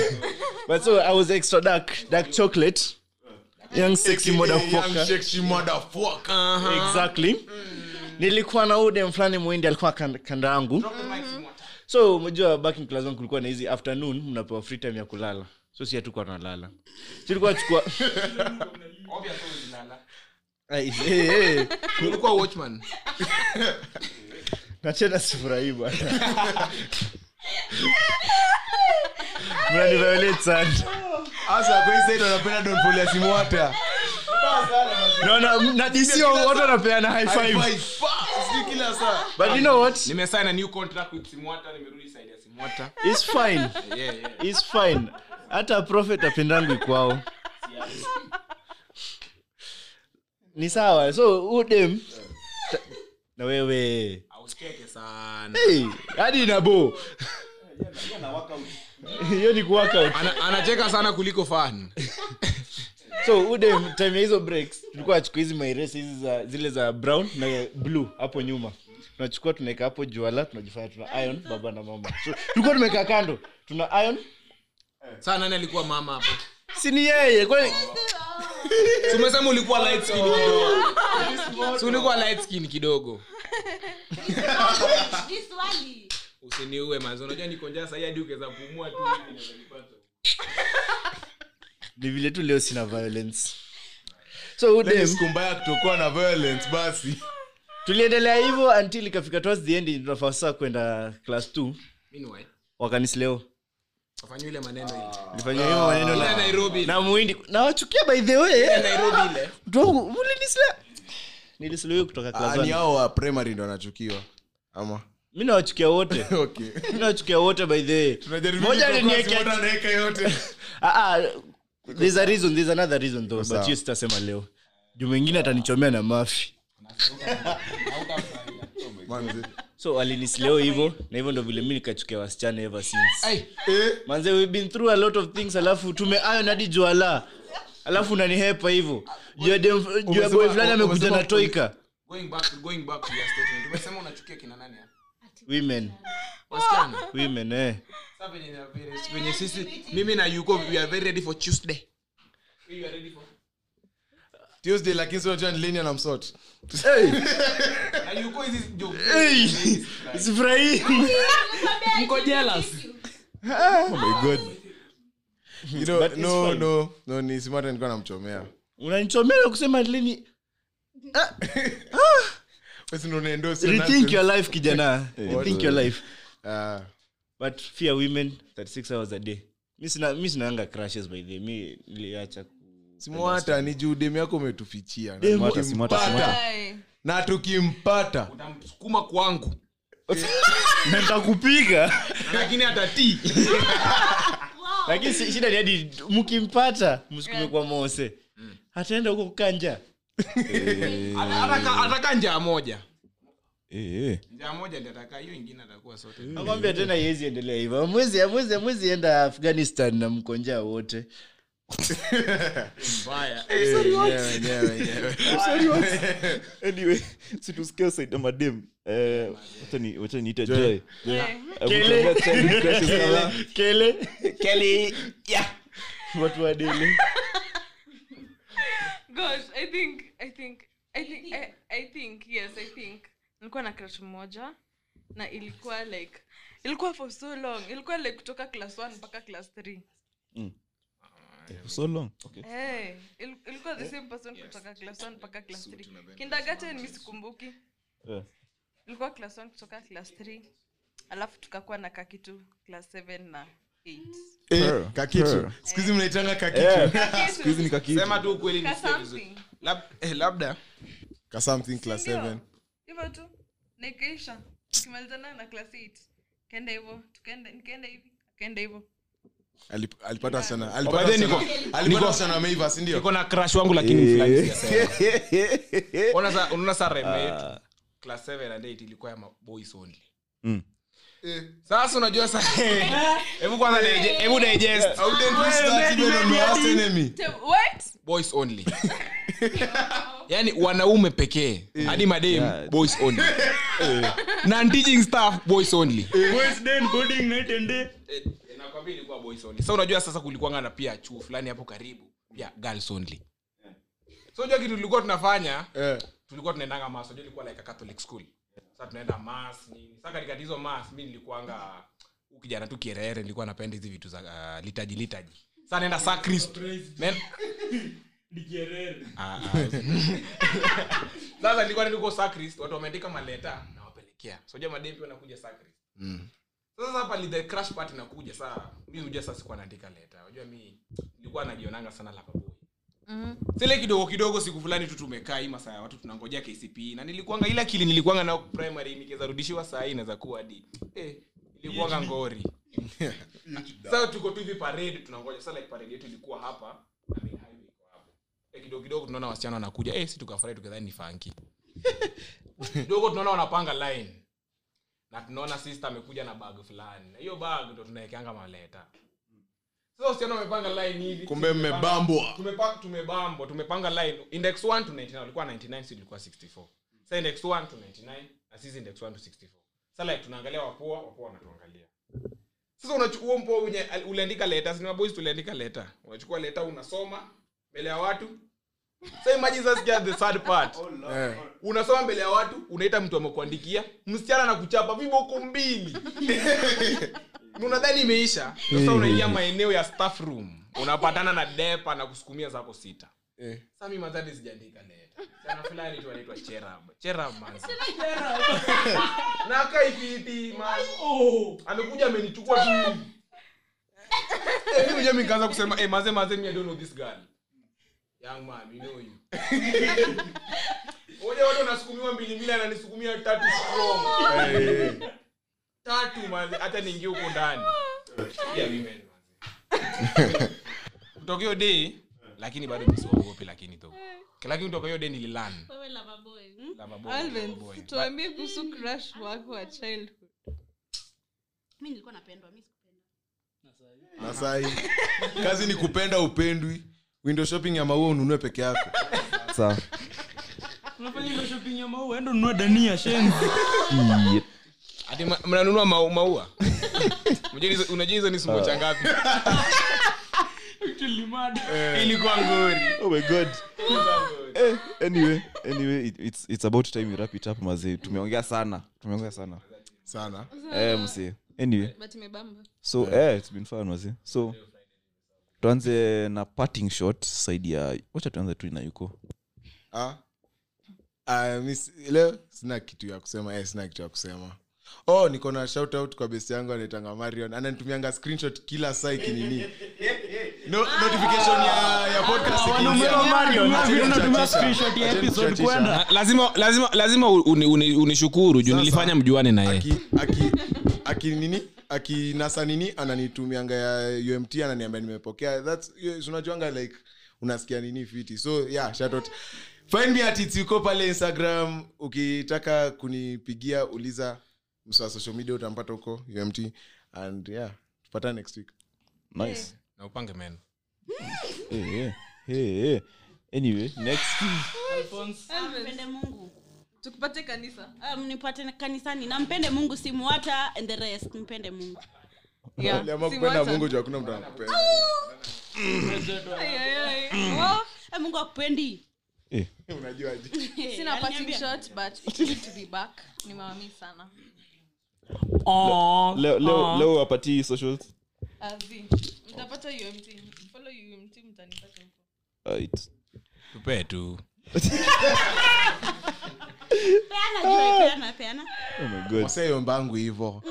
Speaker 1: but so i was extra dark dark chocolate young sexy motherfucker
Speaker 3: Aha.
Speaker 1: exactly nilikuwa na udem fulani mwindi alikuwa kan- kanda yangu so umejua back in class one kulikuwa na hizi afternoon mnapewa free time ya kulala so si hatukuwa tunalala so tulikuwa chukua Ai, eh, eh.
Speaker 3: ulikuwa watchman
Speaker 1: nachena sifurahii bwana mnaniviolate sana no, no, na DC wa- watu wanapeana high five but you know what
Speaker 3: nimesign a new contract with simwata nimerudi side ya simwata
Speaker 1: it's fine
Speaker 3: yeah yeah
Speaker 1: it's fine hata prophet apendangu kwao ni sawa so udem ta- na wewe
Speaker 3: auskeke sana
Speaker 1: hey, hadi inabo hiyo ni kuworkout
Speaker 3: Ana- anacheka sana kuliko fan
Speaker 1: so ude time ya hizo breaks tulikuwa achukua hizi mairesi hizi za zile za brown na blue hapo nyuma tunachukua tunaweka hapo juala tunajifanya tuna iron baba na mama so, tulikuwa tumekaa kando tuna iron
Speaker 3: saa nani alikuwa mama hapo
Speaker 1: si ni yeye kwani
Speaker 3: Si umesema ulikuwa light skin kidogo Si ulikuwa light skin kidogo
Speaker 4: this wali
Speaker 3: usiniue mazi unajua niko njaa sahi hadi ukiweza pumua tu
Speaker 1: ni vile tu leo sina violence so ude tuliendelea hivyo until ikafika towards the end tunafaa sasa kwenda class 2
Speaker 3: Meanwhile,
Speaker 1: wakanisleo
Speaker 3: wafanye ile maneno ile
Speaker 1: nilifanya hiyo maneno
Speaker 3: Ah. Ile ya
Speaker 1: na,
Speaker 3: nairobi ile
Speaker 1: na muhindi nawachukia by the way
Speaker 3: nairobi ile
Speaker 1: mtu wangu mlinislea nilislewiwa kutoka
Speaker 3: Ah,
Speaker 1: class one.
Speaker 9: niao Ah, wa primary ndo anachukiwa ama
Speaker 1: mi nawachukia wote
Speaker 9: okay
Speaker 1: mi nawachukia wote by the way. Moja aliniwekea- Ah, ah, there's a reason, there's another reason though, but hiyo sitasema leo juu mwingine atanichomea na mafi so alinisleo hivyo na hivyo ndo vile mi nikachukia wasichana ever since
Speaker 3: ai
Speaker 1: manze we've been through a lot of things alafu tumeayo nadi juala alafu unanihepa hivyo juu ya dem- juu ya boy fulani amekuja na toika
Speaker 3: going back going back to your statement umesema unachukia kina nani hapa?
Speaker 1: women
Speaker 3: wasichana
Speaker 1: women eh
Speaker 3: Sasa venye ina- venye- venye sisi mimi na yuko we are very ready for tuesday We are ready for-
Speaker 9: tuesday lakini sinajua ni lini anamsort
Speaker 1: hey,
Speaker 3: na yuko hizi jo-
Speaker 1: hey, sifurahii
Speaker 2: mko jealous
Speaker 9: you know,
Speaker 1: But it's
Speaker 9: no,
Speaker 1: fine.
Speaker 9: no, no, ni simata nilikuwa namchomea
Speaker 1: unanichomela kusema lini
Speaker 9: Basi ndo unaendorse your
Speaker 1: rethink
Speaker 9: nonsense.
Speaker 1: your life kijana rethink your life
Speaker 9: Ah,
Speaker 1: but fear women 36 hours a day mi sina- mi sinaanga crashes by the mi niliacha
Speaker 9: simwata ni juu demu yako umetufichia Na
Speaker 1: Demu-
Speaker 9: tukimpata-
Speaker 7: Simwata, simwata.
Speaker 9: na tukimpata
Speaker 3: utamsukuma kwangu
Speaker 1: natakupiga
Speaker 3: lakini hata ti
Speaker 1: lakini si- shida ni hadi mkimpata msukume kwa mose ataenda huko kukanja
Speaker 3: ataka njaa moja
Speaker 7: Eh, eh.
Speaker 3: njaa moja ndi ataka hiyo ingine atakuwa sote
Speaker 1: akwambia tena iwezi endelea hivyo amwezi amwezi amwezi enda afghanistan na mkonja wote
Speaker 3: mbaya
Speaker 9: Wenyewe, wenyewe, wenyewe.
Speaker 7: anyway situsikia saida madem Eh, wacha ni- wacha niite
Speaker 9: Joy.
Speaker 7: joy
Speaker 1: Kele.
Speaker 7: Eh, childhood crushes kadhaa.
Speaker 1: kele kele watu wadili
Speaker 12: gosh i think i think i think I, i think yes i think nilikuwa na crush moja na ilikuwa like ilikuwa for so long ilikuwa like kutoka class 1 mpaka class 3
Speaker 7: Mm. Eh, so long
Speaker 12: hey, il, ilikuwa
Speaker 2: Eh,
Speaker 12: the same person kutoka class 1 mpaka class 3 kindergarten mimi sikumbuki
Speaker 7: Eh.
Speaker 12: ilikuwa class 1 kutoka class 3 alafu tukakuwa na kakitu class 7 na 8
Speaker 9: Eh, kakitu
Speaker 7: Sure.
Speaker 9: siku hizi mnaitanga
Speaker 7: Eh,
Speaker 9: kakitu
Speaker 7: siku hizi ni kakitu.
Speaker 3: sema tu ukweli
Speaker 12: Ka
Speaker 3: nisikie vizuri.
Speaker 12: something
Speaker 3: Lab- eh, labda
Speaker 9: ka something class
Speaker 12: Ndio.
Speaker 9: 7
Speaker 12: hivyo tu nikaisha tukimalizana na class 8 kaenda hivyo tukaenda nikaenda hivi akaenda hivyo
Speaker 9: Alip- alipata wasichana-
Speaker 3: By
Speaker 9: alipata
Speaker 3: the way,
Speaker 9: wasichana-
Speaker 3: niko-
Speaker 9: alipata wasichana wameiva sindio
Speaker 3: niko na crush wangu lakini
Speaker 7: Eh.
Speaker 3: mfulani sijasema. Ona sa- unaona sa
Speaker 7: Ah.
Speaker 3: rembe yetu class 7 and 8 ilikuwa ya maboys only
Speaker 7: Mm.
Speaker 3: sasa unajua sa hebu kwanza dige- hebu digest
Speaker 9: How did we start even on worst enemy?
Speaker 12: Te- what
Speaker 3: boys only yani wanaume pekee hadi madem
Speaker 7: Yeah.
Speaker 3: boys only na teaching staff boys only Eh, nakwambia ilikuwa boys only so unajua sasa kulikuwanga na pia chuo fulani hapo karibu pia girls only so unajua kitu tulikuwa tunafanya
Speaker 9: Eh,
Speaker 3: tulikuwa tunaendanga mas unajua ilikuwa like a catholic school sasa tunaenda mas nini sasa katika hizo mas mi nilikuanga ukijana tu kierere nilikuwa napenda hizi vitu za uh, litaji litaji sasa naenda saa kristo Ah, sasa nilikuwa niko saa kristo watu wameandika maleta nawapelekea soja madem pia wanakuja saa kristo sasa hapa ni the crash part inakuja saa mi unajua sasa sikuwa naandika leta unajua mi nilikuwa najionanga sana la pamoja sile kidogo kidogo siku fulani tu tumekaa hii masaa ya watu tunangojea kcp na nilikuanga ile akili nilikuanga nao primary nikiweza rudishiwa saa hii inaweza kuwa di eh, ilikuanga ngori sasa tuko tu hivi parade tunangoja sasa like parade yetu ilikuwa hapa na main highway iko hapo. Eh, kidogo kidogo tunaona wasichana wanakuja eh, si tukafurahi tukadhani ni fanki kidogo tunaona wanapanga line na tunaona sister amekuja na bag fulani na hiyo bag ndo tunawekeanga maleta sasa wasichana wamepanga line hivi
Speaker 9: kumbe mmebambwa
Speaker 3: Tumepa- tumebambwa tumepanga line index 1 to 99 ulikuwa 99 sisi tulikuwa 64 sasa index 1 to 99 na sisi index 1 to 64 sasa like tunaangalia wapoa wapoa wanatuangalia sasa unachukua mpoa unye uliandika letter sina boys tuliandika letter unachukua letter unasoma mbele ya watu sasa imagine sasa sikia the sad part
Speaker 9: Eh.
Speaker 3: unasoma mbele ya watu unaita mtu amekuandikia msichana na kuchapa viboko mbili Na unadhani imeisha sasa unaingia
Speaker 9: Mm.
Speaker 3: maeneo ya staff room unapatana na depa na kusukumia zako sita
Speaker 9: Eh.
Speaker 3: sasa mi mazati sijaandika leta sana fulani tu anaitwa cherab cherab manzi na kaifiti man amekuja amenichukua tu hivi. Eh, mimi mwenyewe nikaanza kusema eh maze maze me I don't know this girl young man you know you Ngoja watu wanasukumiwa mbili mbili ananisukumia tatu strong tatu manzi hata niingie huko ndani Yeah, women, manzi. kutoka hiyo day lakini bado mi siwaogopi lakini tho lakini kutoka hiyo day nililan
Speaker 4: wewe lava boy hmm?
Speaker 3: la maboy, la maboy.
Speaker 12: alvin tuambie kuhusu crush wako wa childhood
Speaker 4: mi nilikuwa napendwa mi sikupendwa
Speaker 9: na sahi kazi ni kupenda upendwi window shopping ya maua ununue peke yako
Speaker 7: Sawa.
Speaker 2: unafanya ile shopping ya maua enda ununua dania shenzi
Speaker 3: ati ma- mnanunua mau- maua Unajua hizo- unajua hizo ni sumbo cha ngapi ilikuwa ngori
Speaker 7: oh my god eh, anyway anyway it, it's, it's about time we wrap it up mazee tumeongea sana tumeongea sana
Speaker 9: sana
Speaker 7: eh, mzee anyway
Speaker 4: but imebamba
Speaker 7: so yeah. eh, it's been fun wazee so tuanze na parting shot saidi ya wacha tuanze tu na yuko
Speaker 9: Ah. Ah, miss- leo sina kitu ya kusema eh, sina kitu ya kusema oh niko na shout out kwa besi yangu anaitanga marion ananitumianga screenshot kila saa ikinini no, notification ya, ya podcast ikiingia.
Speaker 3: Na lazima lazima lazima uni- uni- unishukuru juu
Speaker 9: Sasa.
Speaker 3: nilifanya mjuane
Speaker 2: Eh.
Speaker 3: na yeye
Speaker 9: Aki- aki- aki nini akinasa nini ananitumianga ya umt ananiambia nimepokea That's- hiyo- unajuanga like unasikia nini fiti so yeah shout out find me at It's Yuko pale instagram ukitaka kunipigia uliza msa wa social media utampata huko umt and yeah tupatane next week
Speaker 7: nice Eh,
Speaker 3: na upange meno
Speaker 7: hey. Hey, hey, hey. eh. anyway next
Speaker 4: Ah, mpende mungu
Speaker 12: tukupate kanisa
Speaker 4: Ah, mnipate kanisani na mpende mungu simuata and the rest mpende mungu
Speaker 12: Yeah,
Speaker 9: aliamua
Speaker 12: si
Speaker 9: kupenda
Speaker 12: wacha.
Speaker 9: mungu juu hakuna mtu anakupenda
Speaker 12: Ay, ay, ay. Wow.
Speaker 4: Eh, mungu akupendi
Speaker 7: Eh,
Speaker 9: unajuaje
Speaker 12: sina parting
Speaker 4: Aliniambia.
Speaker 12: shot but it's good to be back nimewamii sana
Speaker 7: leo leo leo wapatii socials
Speaker 12: azi
Speaker 9: Oh.
Speaker 12: mtapata umt follow umt mtanipata huko
Speaker 7: right.
Speaker 3: tupee tu
Speaker 4: peana joy peana peana
Speaker 7: oh my god
Speaker 9: waseyo mbangu hivo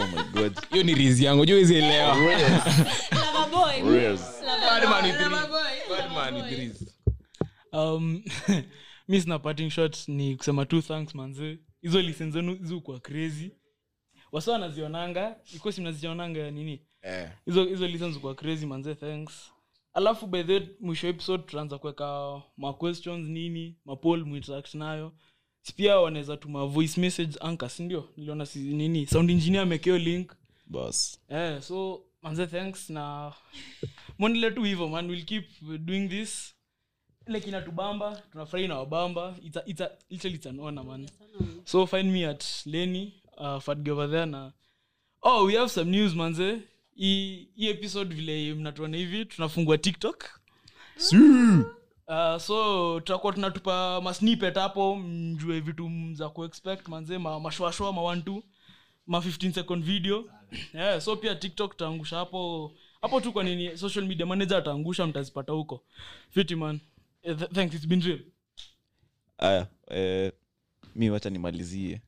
Speaker 7: oh my god
Speaker 3: hiyo ni rizi yangu juu izielewa
Speaker 4: lava boy
Speaker 7: Rares.
Speaker 4: lava boy. Lava boy.
Speaker 2: um, mi sina parting shot ni kusema tu thanks manze hizo lisen zenu zikuwa crazy wasa wanazionanga ikosi mnazionanga ya nini
Speaker 9: eh.
Speaker 2: hizo hizo listen zikuwa crazy manze thanks alafu by the way, mwisho episode tutaanza kuweka ma questions nini mapol muinteract nayo Si pia wanaweza tuma voice message anka sindio niliona si, nini sound engineer amekeo link
Speaker 7: bas
Speaker 2: eh, so manze thanks na mwendele tu hivyo man we'll keep doing this like inatubamba tunafurahi na wabamba it's a, it's a, literally it's an honor man so find me at leni uh, fatge over there na oh we have some news manze hii hii episode vile mnatuona hivi tunafungua tiktok Uh, so tutakuwa tunatupa masnippet hapo mjue vitu za kuexpect manze ma, mashwashwa ma one two ma 15 second video yeah, so pia tiktok tutaangusha hapo hapo tu kwa nini social media manager ataangusha mtazipata huko fiti man eh, th- thanks it's been real
Speaker 7: aya eh, mi wacha nimalizie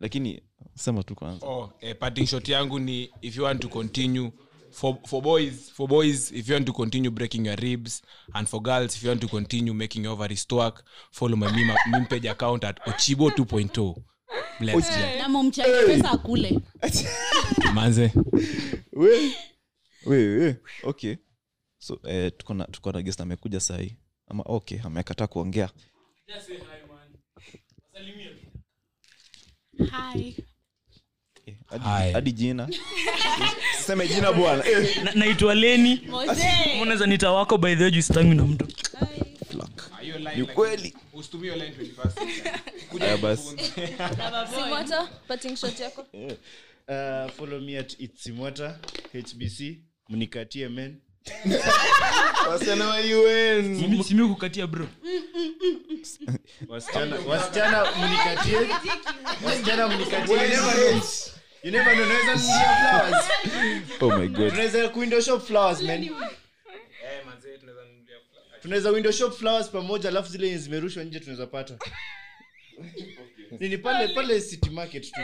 Speaker 7: lakini sema tu kwanza
Speaker 3: oh, eh, parting shot yangu ni if you want to continue for, for boys for boys if you want to continue breaking your ribs and for girls if you want to continue making your ovaries to work follow my meme, meme page account at ochibo oh. 2.0 bless you
Speaker 4: na mumchange pesa akule
Speaker 3: manze
Speaker 7: we we we okay so eh, tuko na tuko na guest amekuja sahi ama okay amekataa kuongea
Speaker 4: hi
Speaker 7: Eh, hadi-
Speaker 3: Hi.
Speaker 7: hadi jina seme jina bwana eh.
Speaker 2: Na- naitwa leni
Speaker 4: mozee
Speaker 2: mnaweza nita wako by the way juu sitangi na mtu
Speaker 7: ni kweli Haya basi
Speaker 12: simwata parting shot yako
Speaker 1: Uh, follow me at itsimota hbc mnikatie men
Speaker 9: wasichana wa UN.
Speaker 2: Simi- simi kukatia bro
Speaker 1: wasichana wasichana mnikatie wasichana mnikatie you never know naweza nunulia flowers
Speaker 7: oh my god
Speaker 1: tunaweza window shop flowers man tunaweza window shop flowers pamoja alafu zile yenye zimerushwa nje tunaweza pata nini pale pale city market tu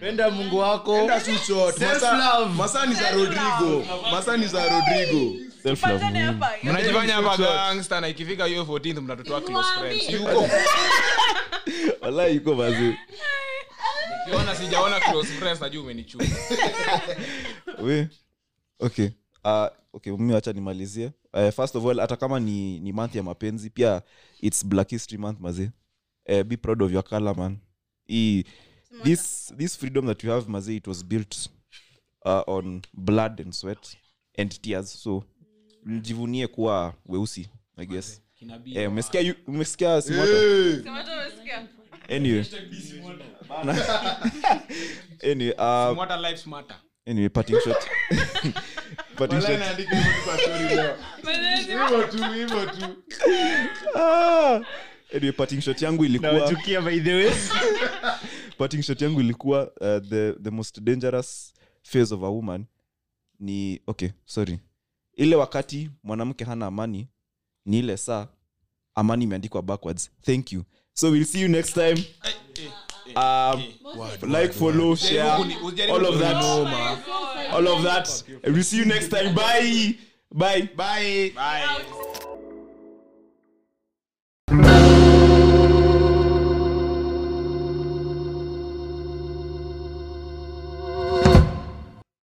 Speaker 1: penda mungu wako
Speaker 9: Enda shoot shot.
Speaker 1: Self
Speaker 9: Masa-
Speaker 1: love.
Speaker 9: masa ni za rodrigo masa ni za rodrigo
Speaker 7: self love
Speaker 12: Patane
Speaker 7: mm.
Speaker 12: hapa, ya-
Speaker 3: mnajifanya hapa gangster na ikifika hiyo 14th mnatotoa close friends yuko
Speaker 7: wallahi yuko vazi
Speaker 3: ukiona sijaona close friends najua umenichuma
Speaker 7: we okay uh, okay mimi wacha nimalizie uh, first of all hata kama ni, ni month ya mapenzi pia its black history month mazi uh, be proud of your color man I, this, this freedom that you have mazi it was built uh, on blood and sweat and tears so mjivunie kuwa weusi i guess
Speaker 3: Kinabii.
Speaker 7: Eh, umesikia yu- umesikia simota
Speaker 9: Hey!
Speaker 12: Samata umesikia?
Speaker 7: anyway anyway uh,
Speaker 3: What are lives matter?
Speaker 7: anyway parting shot parting
Speaker 9: Walai
Speaker 7: shot
Speaker 9: naandika hivyo tu kwa story leo.
Speaker 12: Maneno-
Speaker 9: Hivyo tu, hivyo tu.
Speaker 7: ah! anyway parting shot yangu ilikuwa
Speaker 1: nawachukia by the way
Speaker 7: parting shot yangu ilikuwa uh, the, the most dangerous phase of a woman ni okay sorry ile wakati mwanamke hana amani ni ile saa amani imeandikwa backwards thank you so we'll see you next time um, like follow share
Speaker 3: Ujaribu kuni- ujaribu
Speaker 7: all of
Speaker 3: kuni- Oh
Speaker 7: that all of that we'll see you next time bye bye
Speaker 9: Bye.
Speaker 3: Bye.